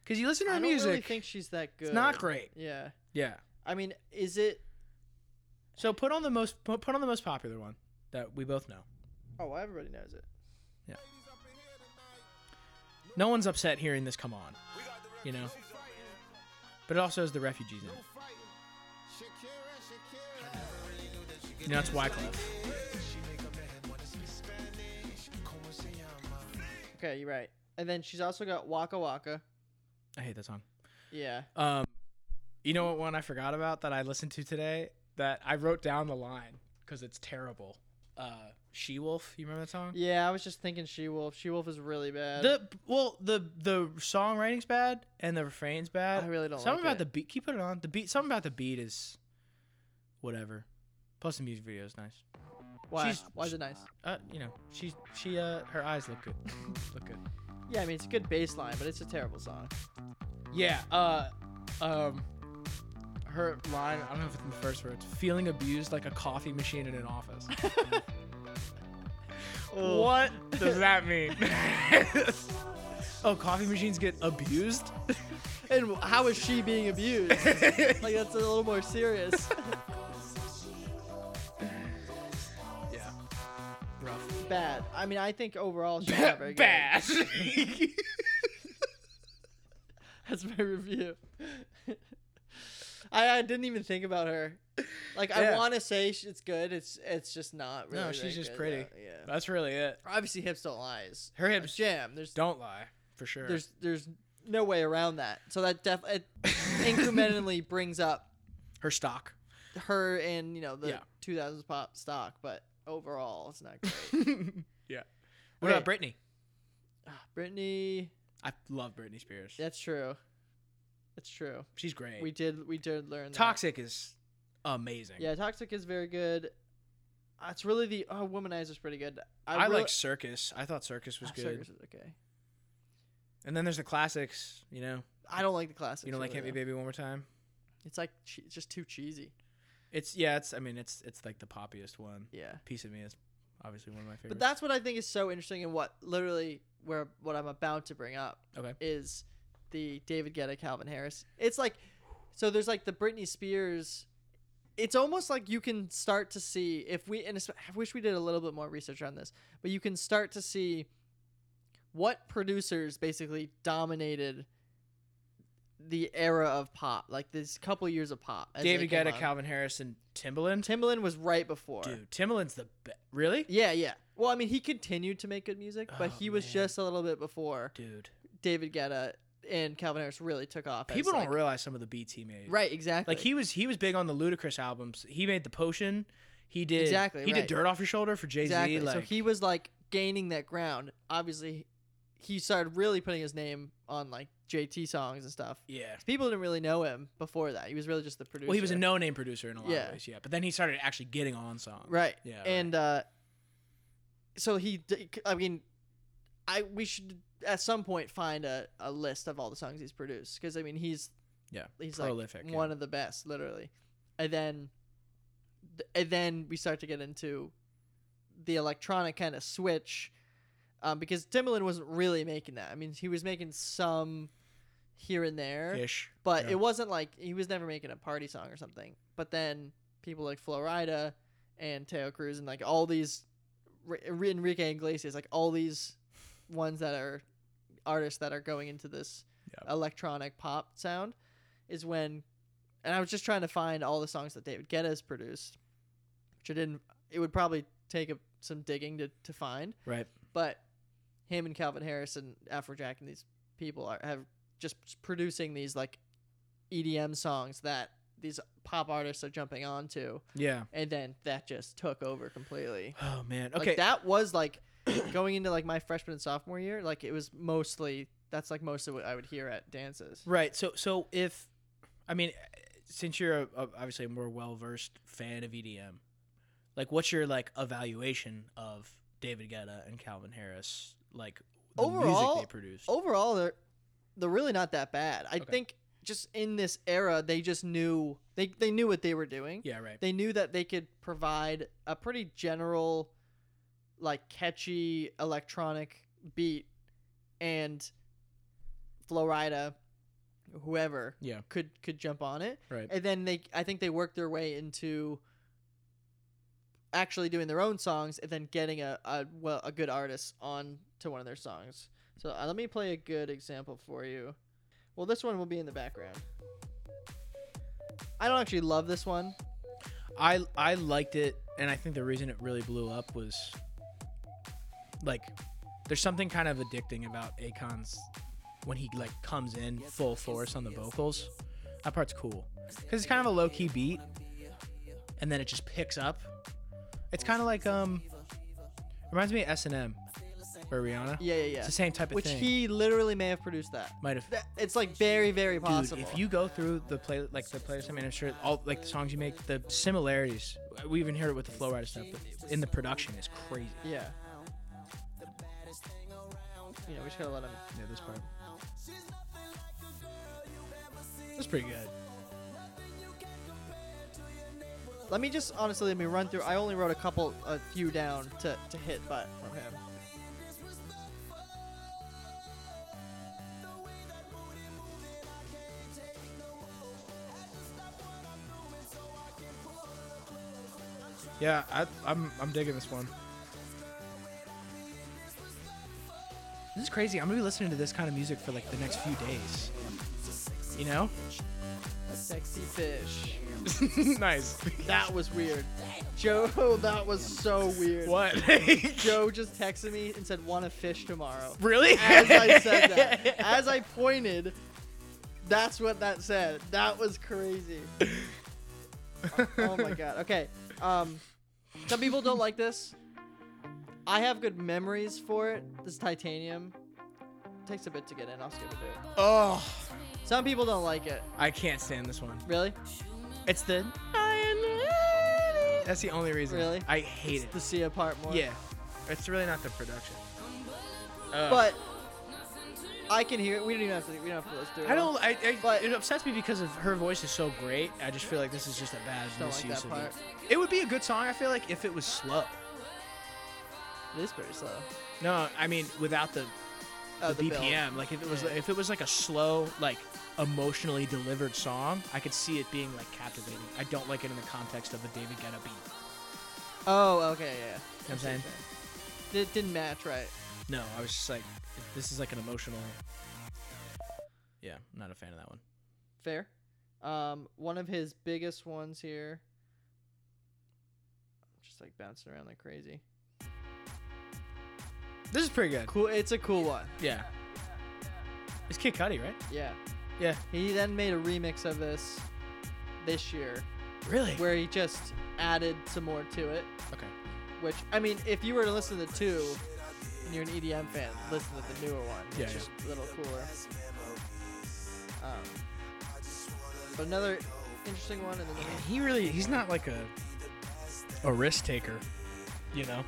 Speaker 1: because you listen to
Speaker 2: I
Speaker 1: her
Speaker 2: don't
Speaker 1: music.
Speaker 2: really think she's that good.
Speaker 1: It's not great.
Speaker 2: Yeah.
Speaker 1: Yeah.
Speaker 2: I mean, is it
Speaker 1: So put on the most put put on the most popular one that we both know.
Speaker 2: Oh, everybody knows it.
Speaker 1: No one's upset hearing this come on, you know. But it also has the refugees in it. You know, that's Wyclef.
Speaker 2: Okay, you're right. And then she's also got Waka Waka.
Speaker 1: I hate that song.
Speaker 2: Yeah.
Speaker 1: Um, you know what one I forgot about that I listened to today that I wrote down the line because it's terrible. Uh, She Wolf. You remember that song?
Speaker 2: Yeah, I was just thinking She Wolf. She Wolf is really bad.
Speaker 1: The well, the the songwriting's bad and the refrain's bad.
Speaker 2: I really don't
Speaker 1: Something about
Speaker 2: like it.
Speaker 1: the beat. Keep it on. The beat. Something about the beat is, whatever. Plus the music video is nice.
Speaker 2: Why?
Speaker 1: she's-
Speaker 2: Why is it nice?
Speaker 1: Uh, you know, she she uh her eyes look good, look good.
Speaker 2: Yeah, I mean it's a good bass line, but it's a terrible song.
Speaker 1: Yeah. Uh, um, her line. I don't know if it's in the first words. Feeling abused like a coffee machine in an office. what does that mean? oh, coffee machines get abused.
Speaker 2: And how is she being abused? like that's a little more serious.
Speaker 1: Yeah. Rough.
Speaker 2: bad. I mean, I think overall she's not very good.
Speaker 1: Bad.
Speaker 2: That's my review. I, I didn't even think about her. Like
Speaker 1: Yeah.
Speaker 2: I want to say sh- it's good. It's it's just not really.
Speaker 1: No,
Speaker 2: that
Speaker 1: she's just
Speaker 2: good,
Speaker 1: pretty.
Speaker 2: though. Yeah.
Speaker 1: That's really it.
Speaker 2: Obviously, hips don't lies.
Speaker 1: Her
Speaker 2: A
Speaker 1: hips
Speaker 2: jam. There's
Speaker 1: don't lie for sure.
Speaker 2: there's there's no way around that. So that def it incrementally brings up
Speaker 1: her stock.
Speaker 2: her and you know the
Speaker 1: Yeah.
Speaker 2: 2000s pop stock, but overall it's not great.
Speaker 1: yeah. What about Britney?
Speaker 2: Ah, Britney,
Speaker 1: I love Britney Spears.
Speaker 2: that's true. That's true.
Speaker 1: She's great.
Speaker 2: We did we did learn that.
Speaker 1: Toxic is amazing.
Speaker 2: Yeah, Toxic is very good. Uh, It's really the oh, Womanizer's pretty good.
Speaker 1: I,
Speaker 2: really-
Speaker 1: like Circus. I thought Circus was
Speaker 2: Ah,
Speaker 1: good.
Speaker 2: Circus is okay.
Speaker 1: And then there's the classics. You know,
Speaker 2: I don't like the classics.
Speaker 1: you know, like
Speaker 2: really,
Speaker 1: Hit Me
Speaker 2: though.
Speaker 1: Baby One More Time.
Speaker 2: It's like che- it's just too cheesy.
Speaker 1: It's yeah. It's I mean it's it's like the poppiest one.
Speaker 2: Yeah.
Speaker 1: Piece of Me is obviously one of my favorites.
Speaker 2: But that's what I think is so interesting and what literally where what I'm about to bring up
Speaker 1: Okay.
Speaker 2: is the David Guetta Calvin Harris. It's like so there's like the Britney Spears it's almost like you can start to see if we and espe- I wish we did a little bit more research on this, but you can start to see what producers basically dominated the era of pop, like this couple years of pop. as they
Speaker 1: David
Speaker 2: came
Speaker 1: Guetta,
Speaker 2: on.
Speaker 1: Calvin Harris, and Timbaland.
Speaker 2: Timbaland was right before.
Speaker 1: Dude, Timbaland's the best. Really?
Speaker 2: Yeah, yeah. Well, I mean, he continued to make good music, but
Speaker 1: Oh,
Speaker 2: he was
Speaker 1: man.
Speaker 2: just a little bit before
Speaker 1: Dude,
Speaker 2: David Guetta and Calvin Harris really took off. as,
Speaker 1: people don't
Speaker 2: like-
Speaker 1: realize some of the beats he made.
Speaker 2: right, exactly.
Speaker 1: Like he was he was big on the Ludacris albums. He made the Potion. He did
Speaker 2: Exactly,
Speaker 1: He
Speaker 2: right.
Speaker 1: did Dirt Off Your Shoulder for Jay Z.
Speaker 2: exactly.
Speaker 1: Like
Speaker 2: so he was like gaining that ground. Obviously, he started really putting his name on like JT songs and stuff.
Speaker 1: yeah.
Speaker 2: People didn't really know him before that. He was really just the producer.
Speaker 1: Well, he was a no name producer in a lot
Speaker 2: Yeah.
Speaker 1: of ways. Yeah, but then he started actually getting on songs.
Speaker 2: Right.
Speaker 1: Yeah, right.
Speaker 2: And uh, so he, d- I mean, I we should at some point find a, a list of all the songs he's produced because I mean he's
Speaker 1: Yeah,
Speaker 2: he's
Speaker 1: prolific,
Speaker 2: like
Speaker 1: yeah.
Speaker 2: one of the best literally, and then th- and then we start to get into the electronic kind of switch. Um, because Timbaland wasn't really making that. I mean, he was making some here and there.
Speaker 1: ish.
Speaker 2: But
Speaker 1: Yeah.
Speaker 2: it wasn't like he was never making a party song or something. But then people like Florida and Teo Cruz and like all these Re- Enrique Iglesias, like all these ones that are artists that are going into this
Speaker 1: Yeah.
Speaker 2: electronic pop sound is when and I was just trying to find all the songs that David Guetta's produced, which I didn't it would probably take a, some digging to, to find
Speaker 1: Right.
Speaker 2: but him and Calvin Harris and Afrojack and these people are have just producing these like EDM songs that these pop artists are jumping onto,
Speaker 1: Yeah.
Speaker 2: and then that just took over completely.
Speaker 1: Oh man.
Speaker 2: Like
Speaker 1: Okay.
Speaker 2: that was like going into like my freshman and sophomore year, like it was mostly that's like most of what I would hear at dances.
Speaker 1: Right. So so if I mean since you're a, a, obviously a more well-versed fan of EDM, like what's your like evaluation of David Guetta and Calvin Harris like the music
Speaker 2: Overall-
Speaker 1: they produced?
Speaker 2: Overall, they're they're really not that bad. I
Speaker 1: Okay.
Speaker 2: think just in this era, they just knew they they knew what they were doing.
Speaker 1: yeah, right.
Speaker 2: they knew that they could provide a pretty general like catchy electronic beat and Florida whoever
Speaker 1: Yeah.
Speaker 2: could could jump on it
Speaker 1: Right.
Speaker 2: and then they I think they worked their way into actually doing their own songs and then getting a, a well a good artist on to one of their songs so uh, let me play a good example for you well this one will be in the background I don't actually love this one
Speaker 1: I I liked it, and I think the reason it really blew up was like there's something kind of addicting about Akon's when he like comes in full force on the vocals. That part's cool because it's kind of a low key beat, and then it just picks up. It's kind of like um reminds me of S and M or Rihanna.
Speaker 2: Yeah, yeah, yeah.
Speaker 1: It's the same type of
Speaker 2: Which
Speaker 1: thing.
Speaker 2: he literally may have produced that.
Speaker 1: might have.
Speaker 2: That- It's like very, very
Speaker 1: Dude,
Speaker 2: possible.
Speaker 1: if you go through the play, like the playlist, I mean, I'm sure all like the songs you make, the similarities. We even hear it with the flow rider stuff but in the production is crazy.
Speaker 2: yeah. You know, we just gotta let him.
Speaker 1: Yeah, this part. That's pretty good.
Speaker 2: Let me just honestly let me run through. I only wrote a couple, a few down to, to hit, but from him.
Speaker 1: Yeah, I, I'm I'm digging this one. This is crazy. I'm gonna be listening to this kind of music for like the next few days. You know?
Speaker 2: Sexy fish.
Speaker 1: nice.
Speaker 2: That was weird. Joe, that was so weird.
Speaker 1: What?
Speaker 2: Joe just texted me and said, "Want a fish tomorrow."
Speaker 1: really?
Speaker 2: As I said that, as I pointed, that's what that said. That was crazy. oh my god. Okay. Um, some people don't like this. I have good memories for it. This titanium takes a bit to get in. I'll skip it. Through.
Speaker 1: Oh,
Speaker 2: Some people don't like it.
Speaker 1: I can't stand this one.
Speaker 2: Really?
Speaker 1: It's the. That's the only reason.
Speaker 2: Really?
Speaker 1: I hate
Speaker 2: The
Speaker 1: it.
Speaker 2: Sia part more.
Speaker 1: Yeah, it's really not the production.
Speaker 2: But I can hear it. We don't even have to. We don't have to listen to it.
Speaker 1: I don't. I, I
Speaker 2: But-
Speaker 1: it upsets me because of her voice is so great. I just feel like this is just a bad
Speaker 2: Don't like
Speaker 1: misuse
Speaker 2: that
Speaker 1: of
Speaker 2: part.
Speaker 1: it. It would be a good song. I feel like if it was slow.
Speaker 2: It is pretty slow.
Speaker 1: No, I mean without the,
Speaker 2: Oh,
Speaker 1: the,
Speaker 2: the build.
Speaker 1: BPM. Like if it was
Speaker 2: Yeah.
Speaker 1: if it was like a slow like emotionally delivered song, I could see it being like captivating. I don't like it in the context of a David Guetta beat.
Speaker 2: Oh,
Speaker 1: You
Speaker 2: okay, yeah.
Speaker 1: know what I'm saying?
Speaker 2: It didn't match right.
Speaker 1: No, I was just like, this is like an emotional. Yeah, I'm not a fan of that one.
Speaker 2: Fair. Um, one of his biggest ones here. Just like bouncing around like crazy.
Speaker 1: This is pretty good.
Speaker 2: Cool. It's a cool one.
Speaker 1: Yeah. It's Kid Cudi, right?
Speaker 2: Yeah.
Speaker 1: Yeah.
Speaker 2: He then made a remix of this this year,
Speaker 1: Really?
Speaker 2: where he just added some more to it.
Speaker 1: okay.
Speaker 2: Which I mean, if you were to listen to the two, and you're an EDM fan, listen to the newer one.
Speaker 1: Yeah,
Speaker 2: It's
Speaker 1: yeah.
Speaker 2: just a little cooler. Um, but another interesting one, and then
Speaker 1: And he really, he's not like a a risk taker, you know?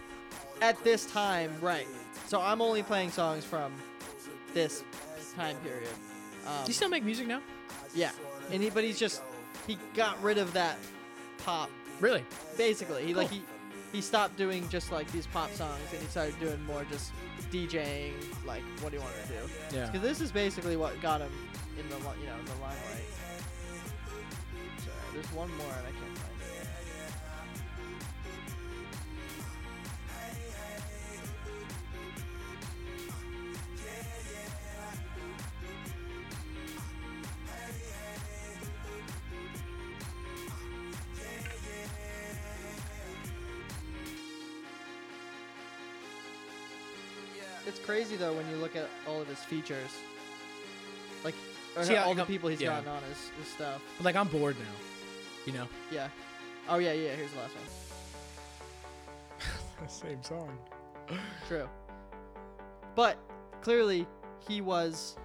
Speaker 2: at this time, right? So I'm only playing songs from this time period. Um,
Speaker 1: Do you still make music now?
Speaker 2: yeah, and he, but he's just he got rid of that pop.
Speaker 1: Really?
Speaker 2: Basically, he like he he stopped doing just like these pop songs and he started doing more just DJing. Like, what do you want to do?
Speaker 1: Yeah.
Speaker 2: Because this is basically what got him in the li- you know the limelight. Sorry, there's one more and I can't find it. It's crazy though when you look at all of his features, like or
Speaker 1: See, I-
Speaker 2: all the
Speaker 1: um,
Speaker 2: people he's
Speaker 1: yeah.
Speaker 2: gotten on his, his stuff.
Speaker 1: But like I'm bored now. You know?
Speaker 2: Yeah. Oh yeah, yeah. Here's the last one.
Speaker 5: Same song.
Speaker 2: True. But clearly, he was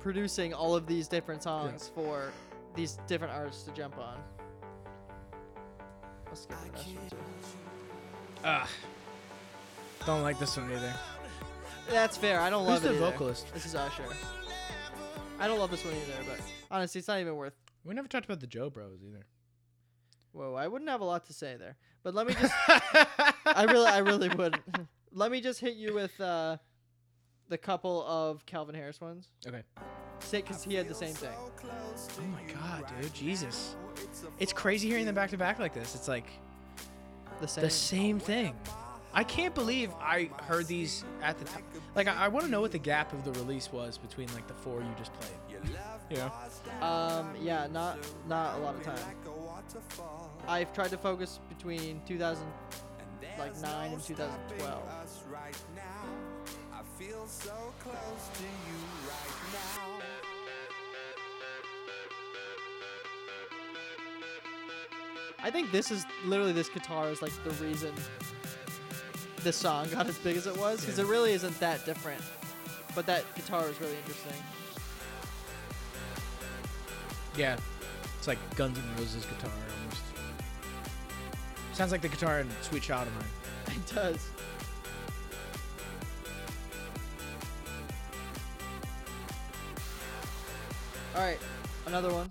Speaker 2: producing all of these different songs for these different artists to jump on. I'll skip the rest of it, too.
Speaker 1: Ugh. Don't like this one either.
Speaker 2: That's fair. I don't love
Speaker 1: the
Speaker 2: it either.
Speaker 1: vocalist?
Speaker 2: This is Usher. I don't love this one either, but honestly, it's not even worth.
Speaker 1: We never talked about the Joe Bros either.
Speaker 2: Whoa, I wouldn't have a lot to say there. But let me just. I really, I really wouldn't. Let me just hit you with uh, the couple of Calvin Harris ones,
Speaker 1: Okay.
Speaker 2: because he had the same thing.
Speaker 1: Oh my god, dude. Jesus. It's crazy hearing them back to back like this. It's like
Speaker 2: The same.
Speaker 1: the same thing. I can't believe I heard these at the time. Like, I, I want to know what the gap of the release was between like the four you just played. Yeah.
Speaker 2: Um, yeah, not not a lot of time. I've tried to focus between 2000, like nine and 2012. I think this is literally this guitar is like the reason this song got as big as it was because it really isn't that different, but that guitar is really interesting.
Speaker 1: Yeah. It's like Guns N' Roses guitar almost. Sounds like the guitar in Sweet Child of Mine.
Speaker 2: It does. All right, another one.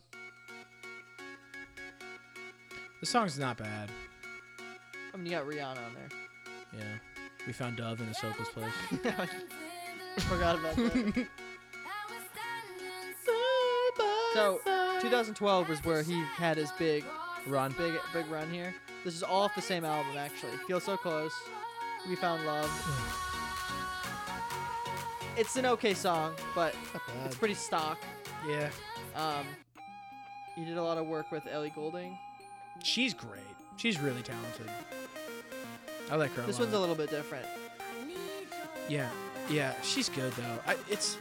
Speaker 1: The song's not bad.
Speaker 2: I mean, you got Rihanna on there.
Speaker 1: Yeah. We found Dove in a Soko's place.
Speaker 2: Forgot about that. so, 2012 was where he had his big,
Speaker 1: Run.
Speaker 2: big, big run here. This is all off the same album, actually. Feel so close. We found love. It's an okay song, but it's pretty stock.
Speaker 1: Yeah.
Speaker 2: Um, you did a lot of work with Ellie Goulding.
Speaker 1: She's great. She's really talented. I like her.
Speaker 2: This
Speaker 1: a lot.
Speaker 2: one's a little bit different.
Speaker 1: Yeah, yeah, she's good though. I, it's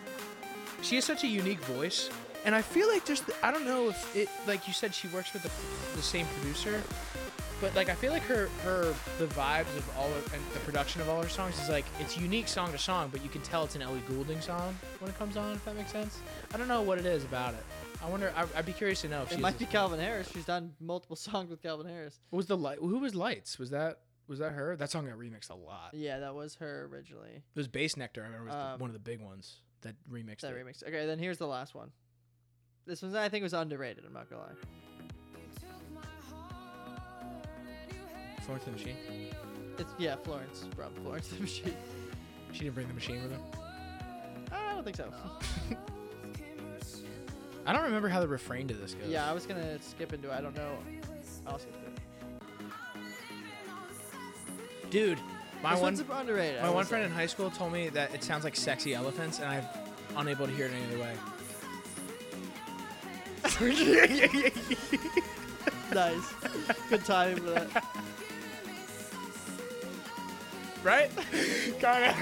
Speaker 1: she has such a unique voice, and I feel like there's I don't know if it like you said she works with the, the same producer, but like I feel like her her the vibes of all of, and the production of all her songs is like it's unique song to song, but you can tell it's an Ellie Goulding song when it comes on. If that makes sense, I don't know what it is about it. I wonder. I, I'd be curious to know if
Speaker 2: It
Speaker 1: she's
Speaker 2: might be Calvin Harris. She's done multiple songs with Calvin Harris.
Speaker 1: what was the light. Who was lights? Was that was that her? That song got remixed a lot. It
Speaker 2: Yeah, that was her originally.
Speaker 1: was Bass Nectar. I remember was the,
Speaker 2: Um,
Speaker 1: one of the big ones that remixed
Speaker 2: That
Speaker 1: it.
Speaker 2: remix. Okay, then here's the last one. This one I think was underrated. I'm not gonna lie.
Speaker 1: Florence and the Machine.
Speaker 2: It's yeah, Florence from Florence and the Machine.
Speaker 1: She didn't bring the machine with her.
Speaker 2: I don't think so.
Speaker 1: I don't remember how the refrain to this goes.
Speaker 2: yeah, I was gonna skip into it. I don't know. I'll skip it.
Speaker 1: dude, my
Speaker 2: this
Speaker 1: one
Speaker 2: one's underrated. I
Speaker 1: my
Speaker 2: will
Speaker 1: one
Speaker 2: say.
Speaker 1: friend in high school told me that it sounds like sexy elephants, and I'm unable to hear it any other way.
Speaker 2: Nice. Good time for that.
Speaker 1: Right? God,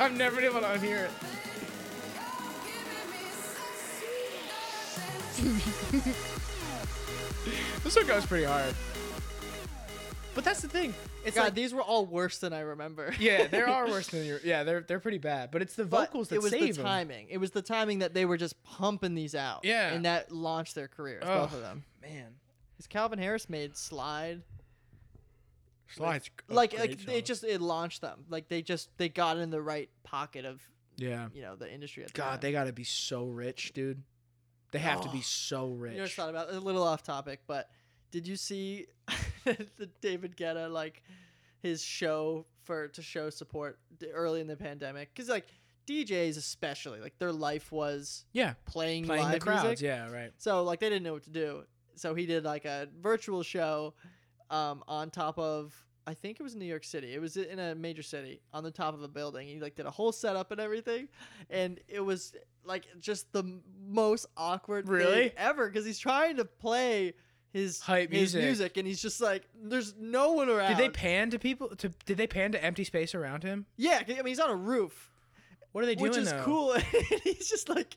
Speaker 1: I'm never able to unhear it.
Speaker 4: uh, uh,
Speaker 1: this one goes pretty hard. But that's the thing. It's
Speaker 2: God,
Speaker 1: like,
Speaker 2: these were all worse than I remember.
Speaker 1: yeah, they are worse than your. Yeah, they're they're pretty bad. But it's the
Speaker 2: But
Speaker 1: vocals that
Speaker 2: it was
Speaker 1: save
Speaker 2: the
Speaker 1: 'em.
Speaker 2: timing. It was the timing that they were just pumping these out.
Speaker 1: Yeah.
Speaker 2: And that launched their careers, both
Speaker 1: Ugh.
Speaker 2: of them.
Speaker 1: Man,
Speaker 2: Because Calvin Harris made Slide.
Speaker 1: slides. a
Speaker 2: like
Speaker 1: great
Speaker 2: like
Speaker 1: song.
Speaker 2: it just it launched them. Like they just they got in the right pocket of
Speaker 1: Yeah.
Speaker 2: you know the industry. At the
Speaker 1: God,
Speaker 2: time.
Speaker 1: they gotta be so rich, dude. They have to be so rich.
Speaker 2: You know, thought about a little off topic, but did you see the David Guetta like his show for to show support d- early in the pandemic? Because like DJs especially, like their life was
Speaker 1: Yeah,
Speaker 2: playing,
Speaker 1: playing
Speaker 2: live
Speaker 1: the crowds.
Speaker 2: music.
Speaker 1: Yeah, right.
Speaker 2: So like they didn't know what to do. So he did like a virtual show um, on top of I think it was in New York City. It was in a major city on the top of a building. He like did a whole setup and everything, and it was like just the m- most awkward thing
Speaker 1: Really?
Speaker 2: ever because he's trying to play his
Speaker 1: Hype
Speaker 2: his
Speaker 1: music.
Speaker 2: music and he's just like there's no one around.
Speaker 1: Did they pan to people? To did they pan to empty space around him?
Speaker 2: yeah, 'cause, I mean he's on a roof.
Speaker 1: What are they doing?
Speaker 2: which is
Speaker 1: though?
Speaker 2: cool. And he's just like,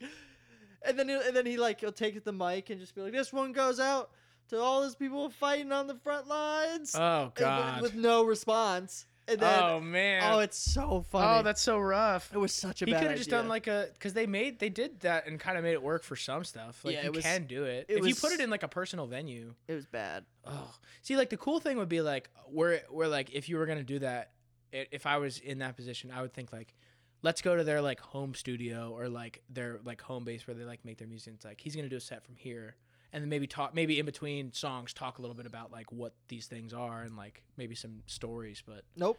Speaker 2: and then he'll, and then he like he'll take the mic and just be like, "This one goes out to all those people fighting on the front lines."
Speaker 1: Oh
Speaker 2: and with-
Speaker 1: god.
Speaker 2: with, no response. And then,
Speaker 1: oh
Speaker 2: oh,
Speaker 1: man.
Speaker 2: it's so funny.
Speaker 1: oh, that's so rough.
Speaker 2: it was such a
Speaker 1: He
Speaker 2: bad.
Speaker 1: could have just done
Speaker 2: idea.
Speaker 1: like a because they made they did that and kind of made it work for some stuff. Like
Speaker 2: Yeah,
Speaker 1: you
Speaker 2: it was-
Speaker 1: can do it,
Speaker 2: it
Speaker 1: if you put
Speaker 2: was-
Speaker 1: it in like a personal venue.
Speaker 2: it was bad.
Speaker 1: Oh, see, like the cool thing would be like we're we're like if you were gonna do that, i- if I was in that position, I would think like, let's go to their like home studio or like their like home base where they like make their music. It's like he's gonna do a set from here, and then maybe talk maybe in between songs talk a little bit about like what these things are and like maybe some stories. But
Speaker 2: Nope.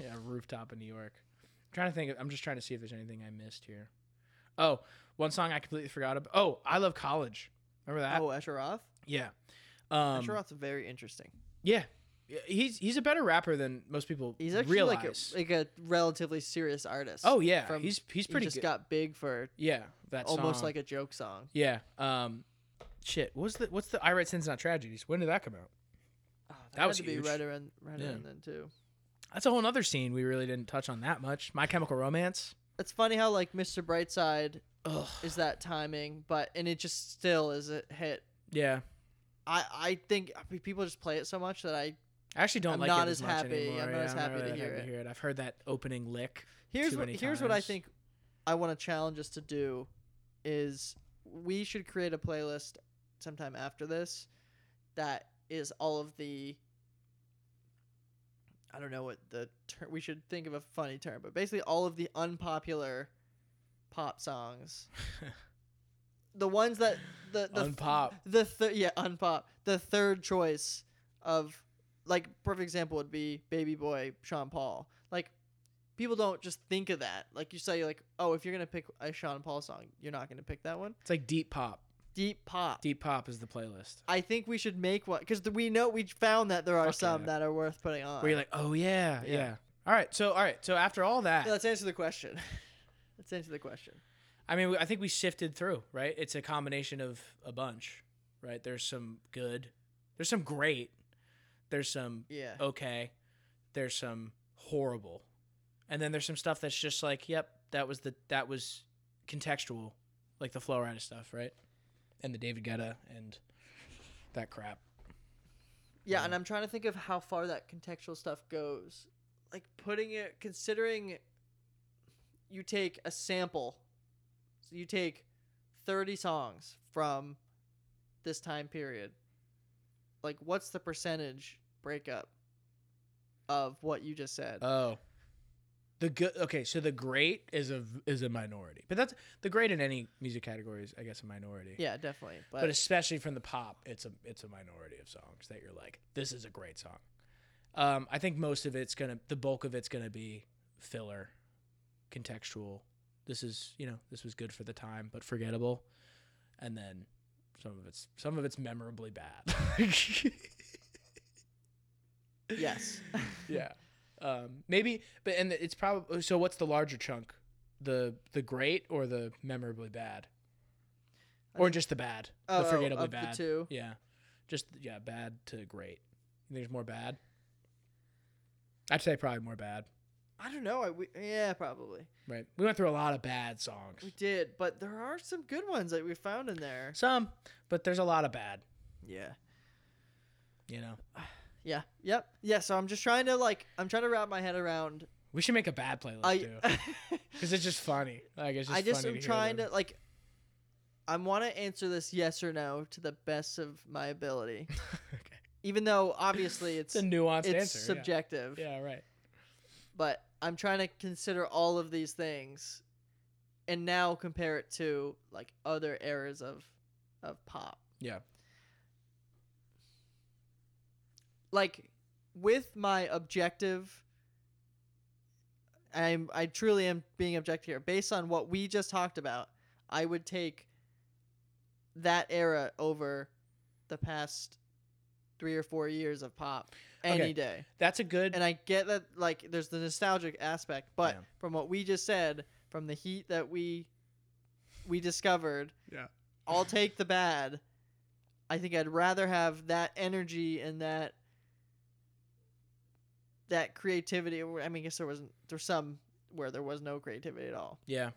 Speaker 1: yeah, rooftop in New York. I'm trying to think. of- I'm just trying to see if there's anything I missed here. Oh, one song I completely forgot about. Oh, I love college. Remember that?
Speaker 2: oh, Asher Roth.
Speaker 1: Yeah. Um,
Speaker 2: Asher Roth's very interesting.
Speaker 1: yeah. Yeah, He's he's a better rapper than most people
Speaker 2: He's actually
Speaker 1: realize.
Speaker 2: like a like a relatively serious artist.
Speaker 1: oh yeah,
Speaker 2: from-
Speaker 1: he's he's
Speaker 2: he
Speaker 1: pretty
Speaker 2: just
Speaker 1: good.
Speaker 2: got big for
Speaker 1: yeah, that
Speaker 2: almost
Speaker 1: song.
Speaker 2: like a joke song.
Speaker 1: yeah. Um, shit. What's the what's the I write sins not tragedies? When did that come out?
Speaker 2: Oh,
Speaker 1: That
Speaker 2: had
Speaker 1: was
Speaker 2: to be
Speaker 1: huge.
Speaker 2: right around right
Speaker 1: Yeah.
Speaker 2: around then too.
Speaker 1: That's a whole other scene we really didn't touch on that much. My Chemical Romance.
Speaker 2: it's funny how like Mr. Brightside
Speaker 1: Ugh.
Speaker 2: is that timing, but and it just still is a hit.
Speaker 1: Yeah.
Speaker 2: I I think I mean, people just play it so much that I
Speaker 1: I actually don't
Speaker 2: I'm
Speaker 1: like
Speaker 2: not
Speaker 1: it
Speaker 2: as
Speaker 1: as, much
Speaker 2: happy-
Speaker 1: anymore.
Speaker 2: I'm not
Speaker 1: Yeah,
Speaker 2: as happy
Speaker 1: really
Speaker 2: to
Speaker 1: that
Speaker 2: hear it.
Speaker 1: to hear it. I've heard that opening lick.
Speaker 2: here's
Speaker 1: Too
Speaker 2: what
Speaker 1: many
Speaker 2: here's what I
Speaker 1: times.
Speaker 2: think I want to challenge us to do is we should create a playlist sometime after this that is all of the I don't know what the term we should think of a funny term, but basically all of the unpopular pop songs. the ones that the the
Speaker 1: Unpop.
Speaker 2: the th- yeah unpop the third choice of like perfect example would be baby boy sean paul like people don't just think of that like you say like oh if you're gonna pick a sean paul song you're not gonna pick that one
Speaker 1: It's like deep pop.
Speaker 2: deep pop
Speaker 1: Deep pop is the playlist.
Speaker 2: i think we should make one because we know we found that there are
Speaker 1: Fuck
Speaker 2: some
Speaker 1: yeah.
Speaker 2: that are worth putting on
Speaker 1: Where you're like, oh yeah, yeah. All right. So all right. So after all that,
Speaker 2: Yeah, let's answer the question let's answer the question
Speaker 1: I mean, we- I think we sifted through, right? It's a combination of a bunch, right? There's some good, there's some great, there's some
Speaker 2: yeah
Speaker 1: okay, there's some horrible, and then there's some stuff that's just like, yep, that was the that was contextual, like the Flow Rider stuff, right? And the David Guetta and that crap.
Speaker 2: Yeah, and I'm trying to think of how far that contextual stuff goes. Like putting it, considering you take a sample, so you take 30 songs from this time period. Like, what's the percentage breakup of what you just said?
Speaker 1: Oh. The good okay, so the great is a is a minority. But that's the great in any music category is I guess a minority.
Speaker 2: yeah, definitely. But,
Speaker 1: but especially from the pop, it's a it's a minority of songs that you're like, this is a great song. Um, I think most of it's gonna, the bulk of it's gonna be filler, contextual. This is you know this was good for the time, but forgettable. And then some of it's some of it's memorably bad.
Speaker 2: yes.
Speaker 1: yeah, um, maybe, but and it's probably so. What's the larger chunk, the the great or the memorably bad,
Speaker 2: I
Speaker 1: or
Speaker 2: think-
Speaker 1: just the bad,
Speaker 2: Oh,
Speaker 1: the
Speaker 2: oh,
Speaker 1: forgettably
Speaker 2: of the
Speaker 1: bad?
Speaker 2: two?
Speaker 1: Yeah, just yeah, bad to great. You think there's more bad? I'd say probably more bad.
Speaker 2: I don't know. I, we, yeah, probably.
Speaker 1: Right, we went through a lot of bad songs.
Speaker 2: We did, but there are some good ones that we found in there.
Speaker 1: Some, but there's a lot of bad.
Speaker 2: Yeah.
Speaker 1: You know,
Speaker 2: Yeah. Yep. Yeah. So I'm just trying to like I'm trying to wrap my head around.
Speaker 1: we should make a bad playlist
Speaker 2: I
Speaker 1: too, because it's just funny. Like it's just
Speaker 2: I just
Speaker 1: funny
Speaker 2: am
Speaker 1: to hear
Speaker 2: trying
Speaker 1: them.
Speaker 2: to like I want to answer this yes or no to the best of my ability,
Speaker 1: okay.
Speaker 2: even though obviously it's
Speaker 1: It's a nuanced
Speaker 2: it's
Speaker 1: answer. yeah.
Speaker 2: subjective.
Speaker 1: Yeah, right.
Speaker 2: But I'm trying to consider all of these things, and now compare it to like other eras of of pop.
Speaker 1: Yeah.
Speaker 2: like with my objective I'm I truly am being objective here. Based on what we just talked about, I would take that era over the past three or four years of pop any
Speaker 1: Okay.
Speaker 2: day.
Speaker 1: That's a good.
Speaker 2: And I get that like there's the nostalgic aspect, but
Speaker 5: Yeah.
Speaker 2: from what we just said, from the heat that we we discovered,
Speaker 5: Yeah.
Speaker 2: I'll take the bad. I think I'd rather have that energy and that that creativity. or- I mean, I guess there wasn't there's some where there was no creativity at all.
Speaker 1: yeah.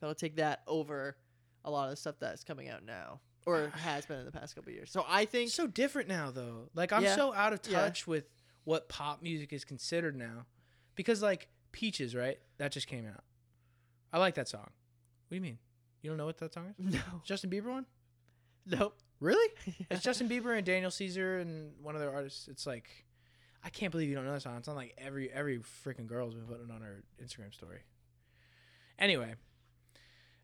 Speaker 2: But I'll take that over a lot of the stuff that's coming out now or has been in the past couple of years. So I think
Speaker 1: It's so different now, though. Like I'm
Speaker 2: Yeah.
Speaker 1: so out of
Speaker 2: Yeah.
Speaker 1: touch with what pop music is considered now, because like Peaches, right? That just came out. I like that song. What do you mean? You don't know what that song is?
Speaker 2: no,
Speaker 1: Justin Bieber one?
Speaker 2: nope.
Speaker 1: Really? It's Justin Bieber and Daniel Caesar and one other artist. It's like, I can't believe you don't know that song. It's on like every every freaking girl's been putting it on her Instagram story. Anyway,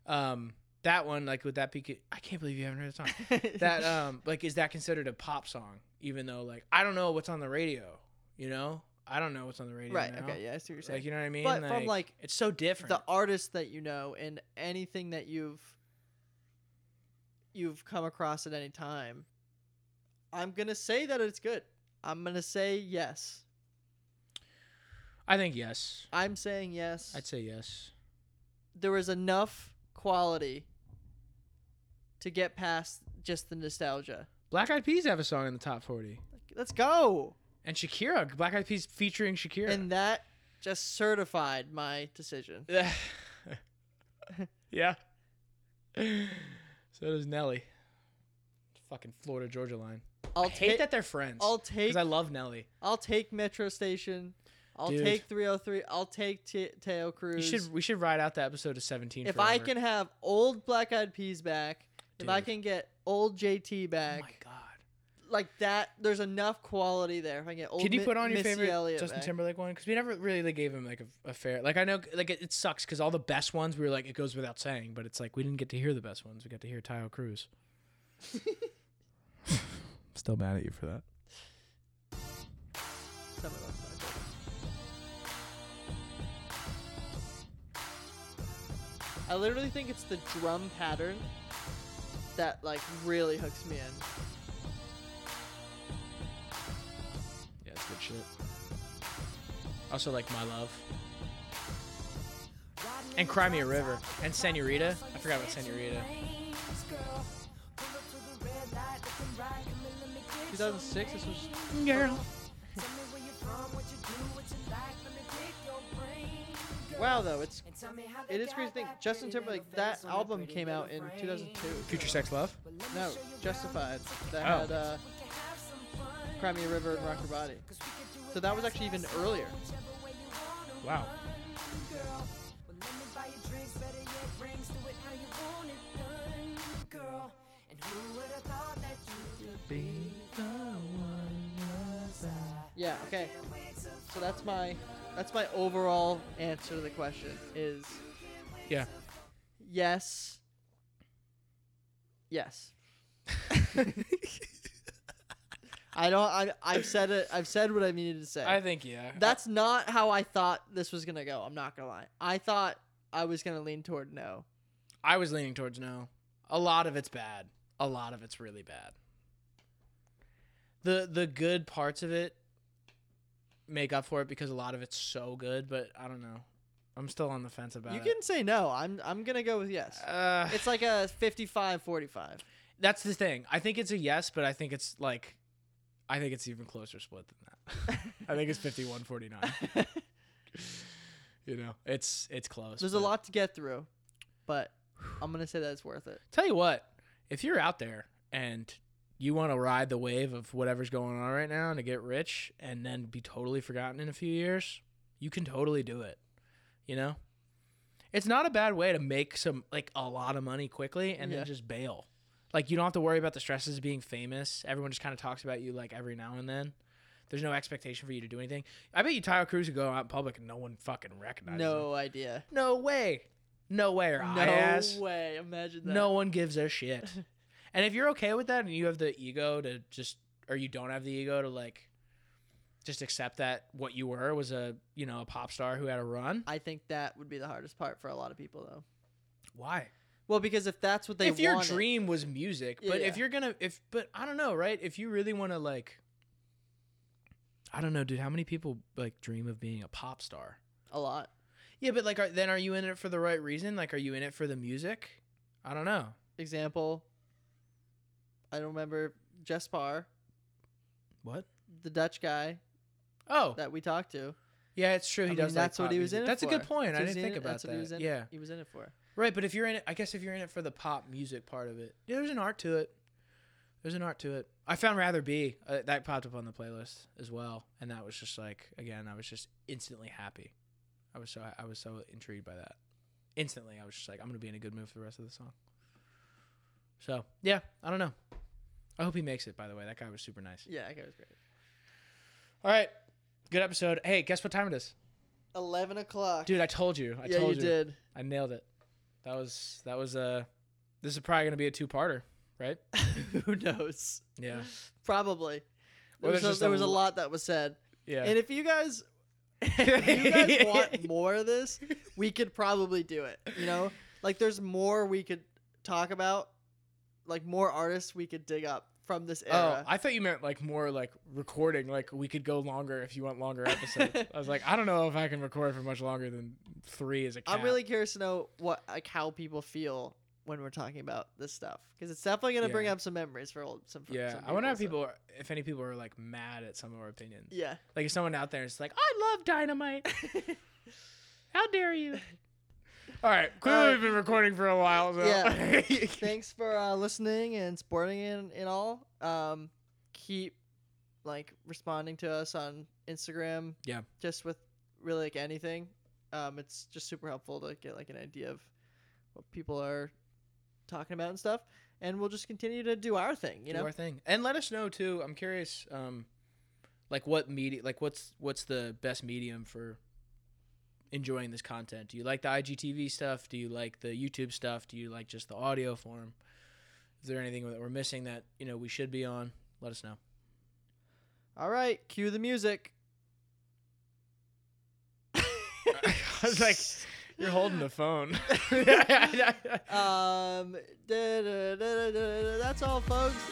Speaker 1: um, that one like with that peak, I can't believe you haven't heard the song that um like is that considered a pop song even though like i don't know what's on the radio you know i don't know what's on the radio
Speaker 2: right.
Speaker 1: now.
Speaker 2: Okay. Yeah, I see what you're saying.
Speaker 1: like you know what i mean
Speaker 2: But from, like,
Speaker 1: it's so different
Speaker 2: the artist that you know and anything that you've you've come across at any time i'm gonna say that it's good i'm gonna say yes
Speaker 1: i think yes
Speaker 2: i'm saying yes
Speaker 1: i'd say yes
Speaker 2: there was enough quality to get past just the nostalgia
Speaker 1: black eyed peas have a song in the top 40
Speaker 2: Like, let's go
Speaker 1: and shakira black eyed peas featuring shakira
Speaker 2: and that just certified my decision
Speaker 1: yeah so does nelly fucking florida georgia line
Speaker 2: i'll
Speaker 1: i hate
Speaker 2: take
Speaker 1: that they're friends
Speaker 2: i'll
Speaker 1: because
Speaker 2: take
Speaker 1: i love nelly
Speaker 2: i'll take metro station i'll
Speaker 1: Dude.
Speaker 2: take 303 i'll take T- Teo
Speaker 1: you
Speaker 2: Cruz
Speaker 1: should we should ride out the episode of 17
Speaker 2: if I
Speaker 1: forever.
Speaker 2: can have old Black Eyed Peas back, if I
Speaker 1: Dude.
Speaker 2: can get old JT
Speaker 1: oh
Speaker 2: back,
Speaker 1: my god
Speaker 2: like that, there's enough quality there. If I can get old,
Speaker 1: Can you
Speaker 2: Mi-
Speaker 1: put on your
Speaker 2: Missy
Speaker 1: favorite
Speaker 2: Elliott
Speaker 1: Justin
Speaker 2: back.
Speaker 1: Timberlake one? Because we never really like, gave him like a, a fair. Like I know, like it, it sucks because all the best ones we were like it goes without saying, but it's like we didn't get to hear the best ones. We got to hear Tyo Cruz. Still mad at you for that.
Speaker 2: Tell me what's my favorite. I literally think it's the drum pattern that like really hooks me in.
Speaker 1: Yeah, it's good shit. Also like My Love and Cry Me a River and Senorita. I forgot about Senorita.
Speaker 2: 2006. This was
Speaker 1: Girl.
Speaker 2: wow though. It's it is crazy to think Justin Timberlake. That album came out in 2002.
Speaker 1: Future Sex Love.
Speaker 2: No, Justified. That
Speaker 1: Oh.
Speaker 2: had uh, Cry Me a River and Rock Your Body. So that was actually even earlier.
Speaker 1: Wow.
Speaker 2: Yeah. Okay. So that's my that's my overall answer to the question is
Speaker 1: Yeah.
Speaker 2: yes. Yes. I don't. I I've said it. I've said what I needed to say.
Speaker 1: I think yeah.
Speaker 2: That's not how I thought this was gonna go. I'm not gonna lie. I thought I was gonna lean toward no.
Speaker 1: I was leaning towards no. A lot of it's bad. A lot of it's really bad. The the good parts of it make up for it because a lot of it's so good, but I don't know. I'm still on the fence about
Speaker 2: You
Speaker 1: it.
Speaker 2: can say no. I'm I'm gonna go with yes.
Speaker 1: uh,
Speaker 2: It's like a 55-45.
Speaker 1: that's the thing. I think it's a yes, but I think it's like I think it's even closer split than that. I think it's 51-49. you know, it's it's close.
Speaker 2: There's a
Speaker 1: but-
Speaker 2: lot to get through, but I'm gonna say that it's worth it.
Speaker 1: Tell you what, if you're out there and you want to ride the wave of whatever's going on right now and to get rich and then be totally forgotten in a few years, you can totally do it. You know? It's not a bad way to make some like a lot of money quickly and
Speaker 2: Yeah.
Speaker 1: then just bail. Like you don't have to worry about the stresses of being famous. Everyone just kind of talks about you like every now and then. There's no expectation for you to do anything. I bet you Tyler Cruz could go out in public and no one fucking recognizes him.
Speaker 2: No idea.
Speaker 1: No way. No way or
Speaker 2: No
Speaker 1: I ass.
Speaker 2: way. Imagine that.
Speaker 1: No one gives a shit. and if you're okay with that and you have the ego to just or you don't have the ego to like just accept that what you were was a you know a pop star who had a run.
Speaker 2: I think that would be the hardest part for a lot of people, though.
Speaker 1: Why?
Speaker 2: Well, because if that's what they
Speaker 1: if your
Speaker 2: wanted-
Speaker 1: dream was music,
Speaker 2: Yeah,
Speaker 1: but
Speaker 2: yeah.
Speaker 1: if you're gonna if but I don't know, right? If you really want to like, I don't know, dude. How many people like dream of being a pop star?
Speaker 2: a lot.
Speaker 1: Yeah, but like, are, then are you in it for the right reason? Like, are you in it for the music? I don't know.
Speaker 2: Example, I don't remember Jess Parr,
Speaker 1: What?
Speaker 2: the Dutch guy
Speaker 1: Oh,
Speaker 2: that we talked to.
Speaker 1: yeah, it's true. He
Speaker 2: I mean,
Speaker 1: does. like
Speaker 2: That's what
Speaker 1: pop
Speaker 2: he was
Speaker 1: music.
Speaker 2: in. it
Speaker 1: That's a good
Speaker 2: for.
Speaker 1: point.
Speaker 2: That's
Speaker 1: I
Speaker 2: what he
Speaker 1: didn't think
Speaker 2: was in it-
Speaker 1: about
Speaker 2: that's
Speaker 1: that.
Speaker 2: what he was in it-
Speaker 1: yeah,
Speaker 2: he was in it for.
Speaker 1: right. But if you're in it, I guess if you're in it for the pop music part of it, yeah, there's an art to it. There's an art to it. I found Rather Be uh, that popped up on the playlist as well, and that was just like again, I was just instantly happy. I was so I was so intrigued by that. Instantly, I was just like, I'm gonna be in a good mood for the rest of the song. So yeah, I don't know. I hope he makes it. By the way, that guy was super nice.
Speaker 2: Yeah, that guy was great.
Speaker 1: All right. Good episode. Hey, guess what time it is?
Speaker 2: Eleven o'clock.
Speaker 1: Dude, I told you. I
Speaker 2: yeah,
Speaker 1: told
Speaker 2: you did.
Speaker 1: I nailed it. That was that was uh this is probably gonna be a two parter, right?
Speaker 2: Who knows?
Speaker 1: Yeah.
Speaker 2: Probably.
Speaker 1: Well,
Speaker 2: There was,
Speaker 1: there's
Speaker 2: a,
Speaker 1: just
Speaker 2: there
Speaker 1: a
Speaker 2: was a
Speaker 1: l-
Speaker 2: lot that was said.
Speaker 1: Yeah.
Speaker 2: And if you guys if you guys want more of this, we could probably do it. You know? Like there's more we could talk about, like more artists we could dig up from this
Speaker 1: Oh,
Speaker 2: era.
Speaker 1: I thought you meant like more like recording, like we could go longer if you want longer episodes. I was like, I don't know if I can record for much longer than three as a cat.
Speaker 2: I'm really curious to know what like how people feel when we're talking about this stuff because it's definitely gonna bring
Speaker 1: Yeah.
Speaker 2: up some memories for old some. For
Speaker 1: yeah.
Speaker 2: some
Speaker 1: I wonder if
Speaker 2: so-
Speaker 1: people, are, if any people are like mad at some of our opinions.
Speaker 2: Yeah,
Speaker 1: Like if someone out there is like, I love dynamite. How dare you? All right, clearly
Speaker 2: Uh,
Speaker 1: we've been recording for a while. So.
Speaker 2: yeah. thanks for uh, listening and supporting and, and all. Um, keep like responding to us on Instagram.
Speaker 1: Yeah.
Speaker 2: just with really like anything. Um, it's just super helpful to get like an idea of what people are talking about and stuff. And we'll just continue to do our thing. You
Speaker 1: do
Speaker 2: know,
Speaker 1: our thing and let us know too i'm curious um like what media like what's what's the best medium for enjoying this content do you like the igtv stuff do you like the youtube stuff do you like just the audio form is there anything that we're missing that you know we should be on let us know
Speaker 2: all right, cue the music.
Speaker 1: i was like you're holding the phone
Speaker 2: Um, da, da, da, da, da, da, that's all, folks.